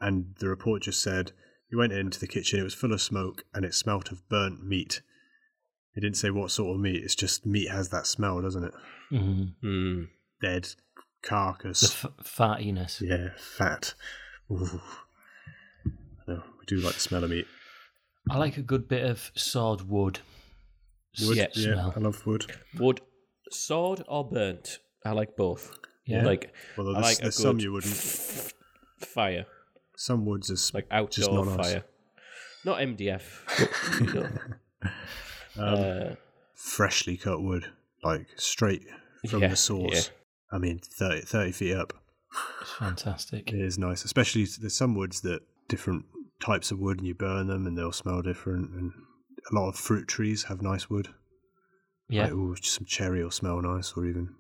[SPEAKER 2] and the report just said you went into the kitchen. It was full of smoke, and it smelt of burnt meat. It didn't say what sort of meat. It's just meat has that smell, doesn't it? Mm-hmm.
[SPEAKER 1] Mm.
[SPEAKER 3] Mm.
[SPEAKER 2] Dead
[SPEAKER 1] The
[SPEAKER 2] carcass.
[SPEAKER 1] f- fartiness.
[SPEAKER 2] yeah, fat. Ooh. No, we do like the smell of meat.
[SPEAKER 1] I like a good bit of sawed wood. S-
[SPEAKER 2] Wood.
[SPEAKER 3] Yeah.
[SPEAKER 2] yeah,
[SPEAKER 1] smell.
[SPEAKER 2] I love wood.
[SPEAKER 3] Would sawed or burnt? I like both.
[SPEAKER 1] Yeah.
[SPEAKER 3] Like
[SPEAKER 2] Although
[SPEAKER 3] I
[SPEAKER 2] there's,
[SPEAKER 3] like a good
[SPEAKER 2] there's some you wouldn't.
[SPEAKER 3] f- fire,
[SPEAKER 2] Some woods is
[SPEAKER 3] like
[SPEAKER 2] Just
[SPEAKER 3] outdoor
[SPEAKER 2] not us.
[SPEAKER 3] fire, not MDF. but, you know,
[SPEAKER 2] Um,
[SPEAKER 3] uh,
[SPEAKER 2] freshly cut wood, like straight from
[SPEAKER 3] Yeah,
[SPEAKER 2] the source. I mean, 30, 30 feet up.
[SPEAKER 1] It's fantastic.
[SPEAKER 2] It is nice, especially s- there's some woods that different types of wood, and you burn them, and they'll smell different. And a lot of fruit trees have nice wood.
[SPEAKER 1] Yeah.
[SPEAKER 2] Like, ooh, some cherry will smell nice, or even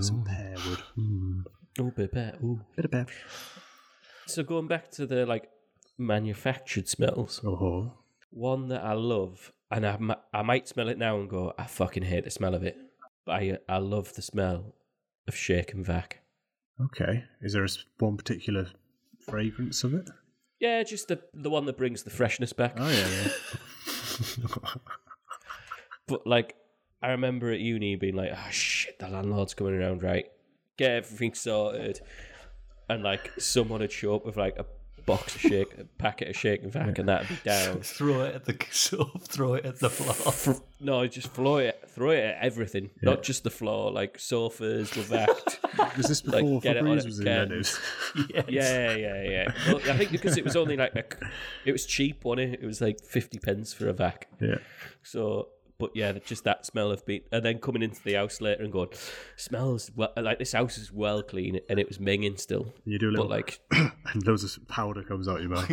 [SPEAKER 2] some
[SPEAKER 1] Ooh.
[SPEAKER 2] pear wood. Mm.
[SPEAKER 3] Oh, bit bit, ooh.
[SPEAKER 2] Bit of pear.
[SPEAKER 3] So going back to the like manufactured smells,
[SPEAKER 2] Oh,
[SPEAKER 3] one that I love, and I, mi- I might smell it now and go, I fucking hate the smell of it. But I I love the smell of shake and vac.
[SPEAKER 2] okay. Is there a s one particular fragrance of it?
[SPEAKER 3] Yeah, just the the one that brings the freshness back.
[SPEAKER 2] Oh yeah,
[SPEAKER 3] But like, I remember at uni being like, oh shit, the landlord's coming around, right? Get everything sorted. And like, someone would show up with like a box of shake, a packet of shake and vac, and that'd be down.
[SPEAKER 1] Throw it at the throw it at the floor.
[SPEAKER 3] Fr- no, just throw it, throw it at everything, not just the floor, like sofas, levact.
[SPEAKER 2] yeah. Was this before
[SPEAKER 3] get it on
[SPEAKER 2] Febreze
[SPEAKER 3] it
[SPEAKER 2] was
[SPEAKER 3] again.
[SPEAKER 2] invented?
[SPEAKER 3] yeah, yeah, yeah. Well, I think because it was only like a, it was cheap, wasn't it? It was like fifty pence for a vac.
[SPEAKER 2] yeah.
[SPEAKER 3] So, but yeah, that- just that smell of being, and then coming into the house later and going, smells well, like this house is well clean, and it was minging still.
[SPEAKER 2] You do a little
[SPEAKER 3] But like,
[SPEAKER 2] and loads of powder comes out your mouth.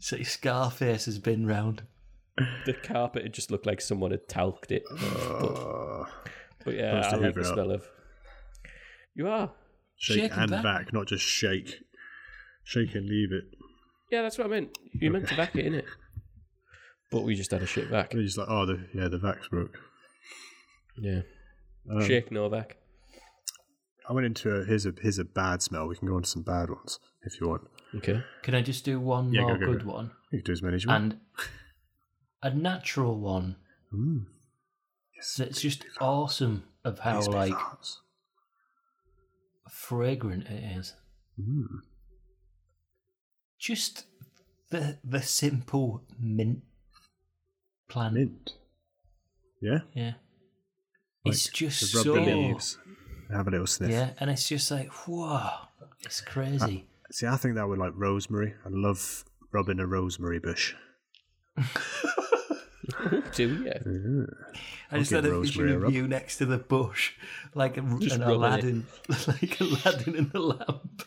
[SPEAKER 1] so your Scarface has been round.
[SPEAKER 3] the carpet, it just looked like someone had talked it. But,
[SPEAKER 2] Uh,
[SPEAKER 3] but yeah, I
[SPEAKER 2] to
[SPEAKER 3] like
[SPEAKER 2] hoover
[SPEAKER 3] the
[SPEAKER 2] up.
[SPEAKER 3] smell of. You are.
[SPEAKER 2] shake
[SPEAKER 1] Shake and
[SPEAKER 2] and
[SPEAKER 1] back.
[SPEAKER 2] back. not just shake. Shake and leave it.
[SPEAKER 3] Yeah, that's what I meant. You meant to vac it, innit? But we just had a shit vac.
[SPEAKER 2] They're just like, oh, the, yeah, the vac's broke.
[SPEAKER 3] Yeah.
[SPEAKER 2] Um,
[SPEAKER 3] Shake Novak.
[SPEAKER 2] I went into a here's a here's a bad smell. We can go on to some bad ones if you want.
[SPEAKER 3] Okay.
[SPEAKER 1] Can I just do one
[SPEAKER 2] Yeah, go,
[SPEAKER 1] more
[SPEAKER 2] go, go.
[SPEAKER 1] good one
[SPEAKER 2] You can do as many as you want.
[SPEAKER 1] and a natural one
[SPEAKER 2] Ooh,
[SPEAKER 1] that's just awesome of how
[SPEAKER 2] these big
[SPEAKER 1] like
[SPEAKER 2] farts.
[SPEAKER 1] fragrant it is.
[SPEAKER 2] Ooh.
[SPEAKER 1] Just the the simple mint plant.
[SPEAKER 2] mint. Yeah,
[SPEAKER 1] Yeah.
[SPEAKER 2] Like,
[SPEAKER 1] it's just
[SPEAKER 2] to rub
[SPEAKER 1] so
[SPEAKER 2] the leaves. and Have a little sniff.
[SPEAKER 1] Yeah, and it's just like, whoa, it's crazy.
[SPEAKER 2] See, I think that would like rosemary. I love rubbing a rosemary bush.
[SPEAKER 3] Do yeah.
[SPEAKER 1] I just
[SPEAKER 2] I'll
[SPEAKER 1] had
[SPEAKER 2] give
[SPEAKER 1] a
[SPEAKER 2] Rosemary a
[SPEAKER 1] vision
[SPEAKER 2] rub.
[SPEAKER 1] of you next to the bush, like a,
[SPEAKER 3] Just
[SPEAKER 1] an
[SPEAKER 3] rubbing it.
[SPEAKER 1] Aladdin, like Aladdin in the lamp.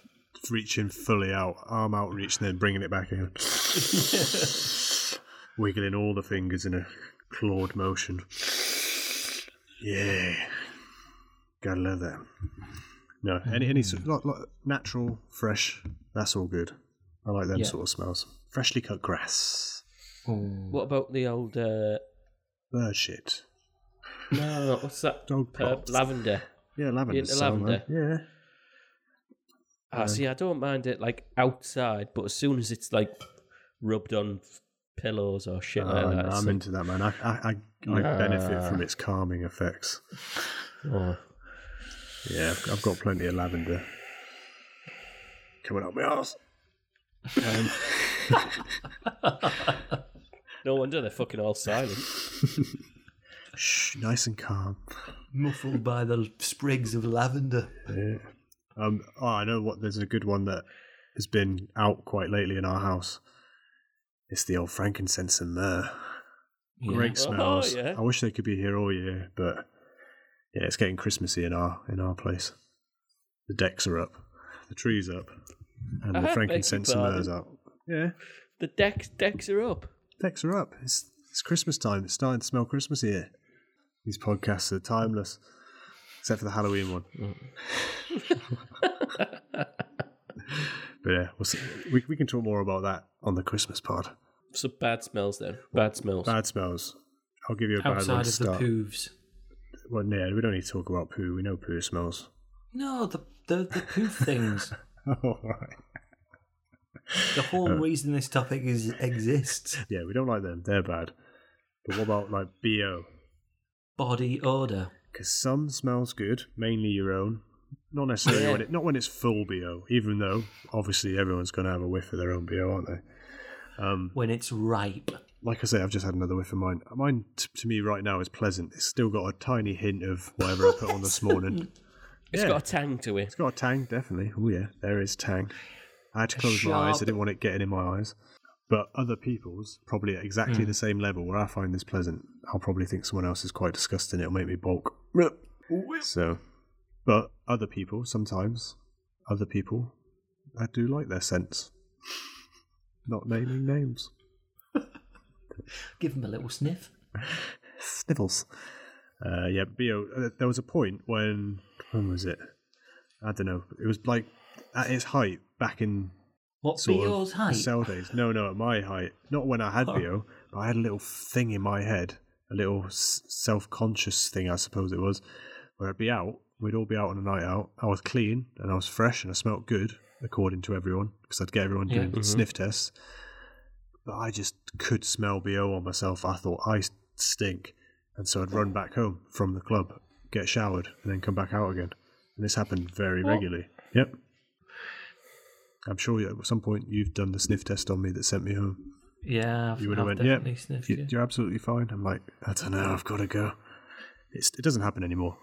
[SPEAKER 2] Reaching fully out, arm outreach, and then bringing it back in. Wiggling all the fingers in a clawed motion. Yeah. Gotta love that. No,
[SPEAKER 3] Mm-hmm.
[SPEAKER 2] any, any sort lot, lot, natural, fresh, that's all good. I like them
[SPEAKER 1] Yeah.
[SPEAKER 2] sort of smells. Freshly cut grass, Oh.
[SPEAKER 3] What about the old uh,
[SPEAKER 2] bird shit.
[SPEAKER 3] No, what's that?
[SPEAKER 2] Dog
[SPEAKER 3] Purp-
[SPEAKER 2] pops.
[SPEAKER 3] lavender.
[SPEAKER 2] Yeah, lavender.
[SPEAKER 3] Uh, Yeah, the lavender.
[SPEAKER 2] Yeah.
[SPEAKER 3] Ah, see, I don't mind it like outside, but as soon as it's like rubbed on f- pillows or shit
[SPEAKER 2] Oh,
[SPEAKER 3] like
[SPEAKER 2] no,
[SPEAKER 3] that, it's
[SPEAKER 2] I'm
[SPEAKER 3] like,
[SPEAKER 2] into that, man. I, I, I, I benefit from its calming effects.
[SPEAKER 3] oh.
[SPEAKER 2] Yeah, I've, I've got plenty of lavender coming up my arse. Um,
[SPEAKER 3] no wonder they're fucking all silent.
[SPEAKER 2] shh, nice and calm.
[SPEAKER 1] muffled by the sprigs of lavender.
[SPEAKER 2] Yeah. Um, oh, I know what. There's a good one that has been out quite lately in our house. It's the old frankincense and myrrh. Great
[SPEAKER 3] Oh,
[SPEAKER 2] smells.
[SPEAKER 3] yeah.
[SPEAKER 2] I wish they could be here all year, but yeah, it's getting Christmassy in our in our place. The decks are up, the trees up, and
[SPEAKER 3] I
[SPEAKER 2] the
[SPEAKER 3] beg your
[SPEAKER 2] frankincense and
[SPEAKER 3] pardon?
[SPEAKER 2] myrrh's up. Yeah,
[SPEAKER 3] The decks decks are up.
[SPEAKER 2] decks are up. It's it's Christmas time. It's starting to smell Christmas here. These podcasts are timeless, except for the Halloween one.
[SPEAKER 1] Mm.
[SPEAKER 2] but yeah, we'll see. we we can talk more about that on the Christmas pod.
[SPEAKER 3] So bad smells then. Bad smells.
[SPEAKER 2] Bad smells. I'll give you a bad one
[SPEAKER 1] Outside
[SPEAKER 2] to
[SPEAKER 1] of the
[SPEAKER 2] start.
[SPEAKER 1] poofs.
[SPEAKER 2] Well, yeah, we don't need to talk about poo. We know poo smells.
[SPEAKER 1] No, the the, the poof things.
[SPEAKER 2] All right.
[SPEAKER 1] The whole
[SPEAKER 2] Uh.
[SPEAKER 1] reason this topic is exists.
[SPEAKER 2] Yeah, we don't like them. They're bad. But what about like BO?
[SPEAKER 1] Body odor.
[SPEAKER 2] Because some smells good, mainly your own. Not necessarily
[SPEAKER 3] Yeah.
[SPEAKER 2] when it, not when it's full BO, even though obviously everyone's going to have a whiff of their own BO, aren't they? Um,
[SPEAKER 1] When it's ripe.
[SPEAKER 2] like I say, I've just had another whiff of mine. Mine t- to me right now is pleasant. It's still got a tiny hint of whatever I put on this morning.
[SPEAKER 3] It's
[SPEAKER 2] yeah.
[SPEAKER 3] got a tang to it.
[SPEAKER 2] It's got a tang, definitely. Oh yeah, there is tang. I had to close my eyes. I
[SPEAKER 1] sharp-
[SPEAKER 2] didn't want it getting in my eyes. But other people's probably at exactly the same level where I find this pleasant. I'll probably think someone else is quite disgusting. It'll make me bulk. So, but other people sometimes, other people, I do like their scents. Not naming names.
[SPEAKER 1] Give them a little sniff.
[SPEAKER 2] Snivels. Uh, yeah, Bio. Uh, there was a point when when was it? I don't know. It was like at its height back in
[SPEAKER 1] What
[SPEAKER 2] sort of
[SPEAKER 1] BO's height?
[SPEAKER 2] cell days. No, no, at my height. Not when I had
[SPEAKER 1] Oh.
[SPEAKER 2] bio, but I had a little thing in my head, a little s- self-conscious thing, I suppose it was, where I'd be out. We'd all be out on a night out. I was clean and I was fresh and I smelt good, according to everyone, because I'd get everyone
[SPEAKER 1] Yeah.
[SPEAKER 2] doing
[SPEAKER 3] Mhm.
[SPEAKER 2] sniff tests. But I just could smell bo on myself. I thought I s- stink, and so I'd run back home from the club, get showered, and then come back out again. And this happened very
[SPEAKER 3] What?
[SPEAKER 2] regularly. Yep. I'm sure you- at some point you've done the sniff test on me that sent me home.
[SPEAKER 1] Yeah, I've,
[SPEAKER 2] You would have
[SPEAKER 1] I've
[SPEAKER 2] went,
[SPEAKER 1] definitely
[SPEAKER 2] yeah,
[SPEAKER 1] sniffed
[SPEAKER 2] you,
[SPEAKER 1] it.
[SPEAKER 2] you're absolutely fine. I'm like, I don't know, I've got to go. It's, it doesn't happen anymore.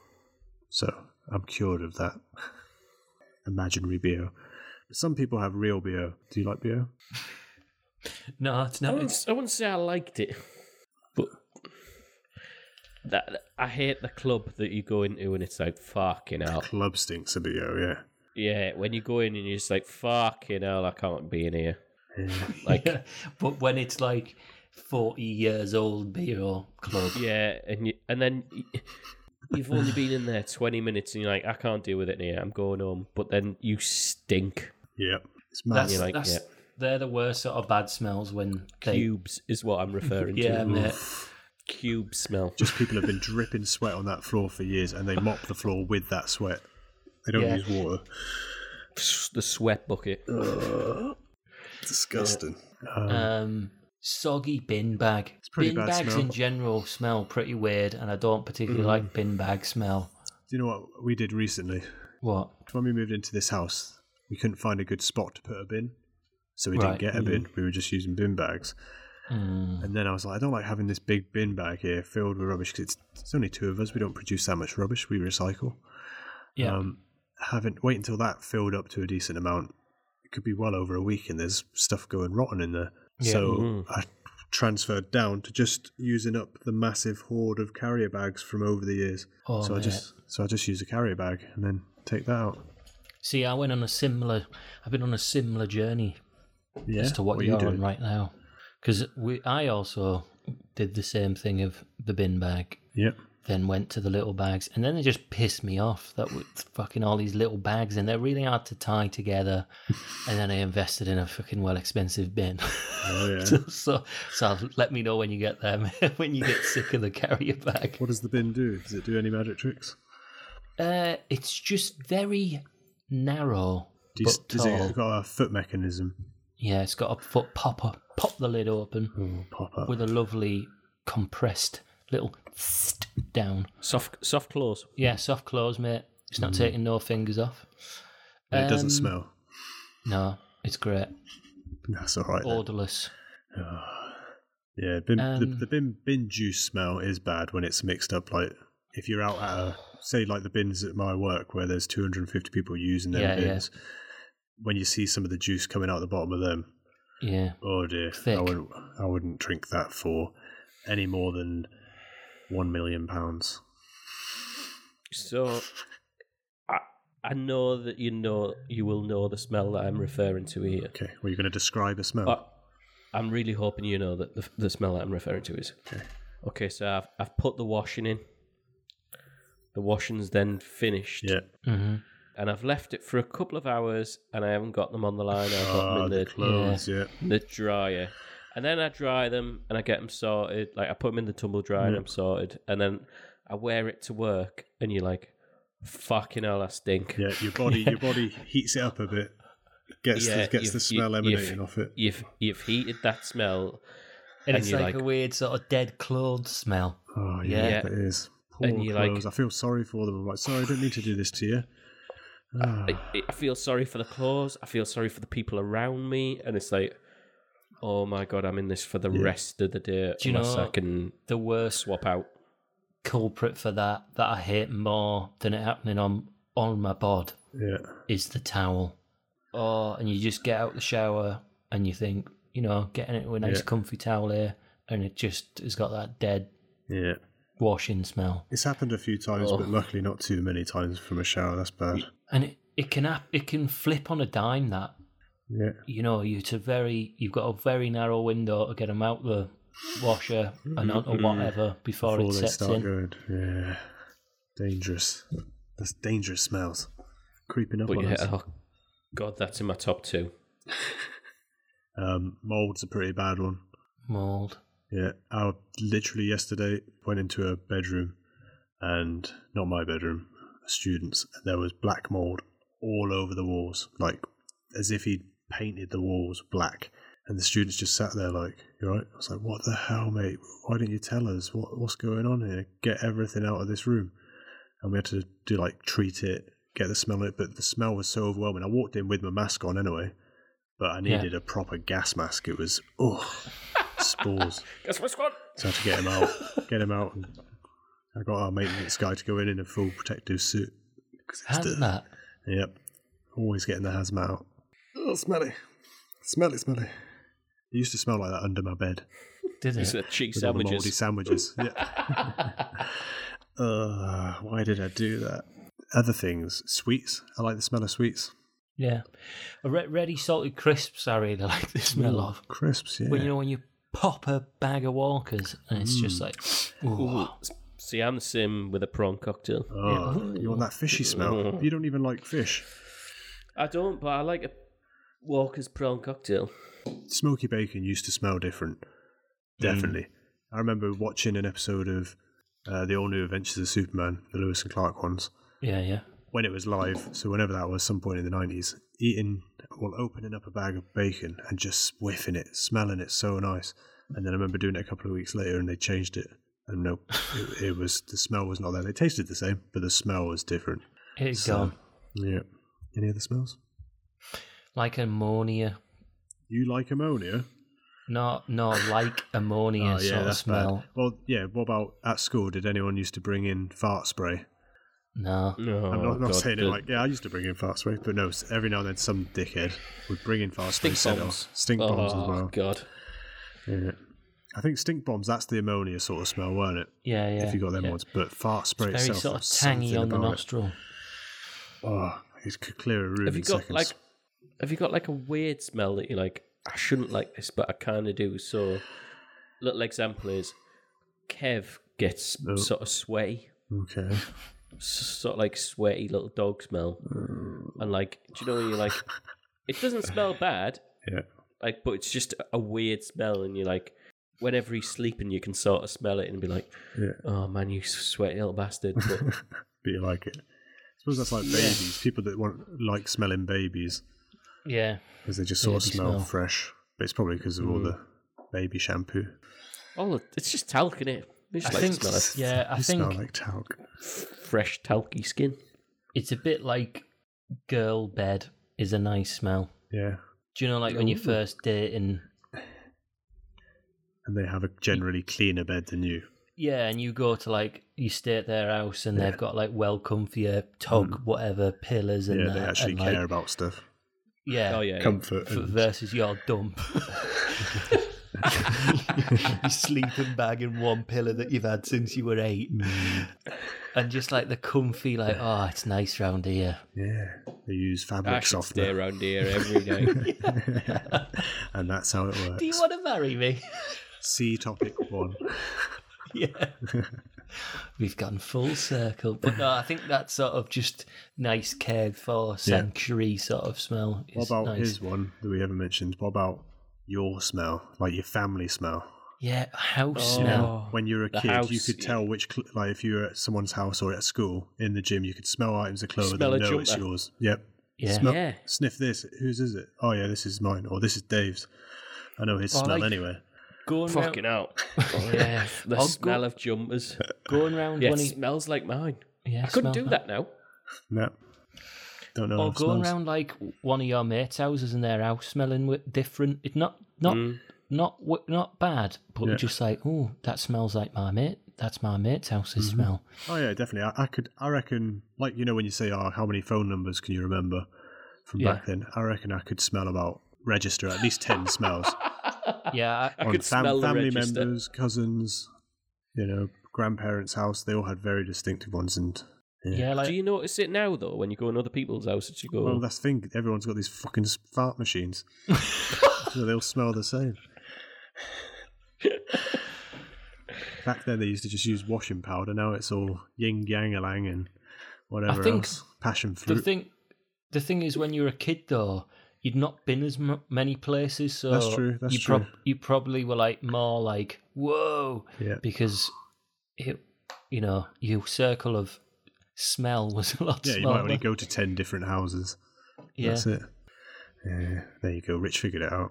[SPEAKER 2] So I'm cured of that imaginary BO. But some people have real BO. Do you like BO?
[SPEAKER 1] No, it's
[SPEAKER 3] I
[SPEAKER 2] Oh.
[SPEAKER 1] not.
[SPEAKER 3] wouldn't,
[SPEAKER 1] It's,
[SPEAKER 3] s- I wouldn't say I liked it, but that I hate the club that you go into and it's like fucking hell.
[SPEAKER 2] Club stinks of BO, yeah.
[SPEAKER 3] Yeah, when you go in and you're just like fucking hell, I can't be in here.
[SPEAKER 2] yeah.
[SPEAKER 3] Like yeah,
[SPEAKER 1] yeah. But when it's like 40 years old BO club.
[SPEAKER 3] and you, and then y- you've only been in there twenty minutes and you're like, I can't deal with it in here. I'm going home. But then you stink.
[SPEAKER 2] Yep. It's mad.
[SPEAKER 1] That's,
[SPEAKER 3] You're like,
[SPEAKER 1] that's,
[SPEAKER 3] yeah.
[SPEAKER 1] They're the worst sort of bad smells when they.
[SPEAKER 3] Cubes is what I'm referring
[SPEAKER 1] yeah,
[SPEAKER 3] to.
[SPEAKER 1] mate.
[SPEAKER 3] Cube smell.
[SPEAKER 2] Just people have been dripping sweat on that floor for years and they mop the floor with that sweat. They don't
[SPEAKER 1] Yeah.
[SPEAKER 2] use water.
[SPEAKER 3] The sweat bucket.
[SPEAKER 2] Disgusting.
[SPEAKER 1] Um, soggy bin bag.
[SPEAKER 2] pretty
[SPEAKER 1] bin
[SPEAKER 2] bad
[SPEAKER 1] bags
[SPEAKER 2] smell. Mm.
[SPEAKER 1] in general smell pretty weird, and I don't particularly like bin bag smell.
[SPEAKER 2] Do you know what we did recently?
[SPEAKER 1] What?
[SPEAKER 2] When we moved into this house, we couldn't find a good spot to put a bin. So we
[SPEAKER 1] Right.
[SPEAKER 2] didn't get a bin. We were just using bin bags.
[SPEAKER 1] Mm.
[SPEAKER 2] And then I was like, I don't like having this big bin bag here filled with rubbish because it's, it's only two of us. We don't produce that much rubbish. We recycle.
[SPEAKER 1] Yeah.
[SPEAKER 2] Um, haven't wait until that filled up to a decent amount. It could be well over a week, and there's stuff going rotten in there.
[SPEAKER 1] Yeah.
[SPEAKER 2] So I transferred down to just using up the massive hoard of carrier bags from over the years.
[SPEAKER 1] Oh,
[SPEAKER 2] so I
[SPEAKER 1] mate.
[SPEAKER 2] just so I just use a carrier bag and then take that out.
[SPEAKER 1] See, I went on a similar. I've been on a similar journey
[SPEAKER 2] Yeah.
[SPEAKER 1] as to what,
[SPEAKER 2] are
[SPEAKER 1] you're
[SPEAKER 2] doing?
[SPEAKER 1] on right now, because we. I also did the same thing of the bin bag,
[SPEAKER 2] Yep.
[SPEAKER 1] then went to the little bags, and then they just pissed me off. That was fucking all these little bags, and they're really hard to tie together. and then I invested in a fucking well expensive bin.
[SPEAKER 2] Oh, yeah.
[SPEAKER 1] so, so, so let me know when you get there, man, when you get sick of the carrier bag.
[SPEAKER 2] What does the bin do? Does it do any magic tricks?
[SPEAKER 1] Uh, it's just very narrow.
[SPEAKER 2] Do you,
[SPEAKER 1] but
[SPEAKER 2] does
[SPEAKER 1] tall.
[SPEAKER 2] it got a foot mechanism?
[SPEAKER 1] Yeah, it's got a foot popper. Pop the lid open
[SPEAKER 2] Oh, pop up.
[SPEAKER 1] with a lovely compressed little st- down.
[SPEAKER 3] Soft, soft claws.
[SPEAKER 1] Yeah, soft close, mate. It's not taking no fingers off.
[SPEAKER 2] And Mm. it
[SPEAKER 1] Um,
[SPEAKER 2] doesn't smell.
[SPEAKER 1] No, it's great.
[SPEAKER 2] That's all right. then. Ah.
[SPEAKER 1] Odorless.
[SPEAKER 2] Yeah, bin, the,
[SPEAKER 1] Um,
[SPEAKER 2] the bin bin juice smell is bad when it's mixed up. Like if you're out at a say like the bins at my work where there's 250 people using their
[SPEAKER 1] Yeah, yeah.
[SPEAKER 2] bins, when you see some of the juice coming out the bottom of them,
[SPEAKER 1] Yeah.
[SPEAKER 2] oh dear,
[SPEAKER 1] Thick.
[SPEAKER 2] I wouldn't I wouldn't drink that for any more than one million pounds.
[SPEAKER 3] So I, I know that you know you will know the smell that I'm referring to here.
[SPEAKER 2] Okay, well you're going to describe a smell.
[SPEAKER 3] But I'm really hoping you know that the, the smell that I'm referring to is. Okay, so I've, I've put the washing in. The washing's then finished.
[SPEAKER 2] yeah,
[SPEAKER 1] hmm
[SPEAKER 3] And I've left it for a couple of hours and I haven't got them on the line. I've got
[SPEAKER 2] ah,
[SPEAKER 3] them in
[SPEAKER 2] the
[SPEAKER 3] the,
[SPEAKER 2] clothes. Yeah,
[SPEAKER 3] the dryer. And then I dry them and I get them sorted. Like I put them in the tumble dryer and
[SPEAKER 2] Yeah.
[SPEAKER 3] I'm sorted. And then I wear it to work and you're like, fucking hell, I stink.
[SPEAKER 2] yeah, your body your body heats it up a bit, gets
[SPEAKER 3] Yeah,
[SPEAKER 2] the, gets the
[SPEAKER 3] you've-
[SPEAKER 2] smell
[SPEAKER 3] you- you've-
[SPEAKER 2] emanating off it.
[SPEAKER 3] You've, you've heated that smell
[SPEAKER 1] And,
[SPEAKER 3] And
[SPEAKER 1] it's
[SPEAKER 3] you
[SPEAKER 1] like,
[SPEAKER 3] like-
[SPEAKER 1] a weird sort of dead clothes smell.
[SPEAKER 2] Oh
[SPEAKER 1] Yeah.
[SPEAKER 2] yeah,
[SPEAKER 3] Yeah.
[SPEAKER 2] it is. Poor
[SPEAKER 3] And you, like-
[SPEAKER 2] clothes. I feel sorry for them. I'm like, sorry, I didn't mean to do this to you. Ah,
[SPEAKER 3] I, I- I feel sorry for the clothes. I feel sorry for the people around me, and it's like, oh my god, I'm in this for the
[SPEAKER 2] Yeah.
[SPEAKER 3] rest of the day
[SPEAKER 1] Do you
[SPEAKER 3] unless
[SPEAKER 1] know-
[SPEAKER 3] I can
[SPEAKER 1] The worst
[SPEAKER 3] swap out.
[SPEAKER 1] culprit for that that I hate more than it happening on on my bod
[SPEAKER 2] yeah,
[SPEAKER 1] is the towel. Oh, and you just get out the shower and you think, you know, getting into a nice
[SPEAKER 2] Yeah.
[SPEAKER 1] comfy towel here, and it just has got that dead
[SPEAKER 2] yeah.
[SPEAKER 1] washing smell.
[SPEAKER 2] It's happened a few times,
[SPEAKER 3] Oh.
[SPEAKER 2] but luckily not too many times from a shower. That's bad.
[SPEAKER 1] And it, it can hap- it can flip on a dime that
[SPEAKER 2] Yeah,
[SPEAKER 1] you know you to very you've got a very narrow window to get them out the washer and on or whatever before,
[SPEAKER 2] Mm-hmm, before
[SPEAKER 1] it
[SPEAKER 2] they
[SPEAKER 1] sets
[SPEAKER 2] start
[SPEAKER 1] in.
[SPEAKER 2] going, yeah, dangerous. That's dangerous smells creeping up
[SPEAKER 3] But
[SPEAKER 2] on
[SPEAKER 3] yeah,
[SPEAKER 2] us.
[SPEAKER 3] oh god, that's in my top two.
[SPEAKER 2] Um, mold's a pretty bad one.
[SPEAKER 1] Mold.
[SPEAKER 2] Yeah, I literally yesterday went into a bedroom, and not my bedroom, a students. There was black mold all over the walls, like as if he'd painted the walls black. And the students just sat there, like, "You all right?" I was like, "What the hell, mate? Why didn't you tell us what what's going on here? Get everything out of this room." And we had to do like treat it, get the smell of it, but the smell was so overwhelming. I walked in with my mask on anyway, but I
[SPEAKER 1] Yeah.
[SPEAKER 2] needed a proper gas mask. It was oh, spores.
[SPEAKER 3] Guess what's gone?
[SPEAKER 2] So I had to get him out. get him out. And I got our maintenance guy to go in in a full protective suit. 'Cause it's
[SPEAKER 1] Has
[SPEAKER 2] the-
[SPEAKER 1] that?
[SPEAKER 2] Yep. Always getting the hazmat out. Oh, smelly. Smelly, smelly. It used to smell like that under my bed.
[SPEAKER 1] Did
[SPEAKER 3] It's
[SPEAKER 1] it?
[SPEAKER 3] the cheek
[SPEAKER 2] With all the mouldy
[SPEAKER 3] sandwiches.
[SPEAKER 2] sandwiches. Yeah. uh, why did I do that? Other things. Sweets. I like the smell of sweets.
[SPEAKER 1] Yeah. A re- ready salted crisps I really like the smell of.
[SPEAKER 2] Crisps, yeah.
[SPEAKER 1] When you know when you pop a bag of walkers and it's just like
[SPEAKER 2] Mm.
[SPEAKER 1] ooh.
[SPEAKER 3] Ooh, See, I'm the same with a prawn cocktail.
[SPEAKER 2] oh, you want that fishy smell. You don't even like fish.
[SPEAKER 3] I don't, but I like a Walker's prawn cocktail.
[SPEAKER 2] smoky bacon used to smell different. Definitely. I remember watching an episode of uh, The All New Adventures of Superman, the Lewis and Clark ones,
[SPEAKER 1] Yeah, yeah.
[SPEAKER 2] when it was live. So, whenever that was, some point in the 90s, eating, well, opening up a bag of bacon and just whiffing it, smelling it so nice. And then I remember doing it a couple of weeks later and they changed it. And no, it, it was the smell was not there. They tasted the same, but the smell was different.
[SPEAKER 1] It's
[SPEAKER 2] So-
[SPEAKER 1] gone.
[SPEAKER 2] Yeah. Any other smells?
[SPEAKER 1] Like ammonia.
[SPEAKER 2] You like ammonia?
[SPEAKER 1] Not not like ammonia
[SPEAKER 2] Oh,
[SPEAKER 1] sort of smell.
[SPEAKER 2] Bad. Well, yeah. What about at school? Did anyone used to bring in fart spray?
[SPEAKER 1] No.
[SPEAKER 3] No,
[SPEAKER 2] I'm not, not
[SPEAKER 3] God,
[SPEAKER 2] saying it
[SPEAKER 3] the-
[SPEAKER 2] like yeah. I used to bring in fart spray, but no. s- Every now and then, some dickhead would bring in fart spray.
[SPEAKER 3] Stink
[SPEAKER 2] set it
[SPEAKER 3] bombs.
[SPEAKER 2] off. Stink bombs
[SPEAKER 3] oh,
[SPEAKER 2] as well.
[SPEAKER 3] God.
[SPEAKER 2] Yeah. I think stink bombs. That's the ammonia sort of smell, weren't it?
[SPEAKER 1] Yeah, yeah.
[SPEAKER 2] if you got them
[SPEAKER 1] yeah.
[SPEAKER 2] ones, but fart spray
[SPEAKER 1] Very
[SPEAKER 2] itself,
[SPEAKER 1] sort of
[SPEAKER 2] there's
[SPEAKER 1] tangy
[SPEAKER 2] something
[SPEAKER 1] on the
[SPEAKER 2] about it.
[SPEAKER 1] nostril.
[SPEAKER 2] Oh, it could clear a room
[SPEAKER 3] Have
[SPEAKER 2] in
[SPEAKER 3] you got
[SPEAKER 2] seconds.
[SPEAKER 3] like have you got like a weird smell that you're like, I shouldn't like this, but I kinda do. So little example is Kev gets
[SPEAKER 2] Oh.
[SPEAKER 3] sort of sweaty,
[SPEAKER 2] Okay.
[SPEAKER 3] s- sort of like sweaty little dog smell, and like do you know when you're like, it doesn't smell bad,
[SPEAKER 2] Yeah.
[SPEAKER 3] like but it's just a weird smell, and you're like, whenever he's sleeping, you can sort of smell it and be like,
[SPEAKER 2] Yeah.
[SPEAKER 3] oh man, you sweaty little bastard. But
[SPEAKER 2] But you like it. I suppose that's like babies. People that want like smelling babies
[SPEAKER 1] Yeah.
[SPEAKER 2] because they just sort of
[SPEAKER 1] Yeah, they
[SPEAKER 2] smell,
[SPEAKER 1] smell. Mm.
[SPEAKER 2] fresh. But it's probably because of all the baby shampoo.
[SPEAKER 3] all the- it's just talc in it. It's
[SPEAKER 1] I
[SPEAKER 3] just like
[SPEAKER 1] think-
[SPEAKER 3] smell of
[SPEAKER 1] Yeah, I
[SPEAKER 2] you
[SPEAKER 1] think
[SPEAKER 2] smell like talc.
[SPEAKER 3] fresh talky skin.
[SPEAKER 1] it's a bit like girl bed is a nice smell.
[SPEAKER 2] Yeah,
[SPEAKER 1] Do you know, like when you're
[SPEAKER 3] Ooh.
[SPEAKER 1] first dating?
[SPEAKER 2] and they have a generally cleaner bed than you.
[SPEAKER 1] Yeah, and you go to like you stay at their house and
[SPEAKER 2] Yeah. Mm.
[SPEAKER 1] they've got like well comfier tug whatever pillars and
[SPEAKER 2] Yeah,
[SPEAKER 1] that,
[SPEAKER 2] they actually
[SPEAKER 1] and,
[SPEAKER 2] care Mm.
[SPEAKER 1] Like,
[SPEAKER 2] about stuff.
[SPEAKER 1] yeah,
[SPEAKER 3] Oh yeah, yeah.
[SPEAKER 2] Comfort.
[SPEAKER 1] f-
[SPEAKER 2] and-
[SPEAKER 1] versus your dump. your sleeping bag and one pillow that you've had since you were eight,
[SPEAKER 2] Mm.
[SPEAKER 1] and just like the comfy, like oh, it's nice round here.
[SPEAKER 2] yeah, they use
[SPEAKER 3] I
[SPEAKER 2] fabric
[SPEAKER 3] should stay
[SPEAKER 2] softener,
[SPEAKER 3] around here every night.
[SPEAKER 2] and that's how it
[SPEAKER 1] uh, Do you
[SPEAKER 2] works.
[SPEAKER 1] want to marry me?
[SPEAKER 2] C topic one.
[SPEAKER 1] yeah. We've gone full circle, but no, I think that sort of just nice, cared for, sanctuary sort of smell
[SPEAKER 2] What
[SPEAKER 1] is
[SPEAKER 2] about
[SPEAKER 1] nice.
[SPEAKER 2] his one that we haven't mentioned? What about your smell, like your family smell?
[SPEAKER 1] Yeah, house smell.
[SPEAKER 2] when you were a
[SPEAKER 3] The
[SPEAKER 2] kid, you
[SPEAKER 3] house,
[SPEAKER 2] could
[SPEAKER 3] yeah.
[SPEAKER 2] tell which, cl- like, if you were at someone's house or at school in the gym, you could smell items of clothing
[SPEAKER 3] Smell
[SPEAKER 2] and
[SPEAKER 3] a
[SPEAKER 2] know it's
[SPEAKER 3] jumper.
[SPEAKER 2] yours. Yep.
[SPEAKER 1] Yeah,
[SPEAKER 2] Smell-
[SPEAKER 3] Yeah.
[SPEAKER 2] Sniff this. Whose is it? Oh yeah, this is mine. Or this is Dave's. I know his
[SPEAKER 1] Or,
[SPEAKER 2] smell
[SPEAKER 1] like-
[SPEAKER 2] anyway.
[SPEAKER 1] going
[SPEAKER 3] Fucking
[SPEAKER 1] round,
[SPEAKER 3] out. Oh, yeah, the
[SPEAKER 1] I'll go-
[SPEAKER 3] smell of jumpers.
[SPEAKER 1] going round
[SPEAKER 3] Yeah, it
[SPEAKER 1] one. Of,
[SPEAKER 3] smells like mine.
[SPEAKER 1] yeah,
[SPEAKER 3] I couldn't
[SPEAKER 1] smell
[SPEAKER 3] do that now.
[SPEAKER 2] No. Don't know.
[SPEAKER 1] Or
[SPEAKER 2] the
[SPEAKER 1] going
[SPEAKER 2] Oh, smells.
[SPEAKER 1] round like one of your mates' houses and their house smelling wi- different. It's not not not wi- not bad, but
[SPEAKER 2] Mm. Yeah.
[SPEAKER 1] just like oh, that smells like my mate. That's my mate's house's smell.
[SPEAKER 2] Oh yeah, definitely. I, I could. I reckon. Like you know when you say, "Oh, how many phone numbers can you remember from
[SPEAKER 1] Yeah.
[SPEAKER 2] back then?" I reckon I could smell about register at least ten smells
[SPEAKER 1] Yeah, I,
[SPEAKER 3] I could
[SPEAKER 2] fam-
[SPEAKER 3] smell the
[SPEAKER 2] family
[SPEAKER 3] register.
[SPEAKER 2] members, cousins, you know, grandparents' house. They all had very distinctive ones, and
[SPEAKER 1] yeah, like
[SPEAKER 3] Do you notice it now though when you go in other people's houses? You go,
[SPEAKER 2] Well, that's the thing. Everyone's got these fucking fart machines. so they all smell the same. Back then, they used to just use washing powder. Now it's all yin yang alang and whatever
[SPEAKER 1] think
[SPEAKER 2] else. Passion
[SPEAKER 1] the
[SPEAKER 2] fruit.
[SPEAKER 1] thing the thing is when you were a kid though you'd not been as m- many places so
[SPEAKER 2] That's true, that's
[SPEAKER 1] you,
[SPEAKER 2] true.
[SPEAKER 1] you probably were like more like whoa
[SPEAKER 2] yeah.
[SPEAKER 1] because it you know your circle of smell was a lot
[SPEAKER 2] yeah, you
[SPEAKER 1] smaller
[SPEAKER 2] might only go to 10 different houses.
[SPEAKER 1] yeah
[SPEAKER 2] That's it. Yeah, there you go. Rich figured it out.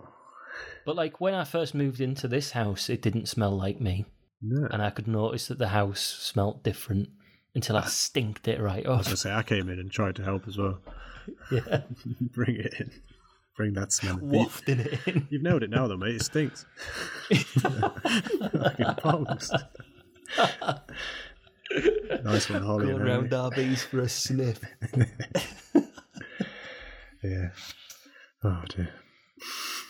[SPEAKER 1] but like when i first moved into this house it didn't smell like me
[SPEAKER 2] No. I
[SPEAKER 1] and i could notice that the house smelt different until i stinked it right
[SPEAKER 2] was going
[SPEAKER 1] off
[SPEAKER 2] to say, I came in and tried to help as well.
[SPEAKER 1] yeah
[SPEAKER 2] Bring it in. Bring that smell. in. You-
[SPEAKER 1] wafting it in
[SPEAKER 2] You've nailed it now, though, mate. It stinks. Fucking bombs. nice one, Holly.
[SPEAKER 1] going
[SPEAKER 2] Mary.
[SPEAKER 1] round rbe's for a sniff
[SPEAKER 2] Yeah. Oh dear.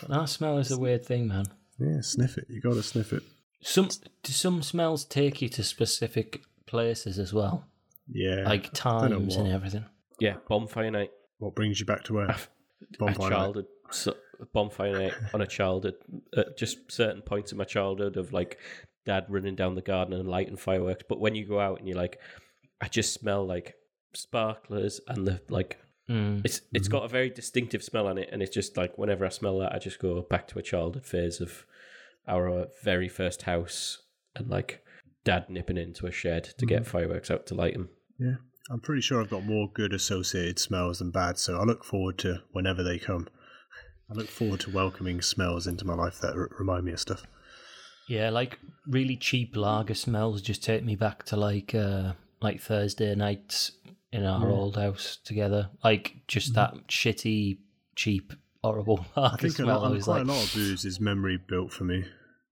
[SPEAKER 1] but no, smell is a weird thing man
[SPEAKER 2] Yeah, sniff it. You got to sniff it.
[SPEAKER 1] Some do some smells take you to specific places as well,
[SPEAKER 2] Yeah.
[SPEAKER 1] like
[SPEAKER 2] know
[SPEAKER 1] times and
[SPEAKER 2] what.
[SPEAKER 1] everything.
[SPEAKER 3] yeah, bonfire night,
[SPEAKER 2] what brings you back to where?
[SPEAKER 3] a
[SPEAKER 2] Bonfire. night.
[SPEAKER 3] childhood so, bonfire night on a childhood, at just certain points in my childhood of like dad running down the garden and lighting fireworks. But when you go out and you're like, I just smell like sparklers and the like
[SPEAKER 1] Mm.
[SPEAKER 3] It's it's got a very distinctive smell on it, and it's just like whenever I smell that, I just go back to a childhood phase of our uh, very first house and like dad nipping into a shed to get fireworks out to light them.
[SPEAKER 2] Yeah. I'm pretty sure I've got more good associated smells than bad, so I look forward to whenever they come. I look forward to welcoming smells into my life that r- remind me of stuff.
[SPEAKER 1] Yeah, like really cheap lager smells just take me back to like uh like Thursday nights in our old house together. Like just that shitty, cheap, horrible lager
[SPEAKER 2] Mm-hmm. I think a
[SPEAKER 1] smell.
[SPEAKER 2] lot,
[SPEAKER 1] I
[SPEAKER 2] um,
[SPEAKER 1] was
[SPEAKER 2] quite
[SPEAKER 1] like,
[SPEAKER 2] a lot of booze is memory built for me.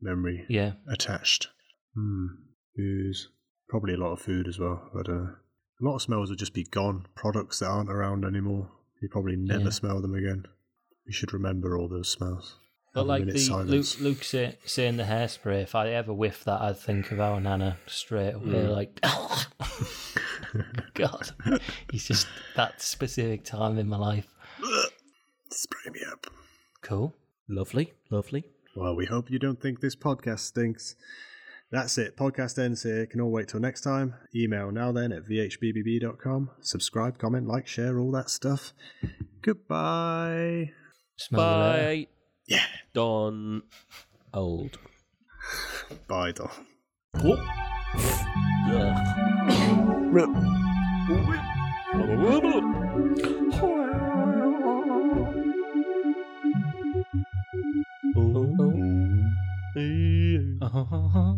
[SPEAKER 2] Memory
[SPEAKER 1] yeah,
[SPEAKER 2] attached. Hmm. Booze. Probably a lot of food as well. I don't know. A lot of smells would just be gone. Products that aren't around anymore. You probably never
[SPEAKER 1] Yeah.
[SPEAKER 2] smell them again. You should remember all those smells.
[SPEAKER 1] but
[SPEAKER 2] Have a
[SPEAKER 1] like
[SPEAKER 2] minute's
[SPEAKER 1] the Luke,
[SPEAKER 2] silence.
[SPEAKER 1] Luke say, saying the hairspray. If I ever whiff that, I'd think of our nana straight away.
[SPEAKER 2] Mm.
[SPEAKER 1] Like, God, he's just that specific time in my life.
[SPEAKER 2] Spray me up.
[SPEAKER 1] Cool.
[SPEAKER 3] Lovely, lovely.
[SPEAKER 2] Well, we hope you don't think this podcast stinks. That's it. Podcast ends here. Can all wait till next time. Email now then at vhbbb.com. Subscribe, comment, like, share, all that stuff. Goodbye.
[SPEAKER 1] Smell you later.
[SPEAKER 3] Bye.
[SPEAKER 2] Yeah.
[SPEAKER 3] Don Old.
[SPEAKER 2] Bye, doll.
[SPEAKER 1] Uh-huh.